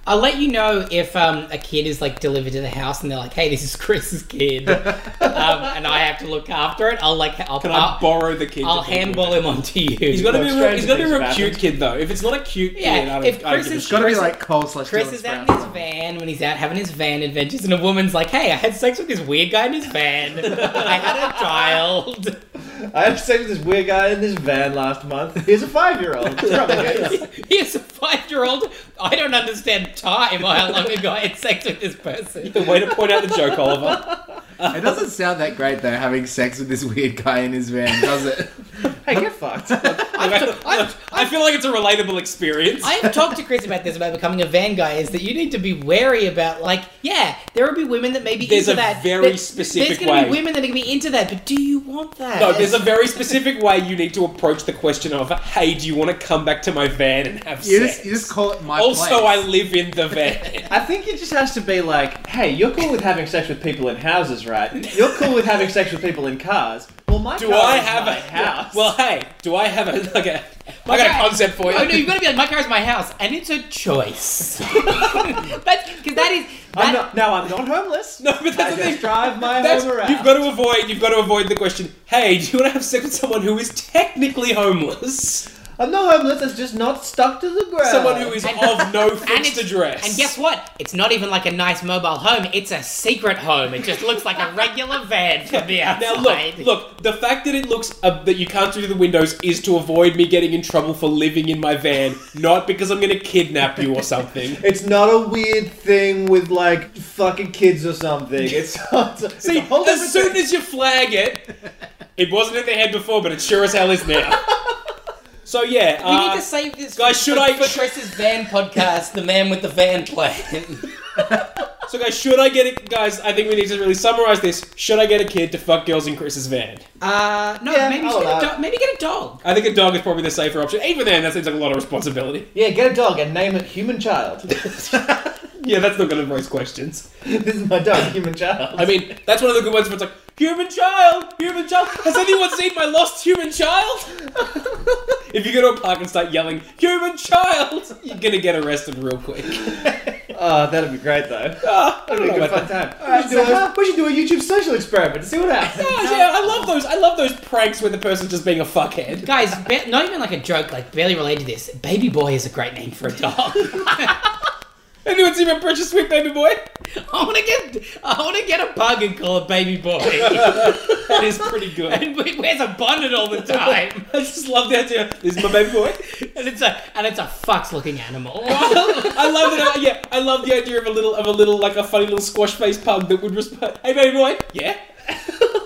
[SPEAKER 3] I'll let you know if um, a kid is like delivered to the house and they're like, "Hey, this is Chris's kid," um, and I have to look after it. I'll like, I'll,
[SPEAKER 2] can I
[SPEAKER 3] I'll,
[SPEAKER 2] borrow the kid?
[SPEAKER 3] I'll
[SPEAKER 2] to be
[SPEAKER 3] handball
[SPEAKER 2] with?
[SPEAKER 3] him onto you.
[SPEAKER 2] He's got to be.
[SPEAKER 1] Well,
[SPEAKER 2] A, he's got to be a
[SPEAKER 1] stranger
[SPEAKER 2] real
[SPEAKER 1] things
[SPEAKER 2] cute
[SPEAKER 1] have
[SPEAKER 2] kid though. If it's not a cute
[SPEAKER 3] Yeah,
[SPEAKER 2] kid, I don't,
[SPEAKER 3] if
[SPEAKER 2] I don't
[SPEAKER 3] Chris
[SPEAKER 2] give a
[SPEAKER 3] is-
[SPEAKER 4] It's
[SPEAKER 2] shit.
[SPEAKER 4] got to be
[SPEAKER 3] Chris-
[SPEAKER 4] like Cole slash
[SPEAKER 3] Chris
[SPEAKER 4] Dylan
[SPEAKER 3] is out in
[SPEAKER 4] Sprout.
[SPEAKER 3] his van when he's out having his van adventures, and a woman's like, "Hey, I had sex with this weird guy in his van. I had a child."
[SPEAKER 1] I had sex with this weird guy in this van last month. He's a five-year-old. It's probably good.
[SPEAKER 3] He's a five-year-old. I don't understand time or how long ago I had sex with this person.
[SPEAKER 2] the way to point out the joke, Oliver.
[SPEAKER 4] It doesn't sound that great though, having sex with this weird guy in his van, does it?
[SPEAKER 1] hey, get fucked.
[SPEAKER 2] I, feel like it's a relatable experience.
[SPEAKER 3] I have talked to Chris about this about becoming a van guy. Is that you need to be wary about like, yeah, there will be women that may be
[SPEAKER 2] There's
[SPEAKER 3] into
[SPEAKER 2] a
[SPEAKER 3] that.
[SPEAKER 2] very
[SPEAKER 3] There-
[SPEAKER 2] specific
[SPEAKER 3] There's going
[SPEAKER 2] way.
[SPEAKER 3] to be women that are going to be into that, but do you want that?
[SPEAKER 2] no, there's a very specific way you need to approach the question of, hey, do you want to come back to my van and have
[SPEAKER 4] You
[SPEAKER 2] sex?
[SPEAKER 4] just, you just call it my
[SPEAKER 2] also,
[SPEAKER 4] place.
[SPEAKER 2] I live in the van.
[SPEAKER 1] I think it just has to be like, hey, you're cool with having sex with people in houses, right? You're cool with having sex with people in cars. Well, my
[SPEAKER 2] Do
[SPEAKER 1] car
[SPEAKER 2] I
[SPEAKER 1] is
[SPEAKER 2] have a
[SPEAKER 1] my house?
[SPEAKER 2] Well, hey, do I have a like a? I got a concept for you.
[SPEAKER 3] Oh no, you've got to be like, my car's my house, and it's a choice. That's because that is that,
[SPEAKER 1] I'm not, now I'm not homeless.
[SPEAKER 2] No, but
[SPEAKER 1] I
[SPEAKER 2] that's
[SPEAKER 1] just
[SPEAKER 2] the thing.
[SPEAKER 1] drive my
[SPEAKER 2] That's,
[SPEAKER 1] home around.
[SPEAKER 2] you've got to avoid. You've got to avoid the question. Hey, do you want to have sex with someone who is technically homeless?
[SPEAKER 1] I'm not homeless. It's just not stuck to the ground.
[SPEAKER 2] Someone who is
[SPEAKER 3] Uh, And-
[SPEAKER 2] of no fixed
[SPEAKER 3] it's-
[SPEAKER 2] address.
[SPEAKER 3] And guess what? It's not even like a nice mobile home. It's a secret home. It just looks like a regular van from the
[SPEAKER 2] Now
[SPEAKER 3] outside.
[SPEAKER 2] look, look. The fact that it looks uh, that you can't see through the windows is to avoid me getting in trouble for living in my van, not because I'm going to kidnap you or something.
[SPEAKER 1] It's not a weird thing with like fucking kids or something. It's, it's, it's
[SPEAKER 2] See,
[SPEAKER 1] a whole
[SPEAKER 2] as
[SPEAKER 1] different
[SPEAKER 2] soon
[SPEAKER 1] thing.
[SPEAKER 2] as you flag it, it wasn't in their head before, but it sure as hell is now. so yeah,
[SPEAKER 3] we need
[SPEAKER 2] uh,
[SPEAKER 3] to save this
[SPEAKER 2] guys, should
[SPEAKER 3] for,
[SPEAKER 2] I-
[SPEAKER 3] for Tress's van podcast, the man with the van plan.
[SPEAKER 2] so guys, should I get it? Guys, I think we need to really summarize this. Should I get a kid to fuck girls in Chris's van?
[SPEAKER 3] Uh, no,
[SPEAKER 1] Yeah,
[SPEAKER 3] maybe
[SPEAKER 1] I'll
[SPEAKER 3] just get a
[SPEAKER 1] allow it.
[SPEAKER 3] dog. Maybe get a dog.
[SPEAKER 2] I think a dog is probably the safer option. Even then, that seems like a lot of responsibility.
[SPEAKER 1] yeah, get a dog and name it Human Child.
[SPEAKER 2] Yeah, that's not going to raise questions.
[SPEAKER 1] this is my dog, Human Child.
[SPEAKER 2] I mean, that's one of the good ones where it's like, human child, human child. Has anyone seen my lost human child? if you go to a park and start yelling, human child, you're going to get arrested real quick.
[SPEAKER 1] Oh, that'd be great though.
[SPEAKER 2] Ah, I
[SPEAKER 1] That'd
[SPEAKER 2] don't know
[SPEAKER 1] be a good fun
[SPEAKER 2] about that.
[SPEAKER 1] time. We should, do
[SPEAKER 4] so
[SPEAKER 1] a, we should do a YouTube social experiment to see what happens.
[SPEAKER 2] Oh, yeah, I love those. I love those pranks where the person's just being a fuckhead.
[SPEAKER 3] Guys, ba- not even like a joke, like barely related to this. Baby boy is a great name for a dog.
[SPEAKER 2] Anyone see my precious sweet baby boy?
[SPEAKER 3] I want to get, I want to get a pug and call it baby boy.
[SPEAKER 2] That is pretty good.
[SPEAKER 3] and it wears a bonnet all the time.
[SPEAKER 2] I just love the idea. This is my baby boy.
[SPEAKER 3] And it's a, and it's a fox looking animal.
[SPEAKER 2] I love it. Yeah, I love the idea of a little, of a little, like a funny little squash faced pug that would respond. Hey, baby boy. Yeah.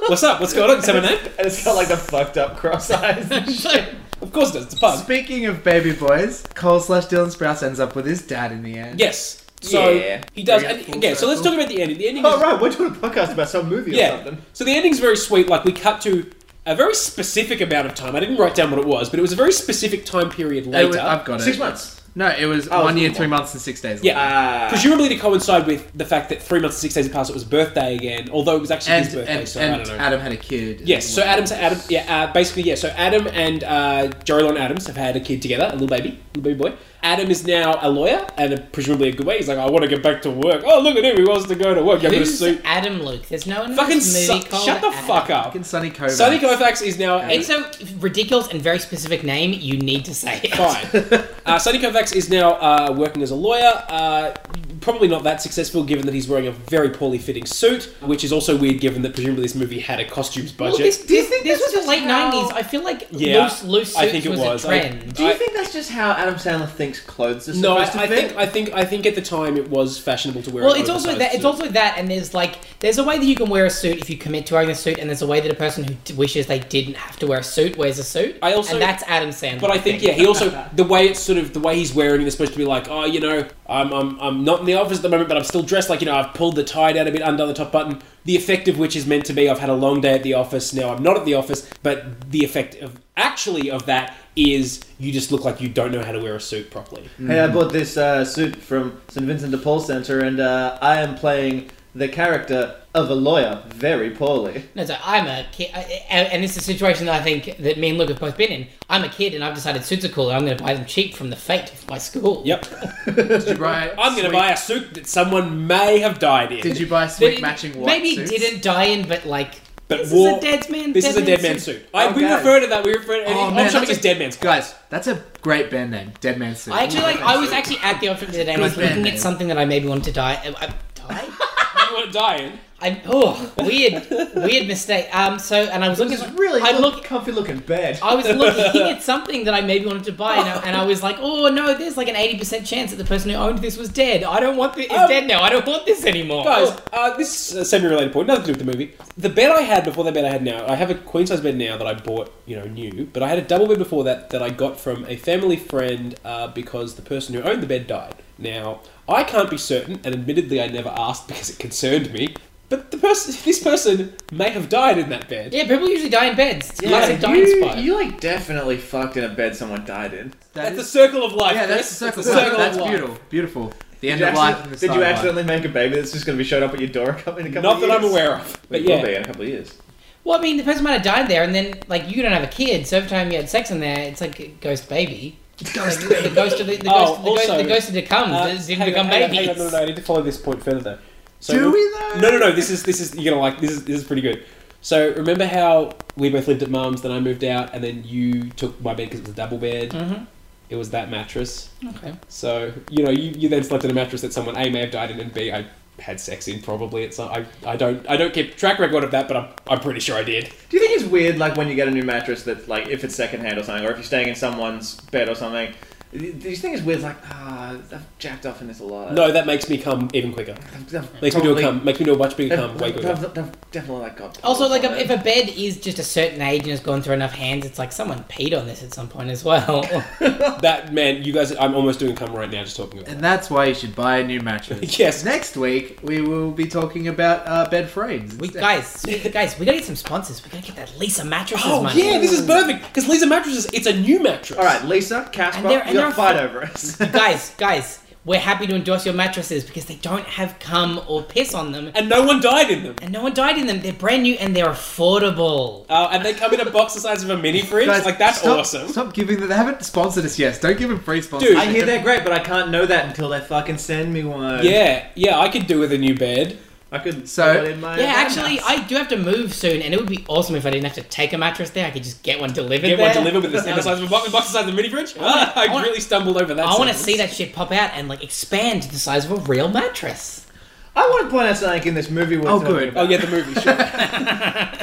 [SPEAKER 2] What's up? What's going on? Is that my name?
[SPEAKER 1] And it's got like the fucked up cross eyes. and shit.
[SPEAKER 3] So-
[SPEAKER 2] Of course it does. It's a pug.
[SPEAKER 4] Speaking of baby boys, Cole slash Dylan Sprouse ends up with his dad in the end.
[SPEAKER 2] Yes. So
[SPEAKER 1] Yeah.
[SPEAKER 2] he does.
[SPEAKER 4] Bring it
[SPEAKER 2] And,
[SPEAKER 4] full
[SPEAKER 2] okay, so let's
[SPEAKER 4] circle.
[SPEAKER 2] talk about the ending. The ending is
[SPEAKER 1] Oh right, we're doing a podcast about some movie or
[SPEAKER 2] yeah.
[SPEAKER 1] something.
[SPEAKER 2] So the ending's very sweet. Like we cut to a very specific amount of time. I didn't write down what it was, but it was a very specific time period
[SPEAKER 4] It
[SPEAKER 2] later.
[SPEAKER 4] was- I've got it.
[SPEAKER 1] Six months.
[SPEAKER 4] No, it was
[SPEAKER 1] Oh,
[SPEAKER 4] one
[SPEAKER 1] it's
[SPEAKER 4] year,
[SPEAKER 1] one
[SPEAKER 4] three months, and six days.
[SPEAKER 2] Yeah.
[SPEAKER 1] Ah.
[SPEAKER 2] Presumably to coincide with the fact that three months and six days had passed, it was birthday again. Although it was actually
[SPEAKER 4] and
[SPEAKER 2] his birthday,
[SPEAKER 4] and,
[SPEAKER 2] so I
[SPEAKER 4] and
[SPEAKER 2] don't know.
[SPEAKER 4] Adam had a kid.
[SPEAKER 2] yes, so Adam, Adam, yeah, uh, basically, yeah. So Adam and uh, Jorylon Adams have had a kid together, a little baby, little baby boy. Adam is now a lawyer, and a, presumably a good way. He's like, I want to get back to work. Oh, look at him! He wants to go to work. I'm going to
[SPEAKER 3] Who's
[SPEAKER 2] sue.
[SPEAKER 3] Adam Luke? There's no one in
[SPEAKER 2] Fucking
[SPEAKER 3] this movie
[SPEAKER 2] su-
[SPEAKER 3] called
[SPEAKER 2] shut the
[SPEAKER 3] Adam.
[SPEAKER 2] fuck up.
[SPEAKER 4] Fucking Sonny Kovacs.
[SPEAKER 2] Sonny Koufax is now a
[SPEAKER 3] It's a ridiculous and very specific name. You need to say it.
[SPEAKER 2] fine. Uh, Sonny Kovacs is now uh, working as a lawyer. Uh, probably not that successful, given that he's wearing a very poorly fitting suit, which is also weird, given that presumably this movie had a costumes
[SPEAKER 3] Well,
[SPEAKER 2] budget.
[SPEAKER 3] this,
[SPEAKER 1] Do you
[SPEAKER 3] this,
[SPEAKER 1] think
[SPEAKER 3] this
[SPEAKER 1] that's
[SPEAKER 3] was the
[SPEAKER 1] just
[SPEAKER 3] late
[SPEAKER 1] how-
[SPEAKER 3] '90s. I feel like
[SPEAKER 2] Yeah,
[SPEAKER 3] loose loose suits
[SPEAKER 2] I think it
[SPEAKER 3] was,
[SPEAKER 2] was.
[SPEAKER 3] a
[SPEAKER 2] I-
[SPEAKER 3] trend.
[SPEAKER 1] Do you
[SPEAKER 2] I-
[SPEAKER 1] think that's just how Adam Sandler thinks clothes are supposed
[SPEAKER 2] no, I,
[SPEAKER 1] to
[SPEAKER 2] I
[SPEAKER 1] fit?
[SPEAKER 2] think I think I think at the time it was fashionable to wear.
[SPEAKER 3] well,
[SPEAKER 2] an
[SPEAKER 3] it's also
[SPEAKER 2] oversized
[SPEAKER 3] that. It's
[SPEAKER 2] suit.
[SPEAKER 3] also that, and there's like there's a way that you can wear a suit if you commit to wearing a suit, and there's a way that a person who d- wishes they didn't have to wear a suit wears a suit.
[SPEAKER 2] I also-
[SPEAKER 3] and that's Adam Sandler.
[SPEAKER 2] But I think yeah, he also the way it's sort of the way he's wearing it is supposed to be like, oh, you know, I'm I'm, I'm not in the office at the moment, but I'm still dressed like you know I've pulled the tie down a bit, undone the top button. The effect of which is meant to be I've had a long day at the office. Now I'm not at the office, but the effect of actually of that is you just look like you don't know how to wear a suit properly.
[SPEAKER 1] Hey, I bought this uh, suit from St. Vincent de Paul Center, and uh, I am playing the character of a lawyer very poorly.
[SPEAKER 3] No, so I'm a kid, and and it's a situation that I think that me and Luke have both been in. I'm a kid, and I've decided suits are cool, and I'm going to buy them cheap from the fate of my school.
[SPEAKER 2] Yep,
[SPEAKER 4] Did you buy?
[SPEAKER 2] I'm going to buy a suit that someone may have died in.
[SPEAKER 4] Did you buy
[SPEAKER 3] That
[SPEAKER 4] sweet
[SPEAKER 3] it-
[SPEAKER 4] matching white
[SPEAKER 3] Maybe
[SPEAKER 4] suits?
[SPEAKER 3] didn't die in, but like
[SPEAKER 2] But
[SPEAKER 3] this
[SPEAKER 2] wore-
[SPEAKER 3] is a dead man.
[SPEAKER 2] This is a dead man
[SPEAKER 3] suit.
[SPEAKER 2] suit. I,
[SPEAKER 4] Oh,
[SPEAKER 2] we
[SPEAKER 4] guys.
[SPEAKER 2] refer to that. We refer to
[SPEAKER 4] Oh,
[SPEAKER 2] oh,
[SPEAKER 4] man,
[SPEAKER 2] man,
[SPEAKER 4] that's
[SPEAKER 2] is
[SPEAKER 4] a-
[SPEAKER 2] dead man's
[SPEAKER 4] Guys, that's a great band name, Dead Man Suit.
[SPEAKER 3] I actually like. I was actually at the office the other day, and I was
[SPEAKER 4] Good man,
[SPEAKER 3] looking
[SPEAKER 4] man.
[SPEAKER 3] at something that I maybe wanted to Uh, die. I, I, die?
[SPEAKER 2] you want to die in.
[SPEAKER 3] I oh weird weird mistake. Um. So and I was looking.
[SPEAKER 1] This is really
[SPEAKER 3] I
[SPEAKER 1] look,
[SPEAKER 3] look.
[SPEAKER 1] comfy looking bed.
[SPEAKER 3] I was looking at something that I maybe wanted to buy, and I, and I was like, "Oh no, there's like an eighty percent chance that the person who owned this was dead. I don't want this. Is
[SPEAKER 2] Um,
[SPEAKER 3] dead now. I don't want this anymore."
[SPEAKER 2] Guys, uh, this is a semi-related point, nothing to do with the movie. The bed I had before the bed I had now, I have a queen size bed now that I bought, you know, new. But I had a double bed before that that I got from a family friend uh, because the person who owned the bed died. Now I can't be certain, and admittedly I never asked because it concerned me. But the person, this person may have died in that bed.
[SPEAKER 3] yeah, people usually die in beds. It's a classic dying
[SPEAKER 1] you,
[SPEAKER 3] spot.
[SPEAKER 1] you like definitely fucked in a bed someone died in.
[SPEAKER 2] That's the circle of life.
[SPEAKER 4] Yeah, that's the
[SPEAKER 2] Chris.
[SPEAKER 4] circle.
[SPEAKER 2] It's the
[SPEAKER 4] That's
[SPEAKER 2] of life.
[SPEAKER 4] beautiful. Beautiful. The end
[SPEAKER 1] Did you,
[SPEAKER 4] of life and
[SPEAKER 1] accident-
[SPEAKER 4] the
[SPEAKER 1] did
[SPEAKER 4] start
[SPEAKER 1] you
[SPEAKER 4] of life.
[SPEAKER 1] accidentally make a baby that's just going to be showed up at your door in a couple of years?
[SPEAKER 2] Not that I'm aware of, but
[SPEAKER 1] It will be
[SPEAKER 2] yeah.
[SPEAKER 1] in a couple of years.
[SPEAKER 3] Well, I mean, the person might have died there, and then like you don't have a kid, so every time you had sex in there, it's like a ghost baby. Ghost like, the ghost of the, the,
[SPEAKER 2] Oh,
[SPEAKER 3] ghost, the, ghost,
[SPEAKER 2] also-
[SPEAKER 3] the ghost of the comes
[SPEAKER 2] Uh,
[SPEAKER 3] didn't
[SPEAKER 2] hang on,
[SPEAKER 3] become
[SPEAKER 2] hang on,
[SPEAKER 3] babies.
[SPEAKER 2] hang on, no, no, no, I need to follow this point further though. So
[SPEAKER 4] Do we though?
[SPEAKER 2] No, no, no. This is this is you're gonna like this is this is pretty good. So remember how we both lived at mum's, then I moved out, and then you took my bed because it was a double bed.
[SPEAKER 3] Mhm.
[SPEAKER 2] It was that mattress.
[SPEAKER 3] Okay.
[SPEAKER 2] So you know, you, you then slept in a mattress that someone A may have died in, and B I had sex in probably. It's I I don't I don't keep track record of that, but I'm I'm pretty sure I did.
[SPEAKER 1] Do you think it's weird, like when you get a new mattress that's like if it's secondhand or something, or if you're staying in someone's bed or something? Do you think it's weird, like ah, I've jacked off in this a lot.
[SPEAKER 2] No, that makes me come even quicker.
[SPEAKER 1] I've, I've
[SPEAKER 2] Makes me
[SPEAKER 1] probably-
[SPEAKER 2] do a cum. Makes me do a much bigger
[SPEAKER 1] I've-
[SPEAKER 2] cum way
[SPEAKER 1] I've-
[SPEAKER 2] quicker.
[SPEAKER 1] I've- I've definitely like got.
[SPEAKER 3] Also, like
[SPEAKER 1] on it.
[SPEAKER 3] if if a bed is just a certain age and has gone through enough hands, it's like someone peed on this at some point as well.
[SPEAKER 2] That man, you guys, I'm almost doing cum right now just talking about. it.
[SPEAKER 4] And that's why you should buy a new mattress.
[SPEAKER 2] Yes.
[SPEAKER 4] Next week we will be talking about uh, bed frames.
[SPEAKER 3] we
[SPEAKER 4] instead.
[SPEAKER 3] guys, we, guys, we gotta get some sponsors. We gotta get that Lisa mattresses
[SPEAKER 2] Oh
[SPEAKER 3] money.
[SPEAKER 2] yeah, this is perfect because Lisa mattresses. It's a new mattress.
[SPEAKER 1] All right, Lisa, Casper,
[SPEAKER 3] And they're-
[SPEAKER 1] you got to
[SPEAKER 3] and they're-
[SPEAKER 1] fight over us.
[SPEAKER 3] guys, guys, we're happy to endorse your mattresses because they don't have cum or piss on them,
[SPEAKER 2] and no one died in them.
[SPEAKER 3] and no one died in them. They're brand new and they're affordable.
[SPEAKER 2] Uh, and they come in a box the size of a mini fridge.
[SPEAKER 4] Guys,
[SPEAKER 2] like that's
[SPEAKER 4] stop,
[SPEAKER 2] awesome.
[SPEAKER 4] Stop giving them. They haven't sponsored us yet. Don't give them free sponsorship.
[SPEAKER 2] Dude.
[SPEAKER 1] I hear they're great, but I can't know that until they fucking send me one.
[SPEAKER 2] Yeah, yeah, I could do with a new bed.
[SPEAKER 1] I could
[SPEAKER 4] So-
[SPEAKER 1] throw it in my.
[SPEAKER 3] Yeah,
[SPEAKER 1] my
[SPEAKER 3] actually,
[SPEAKER 1] house.
[SPEAKER 3] I do have to move soon, and it would be awesome if I didn't have to take a mattress there. I could just get one delivered.
[SPEAKER 2] Get
[SPEAKER 3] there.
[SPEAKER 2] one delivered with the same size of a box, the box the size of a mini fridge. Ah, I,
[SPEAKER 3] I wanna-
[SPEAKER 2] really stumbled over that.
[SPEAKER 3] I want to
[SPEAKER 2] sentence.
[SPEAKER 3] see that shit pop out and like expand to the size of a real mattress.
[SPEAKER 1] I want to point out something in this movie. We're
[SPEAKER 4] Oh,
[SPEAKER 1] talking
[SPEAKER 4] good.
[SPEAKER 1] about.
[SPEAKER 2] Oh yeah, the movie. Sure.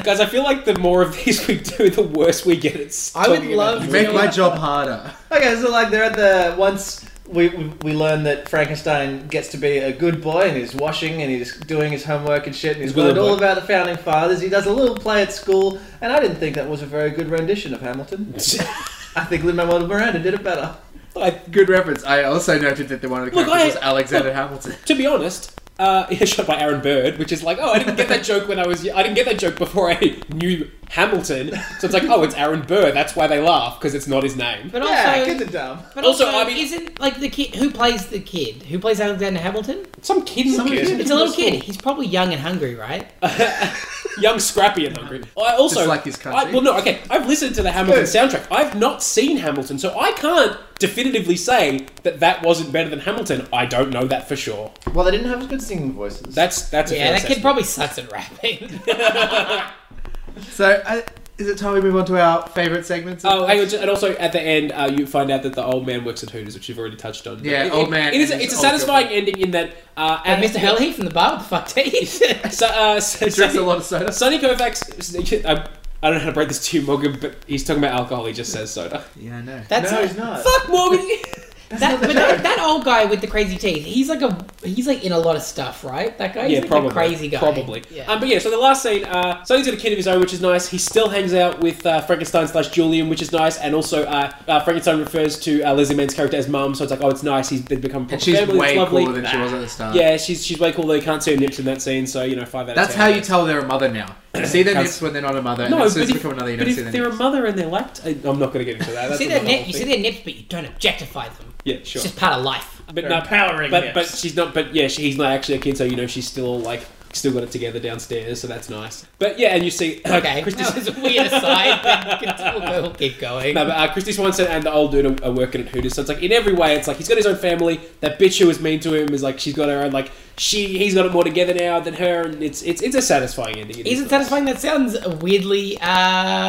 [SPEAKER 2] Guys, I feel like the more of these we do, the worse we get. It's
[SPEAKER 3] I would love
[SPEAKER 4] You
[SPEAKER 3] to-
[SPEAKER 4] make my job harder.
[SPEAKER 1] Okay, so like they're at the once we, we we learn that Frankenstein gets to be a good boy and he's washing and he's doing his homework and shit and he's
[SPEAKER 2] He's a good
[SPEAKER 1] learned all
[SPEAKER 2] boy.
[SPEAKER 1] about the founding fathers. He does a little play at school, and I didn't think that was a very good rendition of Hamilton. I think Lin Manuel Miranda did it better.
[SPEAKER 2] I,
[SPEAKER 4] Good reference. I also noted that the one of the
[SPEAKER 2] Look,
[SPEAKER 4] characters
[SPEAKER 2] I-
[SPEAKER 4] was Alexander Hamilton.
[SPEAKER 2] to be honest, uh, yeah, shot by Aaron Bird, which is like, oh, I didn't get that joke when I was. I didn't get that joke before I knew Hamilton. So it's like, oh, it's Aaron Burr. That's why they laugh because it's not his name.
[SPEAKER 3] But
[SPEAKER 1] yeah,
[SPEAKER 3] also,
[SPEAKER 1] kids are dumb.
[SPEAKER 3] but
[SPEAKER 2] Also,
[SPEAKER 3] also,
[SPEAKER 2] I mean-
[SPEAKER 3] isn't like the kid who plays the kid who plays Alexander Hamilton?
[SPEAKER 2] Some kid.
[SPEAKER 4] Some
[SPEAKER 2] kid.
[SPEAKER 4] kid.
[SPEAKER 3] It's a little kid. He's probably young and hungry, right?
[SPEAKER 2] young, scrappy, and hungry. I also
[SPEAKER 4] Just like this country.
[SPEAKER 2] I, well, no, okay. I've listened to the Hamilton soundtrack. I've not seen Hamilton, so I can't definitively say that that wasn't better than Hamilton. I don't know that for sure.
[SPEAKER 1] Well, they didn't have as good singing voices.
[SPEAKER 2] That's that's a
[SPEAKER 3] yeah,
[SPEAKER 2] fair
[SPEAKER 3] that kid
[SPEAKER 2] assessment.
[SPEAKER 3] probably sucks at rapping.
[SPEAKER 4] So, uh, is it time we move on to our favourite segments?
[SPEAKER 2] Oh, hang on, just- and also at the end, uh, you find out that the old man works at Hooters, which you've already touched on.
[SPEAKER 4] Yeah,
[SPEAKER 2] It-
[SPEAKER 4] old
[SPEAKER 2] it-
[SPEAKER 4] man
[SPEAKER 2] It is.
[SPEAKER 4] and
[SPEAKER 2] It's a
[SPEAKER 4] his old
[SPEAKER 2] satisfying ending in that. Uh,
[SPEAKER 3] and
[SPEAKER 2] at-
[SPEAKER 3] Mr. Hurley from the bar, what the fuck did he?
[SPEAKER 2] So, uh, so,
[SPEAKER 4] He drinks a lot of soda.
[SPEAKER 2] Sonny Kovacs. I, I don't know how to break this to you, Morgan, but he's talking about alcohol. He just says soda.
[SPEAKER 4] Yeah, I know.
[SPEAKER 3] That's
[SPEAKER 1] no, he's not.
[SPEAKER 2] Fuck Morgan.
[SPEAKER 3] That, but that, that old guy with the crazy teeth, he's like a he's like in a lot of stuff, right? That guy, he's
[SPEAKER 2] yeah,
[SPEAKER 3] like
[SPEAKER 2] probably
[SPEAKER 3] a crazy guy,
[SPEAKER 2] Probably.
[SPEAKER 3] Yeah.
[SPEAKER 2] Um, but yeah, so the last scene, uh, Sonny's got a kid of his own, which is nice. He still hangs out with uh, Frankenstein slash Julian, which is nice. And also, uh, uh, Frankenstein refers to uh, Lizzie Mann's character as mum, so it's like, oh, it's nice. He's been become a proper
[SPEAKER 4] And she's
[SPEAKER 2] family.
[SPEAKER 4] way
[SPEAKER 2] it's lovely.
[SPEAKER 4] cooler than she was at the start.
[SPEAKER 2] yeah, she's she's way cooler. You can't see her nips in that scene, so you know five out of
[SPEAKER 4] That's
[SPEAKER 2] ten.
[SPEAKER 4] how you tell they're a mother now. You see their
[SPEAKER 2] That's-
[SPEAKER 4] nips when they're not a mother,
[SPEAKER 2] No,
[SPEAKER 4] and
[SPEAKER 2] but
[SPEAKER 4] as soon as they
[SPEAKER 2] if,
[SPEAKER 4] become another, you
[SPEAKER 2] but
[SPEAKER 4] don't see
[SPEAKER 2] if
[SPEAKER 4] their
[SPEAKER 2] they're a
[SPEAKER 4] nips.
[SPEAKER 2] mother and they're lact, I, I'm not going to get into that.
[SPEAKER 3] you
[SPEAKER 2] That's
[SPEAKER 3] see their
[SPEAKER 2] another
[SPEAKER 3] nip,
[SPEAKER 2] whole
[SPEAKER 3] you see
[SPEAKER 2] thing.
[SPEAKER 3] their nips, but you don't objectify them.
[SPEAKER 2] Yeah, sure.
[SPEAKER 3] It's just part of life.
[SPEAKER 2] But
[SPEAKER 1] They're
[SPEAKER 2] no,
[SPEAKER 1] empowering
[SPEAKER 2] but
[SPEAKER 1] nips.
[SPEAKER 2] but she's not. But yeah, she, he's not actually a kid, so you know she's still like still got it together downstairs, so that's nice. But yeah, and you see, uh,
[SPEAKER 3] Okay,
[SPEAKER 2] Christy,
[SPEAKER 3] that was a weird aside. but you can- we'll, go- keep going.
[SPEAKER 2] no, but uh, Christy Swanson and the old dude are, are working at Hooters, so it's like in every way, it's like he's got his own family. That bitch who was mean to him is like she's got her own like she he's got it more together now than her, and it's it's it's a satisfying ending. It
[SPEAKER 3] Is
[SPEAKER 2] nice.
[SPEAKER 3] it satisfying? That sounds weirdly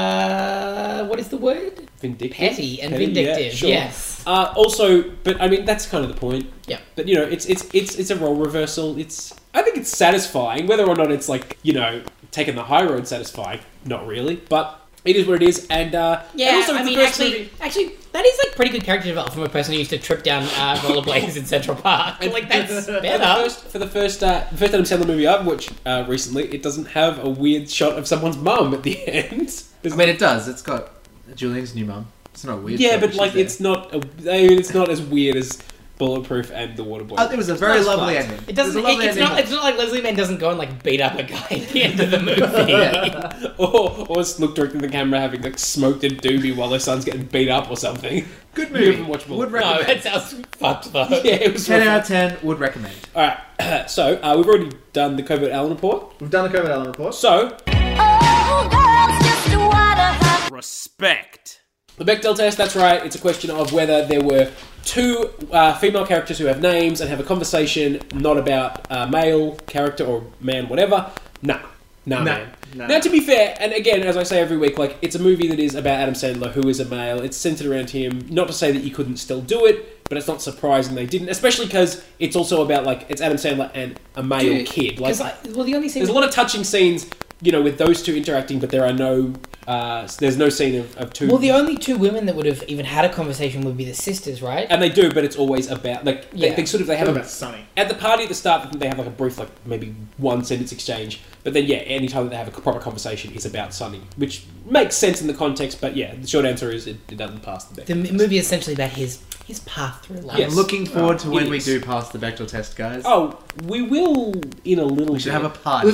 [SPEAKER 3] uh, what is the word?
[SPEAKER 2] Vindictive,
[SPEAKER 3] Petty and
[SPEAKER 2] Petty, yeah,
[SPEAKER 3] vindictive.
[SPEAKER 2] sure.
[SPEAKER 3] Yes.
[SPEAKER 2] Uh, also, but I mean that's kind of the point.
[SPEAKER 3] Yeah.
[SPEAKER 2] But you know, it's it's it's it's a role reversal. It's I think it's satisfying, whether or not it's like you know taking the high road satisfying. Not really, but it is what it is. And uh,
[SPEAKER 3] Yeah,
[SPEAKER 2] and also
[SPEAKER 3] I
[SPEAKER 2] it's the
[SPEAKER 3] mean,
[SPEAKER 2] first
[SPEAKER 3] actually,
[SPEAKER 2] movie-
[SPEAKER 3] actually, that is like pretty good character development from a person who used to trip down uh, rollerblades in Central Park. Like that's
[SPEAKER 2] For the
[SPEAKER 3] better.
[SPEAKER 2] first, for the first, uh, first Adam Sandler movie I've watched uh, recently, it doesn't have a weird shot of someone's mum at the end. There's
[SPEAKER 4] I mean, it does. It's got Julian's new mum. It's not a weird.
[SPEAKER 2] yeah,
[SPEAKER 4] shot,
[SPEAKER 2] but
[SPEAKER 4] she's
[SPEAKER 2] like
[SPEAKER 4] there.
[SPEAKER 2] it's not. A, I mean, it's not as weird as Bulletproof and The Waterboy.
[SPEAKER 4] Uh, it was a very
[SPEAKER 3] That's
[SPEAKER 4] lovely
[SPEAKER 3] fine.
[SPEAKER 4] ending.
[SPEAKER 3] It
[SPEAKER 4] was a
[SPEAKER 3] doesn't. It,
[SPEAKER 4] lovely
[SPEAKER 3] it's
[SPEAKER 4] ending.
[SPEAKER 3] not. It's not like Leslie Mann doesn't go and like beat up a guy at the end of the movie.
[SPEAKER 2] or, or just look directly at the camera having like smoked a doobie while her son's getting beat up or something.
[SPEAKER 4] Good
[SPEAKER 2] You
[SPEAKER 4] movie.
[SPEAKER 2] haven't watched Bullet.
[SPEAKER 4] Would
[SPEAKER 3] No,
[SPEAKER 4] recommend.
[SPEAKER 3] Oh, that sounds fucked though.
[SPEAKER 2] Yeah, it was.
[SPEAKER 4] Ten out of ten. Would recommend.
[SPEAKER 2] All right, so uh, we've already done the covert Allen report.
[SPEAKER 1] We've done the COVID Allen report.
[SPEAKER 2] So
[SPEAKER 6] Oh, girls, just what a
[SPEAKER 2] respect. The Bechdel test. That's right. It's a question of whether there were two uh, female characters who have names and have a conversation, not about uh, male character or man, whatever. Nah. Nah,
[SPEAKER 1] Nah.
[SPEAKER 2] man.
[SPEAKER 1] Nah.
[SPEAKER 2] Now, to be fair, and again, as I say every week, like it's a movie that is about Adam Sandler, who is a male. It's centered around him. Not to say that you couldn't still do it, but it's not surprising they didn't, especially because it's also about like it's Adam Sandler and a male
[SPEAKER 3] Dude,
[SPEAKER 2] kid. Like,
[SPEAKER 3] 'cause I- well, the only scene
[SPEAKER 2] there's a lot of touching scenes, you know, with those two interacting, but there are no, uh, there's no scene of, of two.
[SPEAKER 3] Well, the only two women that would have even had a conversation would be the sisters, right?
[SPEAKER 2] and they do, but it's always about like they,
[SPEAKER 3] Yeah.
[SPEAKER 2] they sort of they have a
[SPEAKER 1] about Sunny.
[SPEAKER 2] at the party at the start. I think They have like a brief, like maybe one sentence exchange, but then yeah, any time that they have a proper conversation is about Sunny, which makes sense in the context. But yeah, the short answer is it, it doesn't pass the
[SPEAKER 3] the
[SPEAKER 2] deck.
[SPEAKER 3] m- movie is essentially about his his path through life.
[SPEAKER 2] Yes. Oh,
[SPEAKER 4] I'm looking forward to
[SPEAKER 2] it
[SPEAKER 4] when we
[SPEAKER 2] is.
[SPEAKER 4] do pass the Bechdel test, guys.
[SPEAKER 2] Oh, we will in a little.
[SPEAKER 4] we should
[SPEAKER 2] bit.
[SPEAKER 4] have a party.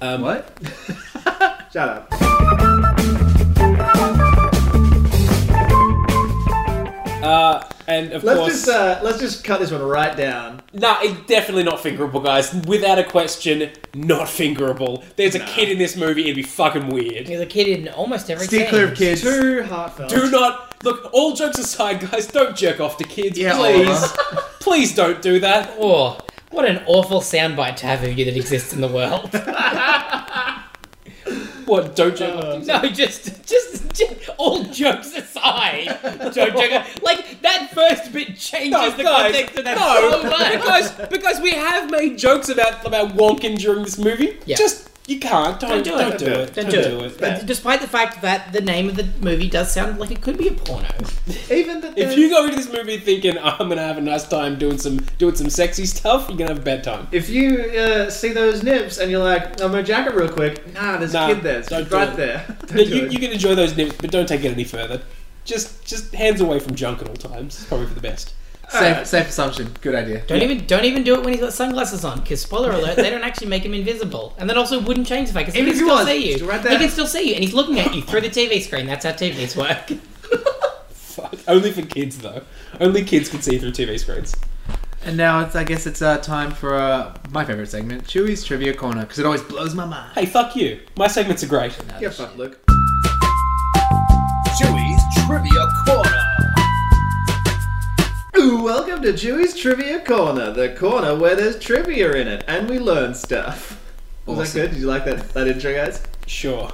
[SPEAKER 2] um,
[SPEAKER 4] what?
[SPEAKER 1] Shut up.
[SPEAKER 2] Uh, and of
[SPEAKER 1] Let's
[SPEAKER 2] course,
[SPEAKER 1] just uh, let's just cut this one right down.
[SPEAKER 2] Nah, it's definitely not fingerable, guys. Without a question, not fingerable. There's a kid in this movie, it'd be fucking weird.
[SPEAKER 3] He's a kid in almost every
[SPEAKER 4] Steer
[SPEAKER 3] scene.
[SPEAKER 4] clear of kids.
[SPEAKER 1] Too heartfelt.
[SPEAKER 2] Do not look. All jokes aside, guys, don't jerk off to kids,
[SPEAKER 4] Yeah,
[SPEAKER 2] please. please don't do that.
[SPEAKER 3] Oh, what an awful soundbite to have of you that exists in the world.
[SPEAKER 2] What? Don't jerk off. To
[SPEAKER 3] no, just, just just- all jokes aside, Joe Jugger. Like that first bit changes
[SPEAKER 2] No,
[SPEAKER 3] the
[SPEAKER 2] guys,
[SPEAKER 3] context of that
[SPEAKER 2] no,
[SPEAKER 3] so much.
[SPEAKER 2] because because we have made jokes about about wonking during this movie.
[SPEAKER 3] Yeah.
[SPEAKER 2] Just you can't. Don't,
[SPEAKER 3] do it.
[SPEAKER 2] don't do
[SPEAKER 1] Don't do
[SPEAKER 2] it.
[SPEAKER 1] it.
[SPEAKER 2] Don't
[SPEAKER 3] Don't
[SPEAKER 2] do
[SPEAKER 3] do
[SPEAKER 2] it.
[SPEAKER 3] Uh, Despite the fact that the name of the movie does sound like it could be a porno.
[SPEAKER 1] Even the
[SPEAKER 2] If you go into this movie thinking "Oh, I'm gonna have a nice time doing some doing some sexy stuff, you're gonna have a bad time.
[SPEAKER 1] If you uh, see those nips and you're like, I'm gonna jack it real quick. Nah, there's
[SPEAKER 2] Nah,
[SPEAKER 1] a kid there. It's
[SPEAKER 2] don't do
[SPEAKER 1] right
[SPEAKER 2] it.
[SPEAKER 1] there.
[SPEAKER 2] Yeah,
[SPEAKER 1] Don't do
[SPEAKER 2] you,
[SPEAKER 1] it.
[SPEAKER 2] you can enjoy those nips, but don't take it any further. Just just hands away from junk at all times. It's probably for the best.
[SPEAKER 4] Safe, safe assumption. Good idea.
[SPEAKER 3] Don't even don't even do it when he's got sunglasses on. Because spoiler alert, they don't actually make him invisible, and then also wouldn't change the fact 'cause he
[SPEAKER 1] Even
[SPEAKER 3] can
[SPEAKER 1] if he
[SPEAKER 3] still
[SPEAKER 1] was,
[SPEAKER 3] see
[SPEAKER 1] just
[SPEAKER 3] you.
[SPEAKER 1] right
[SPEAKER 3] He
[SPEAKER 1] there.
[SPEAKER 3] can still see you, and he's looking at you through the TV screen. That's how TVs work.
[SPEAKER 2] Fuck. Only for kids though. Only kids can see through TV screens.
[SPEAKER 4] And now it's, I guess it's uh, time for uh, my favorite segment, Chewie's Trivia Corner, because it always blows my mind.
[SPEAKER 2] Hey, fuck you. My segments are great.
[SPEAKER 1] Yeah, fuck, Luke.
[SPEAKER 7] Chewy's Trivia Corner.
[SPEAKER 1] Ooh, welcome to Chewy's Trivia Corner, the corner where there's trivia in it, and we learn stuff. Was
[SPEAKER 4] Awesome.
[SPEAKER 1] that good? Did you like that, that intro, guys?
[SPEAKER 2] Sure.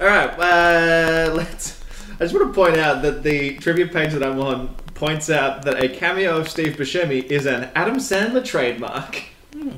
[SPEAKER 1] All right, uh, let's. I just want to point out that the trivia page that I'm on points out that a cameo of Steve Buscemi is an Adam Sandler trademark.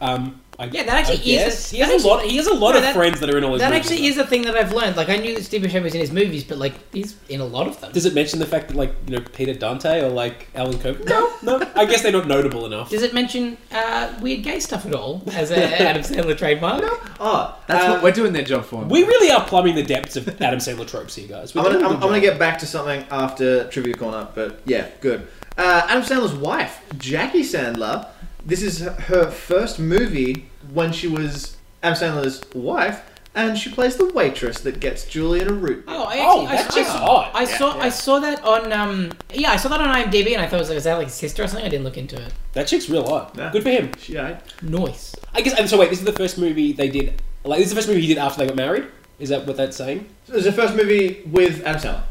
[SPEAKER 2] Um. I,
[SPEAKER 3] Yeah, that actually
[SPEAKER 2] I
[SPEAKER 3] is-
[SPEAKER 2] guess. He
[SPEAKER 3] that
[SPEAKER 2] has a
[SPEAKER 3] actually-
[SPEAKER 2] lot. He has a lot
[SPEAKER 3] No,
[SPEAKER 2] of
[SPEAKER 3] that-
[SPEAKER 2] friends that are in all his.
[SPEAKER 3] That
[SPEAKER 2] movies,
[SPEAKER 3] actually
[SPEAKER 2] though.
[SPEAKER 3] is a thing that I've learned. Like I knew that Steve Buscemi was in his movies, but like he's in a lot of them.
[SPEAKER 2] Does it mention the fact that like you know Peter Dante or like Alan Cooper? No, no. I guess they're not notable enough.
[SPEAKER 3] Does it mention uh, weird gay stuff at all as a Adam Sandler trademark?
[SPEAKER 1] Oh,
[SPEAKER 4] That's
[SPEAKER 1] um,
[SPEAKER 4] what we're doing their job for.
[SPEAKER 2] Uh, We really are plumbing the depths of Adam Sandler tropes here, guys. We're
[SPEAKER 1] I'm gonna,
[SPEAKER 2] doing a
[SPEAKER 1] I'm,
[SPEAKER 2] good
[SPEAKER 1] I'm gonna
[SPEAKER 2] job.
[SPEAKER 1] get back to something after Trivia Corner, but yeah, good. Uh, Adam Sandler's wife, Jackie Sandler, this is her first movie when she was Adam Sandler's wife, and she plays the waitress that gets Julian a root. beer.
[SPEAKER 3] Oh, I
[SPEAKER 2] Oh,
[SPEAKER 3] actually, I,
[SPEAKER 2] that's
[SPEAKER 3] I-
[SPEAKER 2] just odd.
[SPEAKER 3] I saw I saw that on um yeah I saw that on IMDb and I thought it was like is that like his sister or something? I didn't look into it.
[SPEAKER 2] That chick's real odd.
[SPEAKER 1] Yeah.
[SPEAKER 2] Good for him.
[SPEAKER 1] She uh, died.
[SPEAKER 3] Noise.
[SPEAKER 2] I guess. And so wait, this is the first movie they did. Like this is the first movie he did after they got married. Is that what that's saying?
[SPEAKER 1] It was her first movie with Adam Sandler.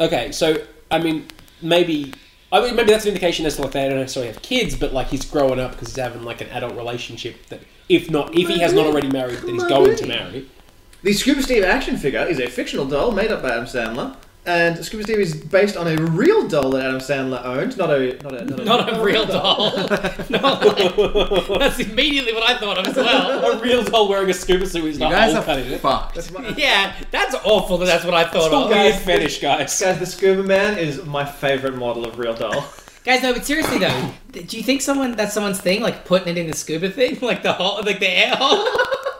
[SPEAKER 2] Okay, so I mean, maybe. I mean, maybe that's an indication as to like they don't necessarily have kids, but like he's growing up because he's having like an adult relationship that, if not, if he has not already married, then he's going to marry.
[SPEAKER 1] The Scuba Steve action figure is a fictional doll made up by Adam Sandler, and Scuba Steve is based on a real doll that Adam Sandler owned, not a not a not a,
[SPEAKER 3] Not a real doll. no, like, that's immediately what I thought of as well.
[SPEAKER 2] A real doll wearing a scuba suit is
[SPEAKER 4] you
[SPEAKER 2] not
[SPEAKER 4] guys
[SPEAKER 2] hole
[SPEAKER 4] are
[SPEAKER 2] cut in it.
[SPEAKER 4] fucked.
[SPEAKER 3] Yeah, that's awful that that's what I thought
[SPEAKER 2] It's
[SPEAKER 3] of.
[SPEAKER 2] a weird fetish, guys.
[SPEAKER 1] Guys, the Scuba Man is my favorite model of real doll.
[SPEAKER 3] Guys, no, but seriously though, th- do you think someone that's someone's thing, like putting it in the scuba thing, like the hole, like the air hole,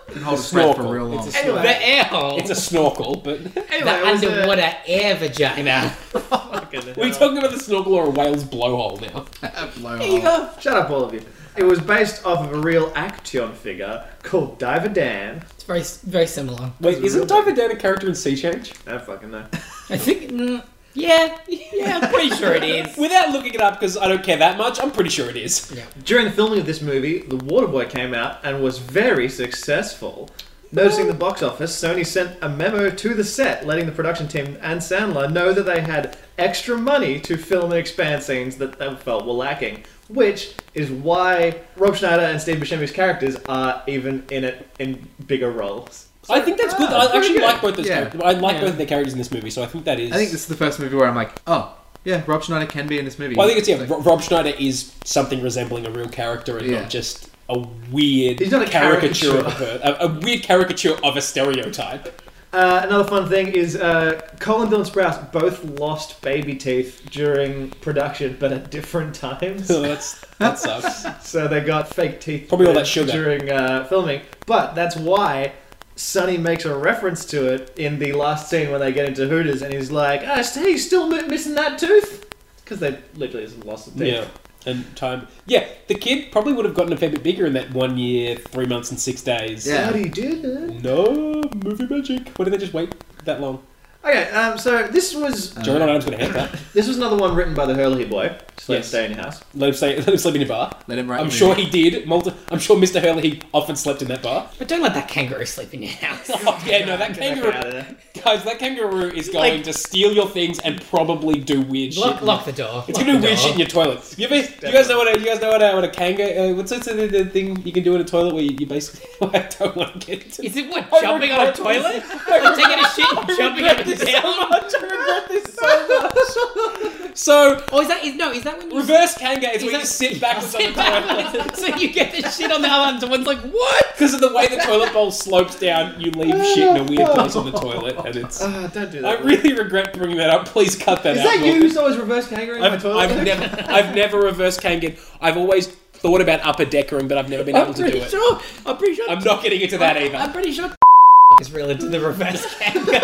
[SPEAKER 4] Can hold
[SPEAKER 2] It's
[SPEAKER 4] a breath for
[SPEAKER 2] snorkel.
[SPEAKER 4] real long.
[SPEAKER 2] It's a snorkel.
[SPEAKER 1] anyway,
[SPEAKER 3] the air hole,
[SPEAKER 2] It's a snorkel, but
[SPEAKER 3] the
[SPEAKER 1] anyway, it was a-
[SPEAKER 3] underwater air vagina.
[SPEAKER 1] Oh
[SPEAKER 2] we're talking about the snorkel or a whale's blowhole now.
[SPEAKER 4] Blow
[SPEAKER 2] There you
[SPEAKER 4] hole.
[SPEAKER 2] go.
[SPEAKER 1] Shut up, all of you. It was based off of a real action figure called Diver Dan.
[SPEAKER 3] It's very, s- very similar.
[SPEAKER 2] Wait,
[SPEAKER 1] a
[SPEAKER 2] isn't
[SPEAKER 1] real
[SPEAKER 2] Diver Dan a character in Sea Change?
[SPEAKER 1] I don't fucking know.
[SPEAKER 3] I think, mm, yeah, yeah, I'm pretty sure it is.
[SPEAKER 2] Without looking it up, because I don't care that much, I'm pretty sure it is.
[SPEAKER 1] During the filming of this movie, The Waterboy came out and was very successful. Noticing the box office, Sony sent a memo to the set letting the production team and Sandler know that they had extra money to film and expand scenes that they felt were lacking, which is why Rob Schneider and Steve Buscemi's characters are even in it in bigger roles.
[SPEAKER 2] I think that's good. I actually like both those.
[SPEAKER 4] Yeah.
[SPEAKER 2] Characters. I like
[SPEAKER 3] Yeah.
[SPEAKER 2] both of their characters in this movie, so I think that is.
[SPEAKER 4] I think this is the first movie where I'm like, oh, yeah, Rob Schneider can be in this movie.
[SPEAKER 2] Well, I think it's yeah.
[SPEAKER 4] Like,
[SPEAKER 2] Ro- Rob Schneider is something resembling a real character and
[SPEAKER 4] Yeah.
[SPEAKER 2] not just a weird
[SPEAKER 1] He's not a
[SPEAKER 2] caricature, of a, a, a weird caricature of a stereotype.
[SPEAKER 1] Uh, another fun thing is uh, Cole and Dylan Sprouse both lost baby teeth during production, but at different times.
[SPEAKER 2] So that's that sucks.
[SPEAKER 1] so they got fake teeth
[SPEAKER 2] Probably all that sugar.
[SPEAKER 1] during uh, filming. But that's why Sonny makes a reference to it in the last scene when they get into Hooters, and he's like, "Ah, hey, you still mi- missing that tooth?" Because they literally just lost the teeth.
[SPEAKER 2] yeah. And time, yeah, the kid probably would have gotten a fair bit bigger in that one year, three months, and six days.
[SPEAKER 4] Yeah.
[SPEAKER 1] Bloody dude.
[SPEAKER 2] No movie magic. Why did they just wait that long?
[SPEAKER 1] Okay, um, so this was
[SPEAKER 2] Jerry Lynn Adams got a haircut.
[SPEAKER 1] this was another one written by the Hurley boy. Just let him
[SPEAKER 2] Yes.
[SPEAKER 1] stay in your house.
[SPEAKER 2] Let him stay. Let him sleep in a bar.
[SPEAKER 4] Let him write.
[SPEAKER 2] I'm
[SPEAKER 4] the
[SPEAKER 2] sure
[SPEAKER 4] movie.
[SPEAKER 2] he did. Multi- I'm sure Mr. Hurley he often slept in that bar.
[SPEAKER 3] But don't let that kangaroo sleep in your house.
[SPEAKER 2] Oh, yeah, no,
[SPEAKER 1] Get
[SPEAKER 2] that
[SPEAKER 1] the
[SPEAKER 2] kangaroo,
[SPEAKER 1] heck out of there.
[SPEAKER 2] guys, that kangaroo is going to steal your things and probably do weird shit.
[SPEAKER 3] lock, lock the door.
[SPEAKER 2] It's
[SPEAKER 3] lock
[SPEAKER 2] gonna do
[SPEAKER 3] the
[SPEAKER 2] weird
[SPEAKER 3] door.
[SPEAKER 2] shit in your toilet. You, ever, you guys know what? A, you guys know what? A, what a kangaroo? Uh, what's what's the, the thing you can do in a toilet where you, you basically? I don't want to get into.
[SPEAKER 3] Is it what
[SPEAKER 2] I
[SPEAKER 3] jumping on a
[SPEAKER 2] regret
[SPEAKER 3] toilet?
[SPEAKER 2] this.
[SPEAKER 3] Or taking a shit and jumping
[SPEAKER 2] regret
[SPEAKER 3] up
[SPEAKER 2] this
[SPEAKER 3] and
[SPEAKER 2] so
[SPEAKER 3] down?
[SPEAKER 2] much. I regret this so much. So
[SPEAKER 3] Or Oh, is that is no? Is that when you
[SPEAKER 2] reverse kangaroo is
[SPEAKER 3] Is
[SPEAKER 2] where you
[SPEAKER 3] that-
[SPEAKER 2] sit backwards on the
[SPEAKER 3] sit backwards?
[SPEAKER 2] toilet.
[SPEAKER 3] so you get the shit on the other, and someone's like, "What?"
[SPEAKER 2] Because of the way the toilet bowl slopes down, you leave shit in a weird place on the toilet, and it's.
[SPEAKER 1] Ah, don't do
[SPEAKER 2] I
[SPEAKER 1] that.
[SPEAKER 2] really regret bringing that up. Please cut that
[SPEAKER 1] is
[SPEAKER 2] out.
[SPEAKER 1] that you
[SPEAKER 2] Morgan.
[SPEAKER 1] who's always reverse kangaroo in my
[SPEAKER 2] I've,
[SPEAKER 1] toilet?
[SPEAKER 2] I've never, I've never reverse kangaroed. I've always thought about upper deckering, but I've never been able to do it.
[SPEAKER 3] sure. I'm pretty sure.
[SPEAKER 2] I'm not getting into that either.
[SPEAKER 3] I'm
[SPEAKER 2] I
[SPEAKER 3] pretty sure. Is real into the reverse kangaroo.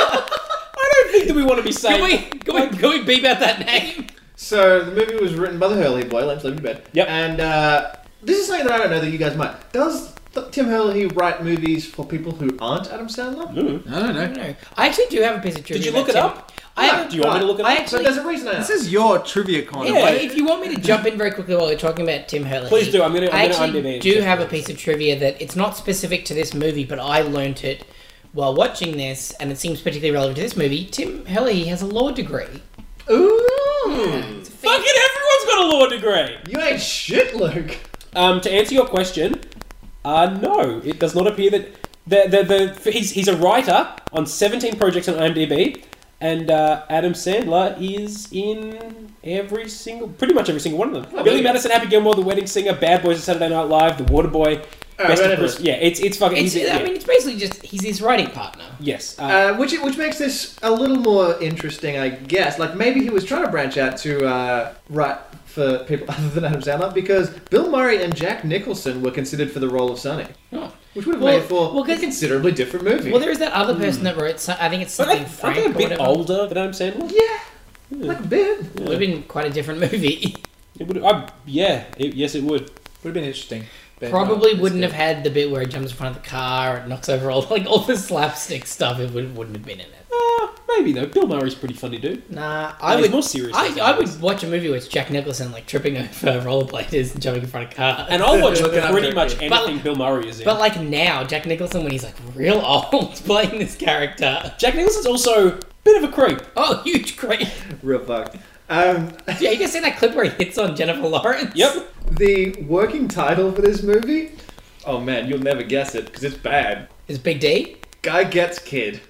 [SPEAKER 2] don't think that we want to be saying.
[SPEAKER 3] Can we, can we, can we beep out that name?
[SPEAKER 1] So the movie was written by the Hurley boy, Lamp Sleeping Bed.
[SPEAKER 2] Yep.
[SPEAKER 1] And uh, this is something that I don't know that you guys might. Does th- Tim Hurley write movies for people who aren't Adam Sandler?
[SPEAKER 4] I don't know.
[SPEAKER 3] No, I actually do have a piece of trivia.
[SPEAKER 2] Did you look it
[SPEAKER 3] about Tim.
[SPEAKER 2] up?
[SPEAKER 3] I have.
[SPEAKER 2] Do you want me to look it
[SPEAKER 3] I
[SPEAKER 2] up?
[SPEAKER 1] But
[SPEAKER 3] actually.
[SPEAKER 1] there's a reason I
[SPEAKER 4] This
[SPEAKER 1] asked.
[SPEAKER 4] is your trivia corner.
[SPEAKER 2] Yeah.
[SPEAKER 4] buddy.
[SPEAKER 3] If you want me to jump in very quickly while we're talking about Tim Hurley,
[SPEAKER 2] Please do. I'm gonna- I'm
[SPEAKER 3] I
[SPEAKER 2] gonna
[SPEAKER 3] actually
[SPEAKER 2] IMDb it.
[SPEAKER 3] do have a piece of trivia that it's not specific to this movie, but I learnt it while watching this, and it seems particularly relevant to this movie. Tim Hurley has a law degree.
[SPEAKER 1] Ooh!
[SPEAKER 2] Fucking everyone's got a law degree.
[SPEAKER 1] You ain't shit, Luke.
[SPEAKER 2] Um, to answer your question, uh, no, it does not appear that the the, the he's, he's a writer on 17 projects on IMDb, and uh, Adam Sandler is in every single, pretty much every single one of them. Billy Madison, Happy Gilmore, The Wedding Singer, Bad Boys of Saturday Night Live, The Waterboy. Best
[SPEAKER 1] right,
[SPEAKER 2] of Chris-
[SPEAKER 1] right.
[SPEAKER 2] yeah, it's it's fucking.
[SPEAKER 3] It's,
[SPEAKER 2] he's- yeah.
[SPEAKER 3] I mean, it's basically just he's his writing partner.
[SPEAKER 2] yes. Uh,
[SPEAKER 1] Uh, which which makes this a little more interesting, I guess. Like maybe he was trying to branch out to uh, write for people other than Adam Sandler because Bill Murray and Jack Nicholson were considered for the role of Sonny,
[SPEAKER 3] Oh.
[SPEAKER 1] which would have
[SPEAKER 3] Well-
[SPEAKER 1] made for
[SPEAKER 3] well,
[SPEAKER 1] a
[SPEAKER 3] 'cause-
[SPEAKER 1] considerably different movie.
[SPEAKER 3] Well, there is that other person that wrote. Some, I think it's
[SPEAKER 2] but I,
[SPEAKER 3] something
[SPEAKER 2] aren't
[SPEAKER 3] Frank
[SPEAKER 2] they a
[SPEAKER 3] or
[SPEAKER 2] bit
[SPEAKER 3] whatever.
[SPEAKER 2] older than Adam Sandler?
[SPEAKER 1] yeah, like a bit.
[SPEAKER 3] It would have been quite a different movie.
[SPEAKER 2] It would, I, yeah, it, yes, it would.
[SPEAKER 4] Would have been interesting. but
[SPEAKER 3] Probably
[SPEAKER 4] no, it's
[SPEAKER 3] wouldn't
[SPEAKER 4] good.
[SPEAKER 3] have had the bit where he jumps in front of the car and knocks over all like all the slapstick stuff. It would, wouldn't have been in it.
[SPEAKER 2] Uh, maybe though. Bill Murray's a pretty funny dude.
[SPEAKER 3] Nah, I
[SPEAKER 2] he's
[SPEAKER 3] would.
[SPEAKER 2] more serious
[SPEAKER 3] I,
[SPEAKER 2] than
[SPEAKER 3] I
[SPEAKER 2] Jack
[SPEAKER 3] would watch a movie where it's Jack Nicholson like tripping over rollerbladers and jumping in front of cars.
[SPEAKER 2] And I'll watch
[SPEAKER 4] Look it up,
[SPEAKER 2] pretty
[SPEAKER 4] don't
[SPEAKER 2] much
[SPEAKER 4] you?
[SPEAKER 2] anything
[SPEAKER 3] But-
[SPEAKER 2] Bill Murray is in.
[SPEAKER 3] but like now, Jack Nicholson when he's like real old playing this character.
[SPEAKER 2] Jack Nicholson's also a bit of a creep.
[SPEAKER 3] Oh, huge great.
[SPEAKER 1] Real fucked. Um,
[SPEAKER 3] Yeah, you guys see that clip where he hits on Jennifer Lawrence?
[SPEAKER 2] Yep.
[SPEAKER 1] the working title for this movie. Oh man, you'll never guess it because it's bad.
[SPEAKER 3] Is Big D?
[SPEAKER 1] Guy gets kid.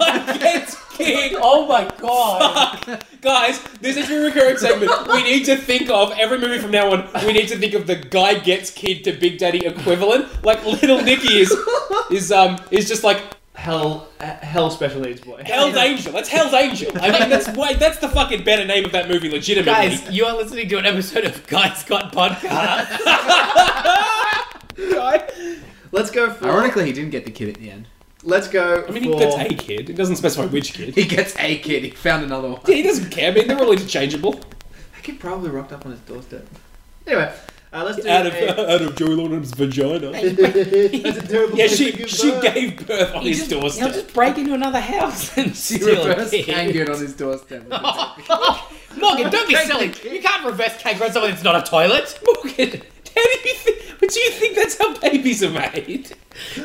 [SPEAKER 2] It's king. Oh my god. Guys, this is a recurring segment. We need to think of every movie from now on. We need to think of the guy gets kid to Big Daddy equivalent. Like Little Nicky is is um is just like
[SPEAKER 1] Hell, uh, hell special needs boy.
[SPEAKER 2] Hell's Angel. That's Hell's Angel. I mean that's why that's the fucking better name of that movie. Legitimately,
[SPEAKER 3] Guys, you are listening to an episode of Guy Scott Podcast.
[SPEAKER 1] Let's go for.
[SPEAKER 4] Ironically, he didn't get the kid at the end.
[SPEAKER 1] Let's go.
[SPEAKER 2] I mean
[SPEAKER 1] for,
[SPEAKER 2] he gets a kid. It doesn't specify which kid.
[SPEAKER 4] He gets a kid. He found another one.
[SPEAKER 2] He doesn't care. I mean they're all interchangeable.
[SPEAKER 1] That kid probably rocked up on his doorstep. Anyway, uh, let's do
[SPEAKER 2] Out of
[SPEAKER 1] a-
[SPEAKER 2] out of Joey Lauren's vagina.
[SPEAKER 1] That's a terrible.
[SPEAKER 2] Yeah,
[SPEAKER 1] place to
[SPEAKER 2] she
[SPEAKER 1] give
[SPEAKER 2] she
[SPEAKER 1] birth.
[SPEAKER 2] gave birth on his
[SPEAKER 3] He'll
[SPEAKER 2] doorstep.
[SPEAKER 3] just break into another house and
[SPEAKER 4] He
[SPEAKER 3] steal a
[SPEAKER 4] reversed
[SPEAKER 3] kid.
[SPEAKER 4] kangarooed on his doorstep.
[SPEAKER 3] Morgan, don't be silly. You can't reverse kangaroo someone that's not a toilet. Morgan,
[SPEAKER 2] How do you think? But do you think that's how babies are made?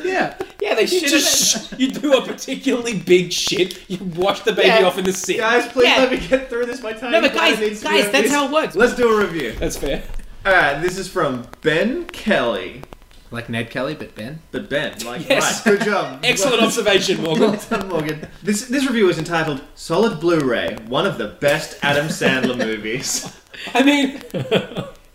[SPEAKER 4] Yeah.
[SPEAKER 3] Yeah, they
[SPEAKER 2] You
[SPEAKER 3] should have.
[SPEAKER 2] just you do a particularly big shit. You wash the baby
[SPEAKER 3] Yeah.
[SPEAKER 2] off in the sink.
[SPEAKER 1] Guys, please
[SPEAKER 3] Yeah.
[SPEAKER 1] let me get through this. My time.
[SPEAKER 3] No, but guys,
[SPEAKER 1] needs to be
[SPEAKER 3] guys,
[SPEAKER 1] on
[SPEAKER 3] that's
[SPEAKER 1] this.
[SPEAKER 3] how it works.
[SPEAKER 1] Let's do a review.
[SPEAKER 2] That's fair.
[SPEAKER 1] All right, this is from Ben Kelly.
[SPEAKER 4] Like Ned Kelly, but Ben.
[SPEAKER 1] But Ben, like,
[SPEAKER 2] Yes.
[SPEAKER 1] right, good job.
[SPEAKER 2] Excellent observation, Morgan.
[SPEAKER 1] Well done, Morgan. This this review is entitled "Solid Blu-ray: One of the Best Adam Sandler Movies."
[SPEAKER 2] I mean,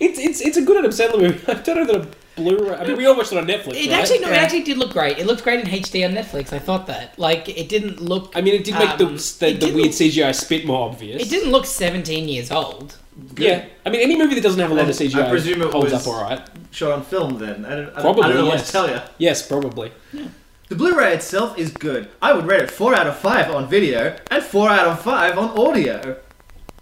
[SPEAKER 2] it's it's it's a good Adam Sandler movie. I don't know that a Blu-ray. I mean, we all watched it on Netflix. right?
[SPEAKER 3] It actually no, it
[SPEAKER 4] Yeah.
[SPEAKER 3] actually did look great. It looked great in HD on Netflix. I thought that. Like it didn't look.
[SPEAKER 2] I mean, it did make
[SPEAKER 3] um,
[SPEAKER 2] the
[SPEAKER 3] it
[SPEAKER 2] the, the
[SPEAKER 3] didn't-
[SPEAKER 2] weird CGI spit more obvious.
[SPEAKER 3] It didn't look 17 years old.
[SPEAKER 2] Yeah, I mean, any movie that doesn't have a lot
[SPEAKER 1] And
[SPEAKER 2] of CGI
[SPEAKER 1] I presume it
[SPEAKER 2] holds
[SPEAKER 1] was-
[SPEAKER 2] up all right.
[SPEAKER 1] Shot on film, then. I don't, I don't,
[SPEAKER 2] Probably
[SPEAKER 1] I don't know what
[SPEAKER 2] yes.
[SPEAKER 1] to tell you.
[SPEAKER 2] Yes, probably.
[SPEAKER 1] The Blu-ray itself is good. I would rate it four out of five on video and four out of five on audio.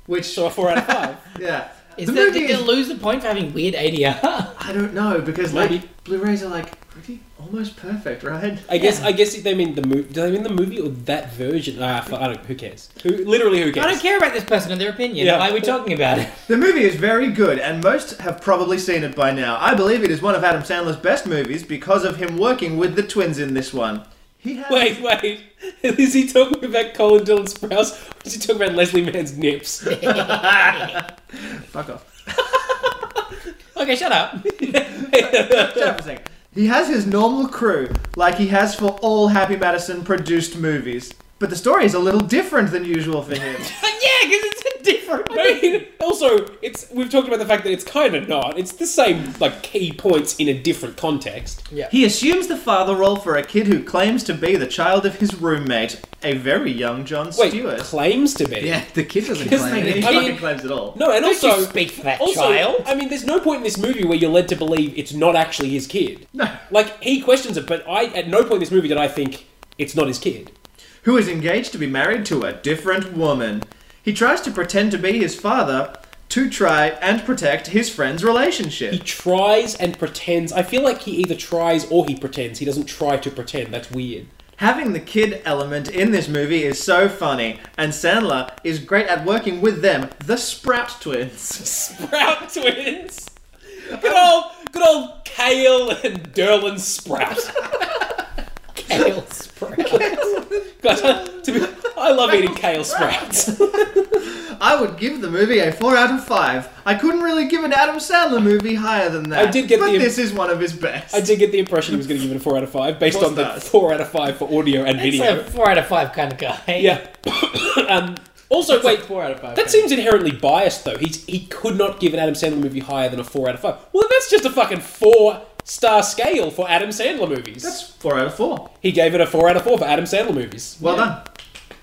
[SPEAKER 1] Which,
[SPEAKER 2] So a four out of five.
[SPEAKER 1] yeah,
[SPEAKER 3] Is
[SPEAKER 1] the
[SPEAKER 3] that,
[SPEAKER 1] movie
[SPEAKER 3] did it
[SPEAKER 1] is,
[SPEAKER 3] lose the point for having weird ADR?
[SPEAKER 1] I don't know because
[SPEAKER 2] Maybe.
[SPEAKER 1] like Blu-rays are like pretty almost perfect, right?
[SPEAKER 2] I guess. I guess if they mean the movie. Do they mean the movie or that version? Ah, fu- I don't. Who cares? Who literally? Who cares?
[SPEAKER 3] I don't care about this person and their opinion.
[SPEAKER 2] Yeah.
[SPEAKER 3] Why are we talking about it?
[SPEAKER 1] The movie is very good, and most have probably seen it by now. I believe it is one of Adam Sandler's best movies because of him working with the twins in this one. He has
[SPEAKER 2] Wait, wait. Is he talking about Colin Dylan Sprouse? Or is he talking about Leslie Mann's nips?
[SPEAKER 1] fuck off.
[SPEAKER 3] Okay, shut up.
[SPEAKER 1] Shut up for a second. He has his normal crew, like he has for all Happy Madison produced movies. But the story is a little different than usual for him.
[SPEAKER 3] But yeah, because it's a different
[SPEAKER 2] I
[SPEAKER 3] movie.
[SPEAKER 2] mean, also, it's we've talked about the fact that it's kind of not. It's the same like key points in a different context.
[SPEAKER 1] He assumes the father role for a kid who claims to be the child of his roommate, a very young John
[SPEAKER 2] Wait,
[SPEAKER 1] Stewart.
[SPEAKER 2] claims to be.
[SPEAKER 4] Yeah, the kid doesn't
[SPEAKER 2] Because
[SPEAKER 4] claim
[SPEAKER 2] they-
[SPEAKER 4] it.
[SPEAKER 1] he
[SPEAKER 2] I mean-
[SPEAKER 1] fucking claims it all.
[SPEAKER 2] No, and
[SPEAKER 3] Don't
[SPEAKER 2] also
[SPEAKER 3] you speak for that
[SPEAKER 2] also,
[SPEAKER 3] child.
[SPEAKER 2] I mean, there's no point in this movie where you're led to believe it's not actually his kid.
[SPEAKER 1] No.
[SPEAKER 2] Like he questions it, but I at no point in this movie did I think it's not his kid.
[SPEAKER 1] who is engaged to be married to a different woman. He tries to pretend to be his father to try and protect his friend's
[SPEAKER 2] He
[SPEAKER 1] relationship.
[SPEAKER 2] tries and pretends. I feel like he either tries or he pretends. He doesn't try to pretend. That's weird.
[SPEAKER 1] Having the kid element in this movie is so funny, and Sandler is great at working with them, the Sprout twins.
[SPEAKER 2] Sprout twins. Good old, good old Kale and Derlin Sprout.
[SPEAKER 3] Kale Sprout.
[SPEAKER 2] Guys, to be, I love eating kale sprouts.
[SPEAKER 1] I would give the movie a 4 out of 5. I couldn't really give an Adam Sandler movie higher than that.
[SPEAKER 2] I did get
[SPEAKER 1] but
[SPEAKER 2] the-
[SPEAKER 1] this is one of his best.
[SPEAKER 2] I did get the impression he was going to give it a four out of five based
[SPEAKER 1] What's
[SPEAKER 2] on the
[SPEAKER 1] that?
[SPEAKER 2] four out of five for audio and
[SPEAKER 3] It's
[SPEAKER 2] video.
[SPEAKER 3] a four out of five kind of guy.
[SPEAKER 2] Yeah. um, also, wait.
[SPEAKER 4] Four out of five.
[SPEAKER 2] That seems inherently biased, though. He's, he could not give an Adam Sandler movie higher than a four out of five. Well, that's just a fucking four star scale for Adam Sandler movies.
[SPEAKER 1] That's 4 out of 4.
[SPEAKER 2] he gave it a four out of four for Adam Sandler movies.
[SPEAKER 1] Well done.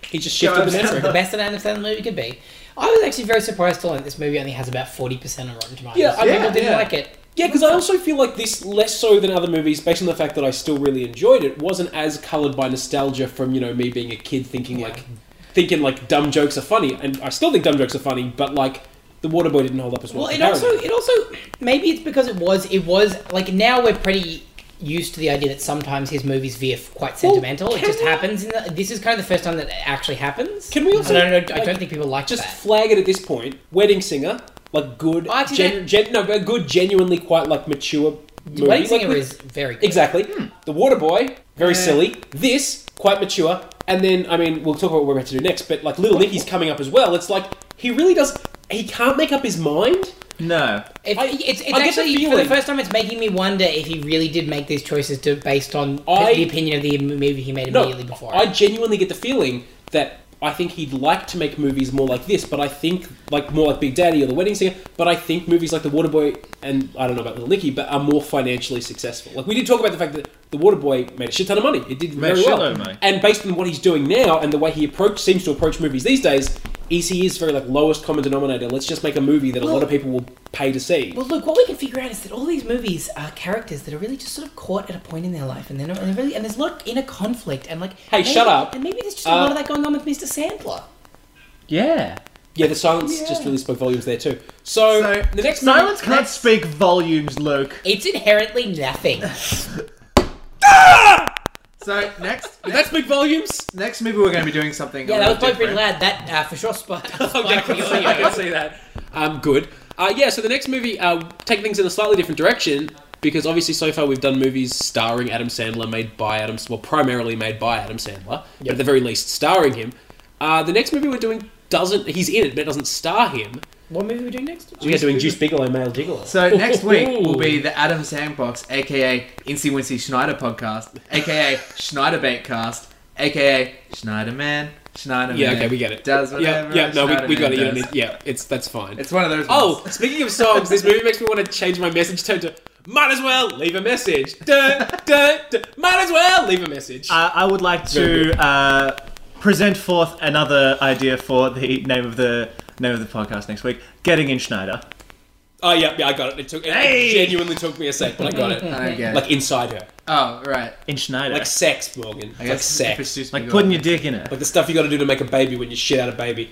[SPEAKER 2] He just shifted the
[SPEAKER 1] Adam
[SPEAKER 2] metric.
[SPEAKER 3] The best an Adam Sandler movie could be. I was actually very surprised to learn this movie only has about 40% on Rotten Tomatoes.
[SPEAKER 2] Yeah, I
[SPEAKER 3] people
[SPEAKER 1] mean-
[SPEAKER 3] didn't
[SPEAKER 1] yeah.
[SPEAKER 3] like it.
[SPEAKER 2] Yeah, because I also feel like this, less so than other movies, based on the fact that I still really enjoyed it, wasn't as coloured by nostalgia from, you know, me being a kid thinking like thinking like dumb jokes are funny. And I still think dumb jokes are funny, but like the Waterboy didn't hold up as well.
[SPEAKER 3] Well, it also
[SPEAKER 2] comparatively.
[SPEAKER 3] it also maybe it's because it was it was like now we're pretty used to the idea that sometimes his movies veer f- quite sentimental. it
[SPEAKER 2] can
[SPEAKER 3] just
[SPEAKER 2] we-
[SPEAKER 3] happens. In the, this is kind of the first time that it actually happens.
[SPEAKER 2] Can we also-
[SPEAKER 3] I don't, know, I
[SPEAKER 2] like,
[SPEAKER 3] don't think people like
[SPEAKER 2] just
[SPEAKER 3] that.
[SPEAKER 2] flag it at this point. Wedding Singer, like good,
[SPEAKER 3] Oh, actually,
[SPEAKER 2] gen, gen, no, but good, genuinely quite like mature. Movie.
[SPEAKER 3] Wedding
[SPEAKER 2] like,
[SPEAKER 3] Singer
[SPEAKER 2] with-
[SPEAKER 3] is Hmm. very good.
[SPEAKER 2] exactly the Waterboy, very silly. This quite mature, and then I mean we'll talk about what we're about to do next. But like Little Nicky's coming up as well. It's like he really does. He can't make up his mind.
[SPEAKER 1] No.
[SPEAKER 3] It-
[SPEAKER 2] I-
[SPEAKER 3] it's it's
[SPEAKER 2] I get the
[SPEAKER 3] actually for the
[SPEAKER 2] feeling-
[SPEAKER 3] first time it's making me wonder if he really did make these choices to based on
[SPEAKER 2] I-
[SPEAKER 3] the opinion of the movie he made
[SPEAKER 2] No,
[SPEAKER 3] immediately before.
[SPEAKER 2] I genuinely get the feeling that I think he'd like to make movies more like this, but I think like more like Big Daddy or The Wedding Singer. But I think movies like The Waterboy and I don't know about Little Nicky, but are more financially successful. Like we did talk about the fact that The Waterboy made a shit ton of money. It did
[SPEAKER 1] Made a
[SPEAKER 2] very well,
[SPEAKER 1] shitload of money.
[SPEAKER 2] and based on what he's doing now and the way he approach seems to approach movies these days. Is he is very like lowest common denominator. Let's just make a movie that a lot of people will pay to see.
[SPEAKER 3] Well, look, what we can figure out is that all these movies are characters that are really just sort of caught at a point in their life, and they're not and they're really and there's a lot of inner conflict and like.
[SPEAKER 2] Hey,
[SPEAKER 3] maybe-
[SPEAKER 2] shut up.
[SPEAKER 3] And maybe there's just a
[SPEAKER 2] Uh,
[SPEAKER 3] lot of that going on with Mr. Sandler.
[SPEAKER 4] Yeah.
[SPEAKER 2] yeah, the silence just really spoke volumes there too. So,
[SPEAKER 1] So,
[SPEAKER 2] the next
[SPEAKER 1] Silence can't
[SPEAKER 2] next-
[SPEAKER 1] speak volumes, Luke.
[SPEAKER 3] It's inherently nothing.
[SPEAKER 4] So next,
[SPEAKER 2] Did that speak volumes?
[SPEAKER 4] next movie we're going to be doing something. a
[SPEAKER 3] yeah, that was
[SPEAKER 4] little
[SPEAKER 3] probably pretty
[SPEAKER 4] different.
[SPEAKER 3] loud. That uh, for sure spot.
[SPEAKER 2] Okay, I
[SPEAKER 3] spiked
[SPEAKER 2] can
[SPEAKER 3] the
[SPEAKER 2] see, I
[SPEAKER 3] audio.
[SPEAKER 2] can see that. Um, good. Uh, yeah, so the next movie, uh, take things in a slightly different direction. because obviously so far we've done movies starring Adam Sandler, made by Adam, well, primarily made by Adam Sandler, but
[SPEAKER 3] Yep.
[SPEAKER 2] at the very least starring him. Uh, the next movie we're doing doesn't he's in it, but it doesn't star him.
[SPEAKER 3] What movie are we doing next?
[SPEAKER 2] We're doing Juice Bigelow, Male Gigolo.
[SPEAKER 4] So next week will
[SPEAKER 2] Ooh.
[SPEAKER 4] be the Adam Sandbox, aka Incy Wincy Schneider podcast, aka Schneider Baitcast, aka Schneider Man, Schneider
[SPEAKER 2] Yeah,
[SPEAKER 4] Man.
[SPEAKER 2] okay, we get it.
[SPEAKER 4] Does
[SPEAKER 2] Yeah,
[SPEAKER 4] whatever.
[SPEAKER 2] yeah, no, we, we got it.
[SPEAKER 4] Schneider
[SPEAKER 2] You
[SPEAKER 4] Man
[SPEAKER 2] don't
[SPEAKER 4] does.
[SPEAKER 2] need, yeah, it's that's fine.
[SPEAKER 4] It's one of those.
[SPEAKER 2] Oh,
[SPEAKER 4] ones.
[SPEAKER 2] speaking of songs, this movie makes me want to change my message tone to "Might as well leave a message." Duh, duh, duh. Might as well leave a message.
[SPEAKER 5] Uh, I would like
[SPEAKER 2] Very
[SPEAKER 5] to uh, present forth another idea for the name of the name of the podcast next week. Getting in Schneider.
[SPEAKER 2] oh yeah, yeah, I got it. It took it
[SPEAKER 5] Hey!
[SPEAKER 2] genuinely took me a sec, but I got it.
[SPEAKER 4] I don't get it.
[SPEAKER 2] Like inside her,
[SPEAKER 4] oh, right.
[SPEAKER 5] In Schneider.
[SPEAKER 2] like
[SPEAKER 5] Like,
[SPEAKER 2] sex, Morgan.
[SPEAKER 4] I
[SPEAKER 2] Like
[SPEAKER 4] guess
[SPEAKER 2] sex,
[SPEAKER 4] it's
[SPEAKER 5] like
[SPEAKER 4] just-
[SPEAKER 5] putting your dick in it.
[SPEAKER 2] like the stuff you got to do to make a baby when you shit out a baby.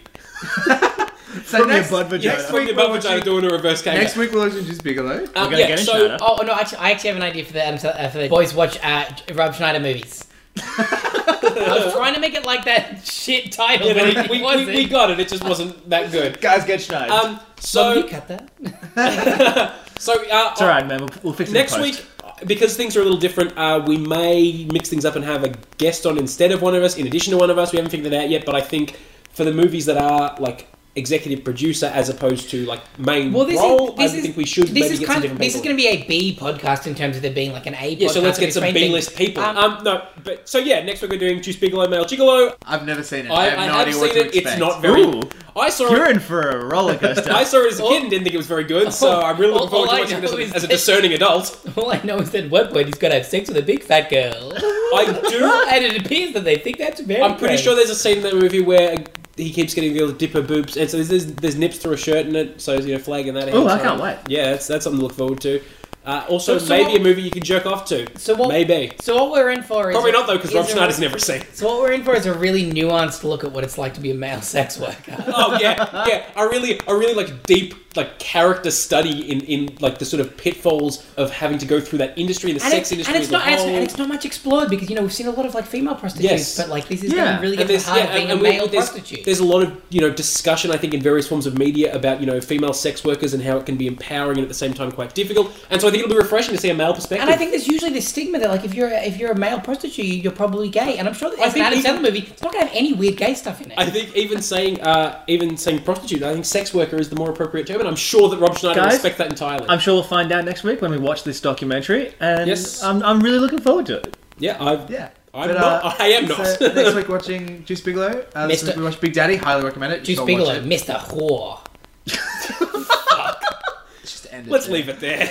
[SPEAKER 4] so next,
[SPEAKER 5] butt vagina.
[SPEAKER 4] next
[SPEAKER 2] Fuck
[SPEAKER 4] week
[SPEAKER 2] your
[SPEAKER 4] we'll
[SPEAKER 2] mum
[SPEAKER 4] watch
[SPEAKER 2] vagina doing a reverse kangaroo.
[SPEAKER 4] next week we'll watch Juice Bigelow.
[SPEAKER 2] Um,
[SPEAKER 5] We're gonna
[SPEAKER 2] yeah,
[SPEAKER 5] get in
[SPEAKER 2] so
[SPEAKER 5] Schneider.
[SPEAKER 3] Oh no, actually, I actually have an idea for the Adam, Sa- uh, for the boys watch uh, Rob Schneider movies. I was trying to make it like that shit title,
[SPEAKER 2] Yeah,
[SPEAKER 3] but
[SPEAKER 2] but
[SPEAKER 3] it
[SPEAKER 2] we, we,
[SPEAKER 3] wasn't.
[SPEAKER 2] we got it. It just wasn't that good.
[SPEAKER 1] Guys, get Schneider.
[SPEAKER 2] Um,
[SPEAKER 3] Bob, you
[SPEAKER 2] so
[SPEAKER 3] cut that.
[SPEAKER 2] so uh,
[SPEAKER 5] it's alright, man. We'll, we'll fix it. in
[SPEAKER 2] next
[SPEAKER 5] post.
[SPEAKER 2] week because things are a little different uh, we may mix things up and have a guest on instead of one of us in addition to one of us we haven't figured that out yet but i think for the movies that are like executive producer as opposed to like main
[SPEAKER 3] Well, this
[SPEAKER 2] role
[SPEAKER 3] is this
[SPEAKER 2] i
[SPEAKER 3] is,
[SPEAKER 2] think we should
[SPEAKER 3] This
[SPEAKER 2] maybe
[SPEAKER 3] is
[SPEAKER 2] get
[SPEAKER 3] kind
[SPEAKER 2] some different
[SPEAKER 3] this is
[SPEAKER 2] people
[SPEAKER 3] going to be a B podcast in terms of there being like an A.
[SPEAKER 2] yeah, so
[SPEAKER 3] podcast
[SPEAKER 2] let's
[SPEAKER 3] with
[SPEAKER 2] get some
[SPEAKER 3] its main thing.
[SPEAKER 2] B-list people. Um,
[SPEAKER 3] Um,
[SPEAKER 2] no, but so yeah, next week we're doing Juice Bigelow, Male Gigolo.
[SPEAKER 4] I've never seen it.
[SPEAKER 2] I, I
[SPEAKER 4] have
[SPEAKER 2] have,
[SPEAKER 4] no idea
[SPEAKER 2] seen
[SPEAKER 4] what to
[SPEAKER 2] it.
[SPEAKER 4] expect.
[SPEAKER 2] It's not very.
[SPEAKER 5] Ooh.
[SPEAKER 2] I saw
[SPEAKER 5] You're
[SPEAKER 2] it.
[SPEAKER 5] in for a roller coaster.
[SPEAKER 2] I saw it as a kid and didn't think it was very good. So I'm really looking
[SPEAKER 3] All-
[SPEAKER 2] forward
[SPEAKER 3] all
[SPEAKER 2] to
[SPEAKER 3] I
[SPEAKER 2] watching it
[SPEAKER 3] know
[SPEAKER 2] as a-
[SPEAKER 3] is
[SPEAKER 2] as a
[SPEAKER 3] that-
[SPEAKER 2] discerning adult.
[SPEAKER 3] all I know is that at one point he's got to have sex with a big fat girl,
[SPEAKER 2] I do
[SPEAKER 3] and it appears that they think that's very.
[SPEAKER 2] I'm pretty
[SPEAKER 3] brave.
[SPEAKER 2] sure there's a scene in that movie where he keeps getting the old dipper boobs, and so there's, there's, there's nips through a shirt in it, so you know, flagging that.
[SPEAKER 5] Ooh,
[SPEAKER 2] ahead
[SPEAKER 5] I
[SPEAKER 2] of time.
[SPEAKER 5] can't wait.
[SPEAKER 2] Yeah, that's, that's something to look forward to. Uh, also,
[SPEAKER 3] So- so
[SPEAKER 2] maybe
[SPEAKER 3] what-
[SPEAKER 2] a movie you can jerk off to.
[SPEAKER 3] So what?
[SPEAKER 2] maybe.
[SPEAKER 3] So what we're in for is
[SPEAKER 2] Probably not though, because
[SPEAKER 3] is
[SPEAKER 2] Rob
[SPEAKER 3] a-
[SPEAKER 2] Schneider's never seen.
[SPEAKER 3] So what we're in for is a really nuanced look at what it's like to be a male sex worker.
[SPEAKER 2] Oh yeah, yeah. A really, a really like deep like character study in in like the sort of pitfalls of having to go through that industry, the
[SPEAKER 3] And,
[SPEAKER 2] sex
[SPEAKER 3] it,
[SPEAKER 2] industry
[SPEAKER 3] and it's
[SPEAKER 2] as a
[SPEAKER 3] not and it's,
[SPEAKER 2] whole.
[SPEAKER 3] and it's not much explored because you know we've seen a lot of like female prostitutes,
[SPEAKER 2] Yes.
[SPEAKER 3] but like this is
[SPEAKER 5] Yeah.
[SPEAKER 3] going to really
[SPEAKER 2] And
[SPEAKER 3] get to the
[SPEAKER 2] there's,
[SPEAKER 3] heart
[SPEAKER 2] yeah,
[SPEAKER 3] of being
[SPEAKER 2] and
[SPEAKER 3] a
[SPEAKER 2] we-
[SPEAKER 3] male
[SPEAKER 2] there's,
[SPEAKER 3] prostitute.
[SPEAKER 2] there's a lot of you know discussion I think in various forms of media about you know female sex workers and how it can be empowering and at the same time quite difficult. And so I think it'll be refreshing to see a male perspective.
[SPEAKER 3] and I think there's usually this stigma that like if you're a, if you're a male prostitute, you're probably gay. And I'm sure that
[SPEAKER 2] I
[SPEAKER 3] it's an
[SPEAKER 2] think
[SPEAKER 3] Adam
[SPEAKER 2] even-
[SPEAKER 3] Sandler movie. It's not going to have any weird gay stuff in it.
[SPEAKER 2] I think even saying uh, even saying prostitute, I think sex worker is the more appropriate term, and I'm sure that Rob Schneider
[SPEAKER 5] Guys,
[SPEAKER 2] respects that entirely.
[SPEAKER 5] I'm sure we'll find out next week when we watch this documentary, and
[SPEAKER 2] Yes.
[SPEAKER 5] I'm, I'm really looking forward to it.
[SPEAKER 2] yeah, I've,
[SPEAKER 4] Yeah.
[SPEAKER 2] I'm
[SPEAKER 4] But,
[SPEAKER 2] not.
[SPEAKER 4] uh,
[SPEAKER 2] I am not.
[SPEAKER 4] So next week watching Juice Bigelow. Uh, this
[SPEAKER 3] Mister-
[SPEAKER 4] week we watch Big Daddy. Highly recommend it. You
[SPEAKER 3] Juice
[SPEAKER 4] should all watch
[SPEAKER 3] Bigelow,
[SPEAKER 4] it.
[SPEAKER 3] Mr. Whore.
[SPEAKER 4] Just end it
[SPEAKER 2] Let's
[SPEAKER 4] there.
[SPEAKER 2] leave it there.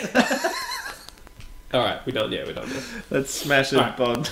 [SPEAKER 2] All right, we don't. Yeah, we don't.
[SPEAKER 5] Let's smash it,
[SPEAKER 2] Alright.
[SPEAKER 5] Bob.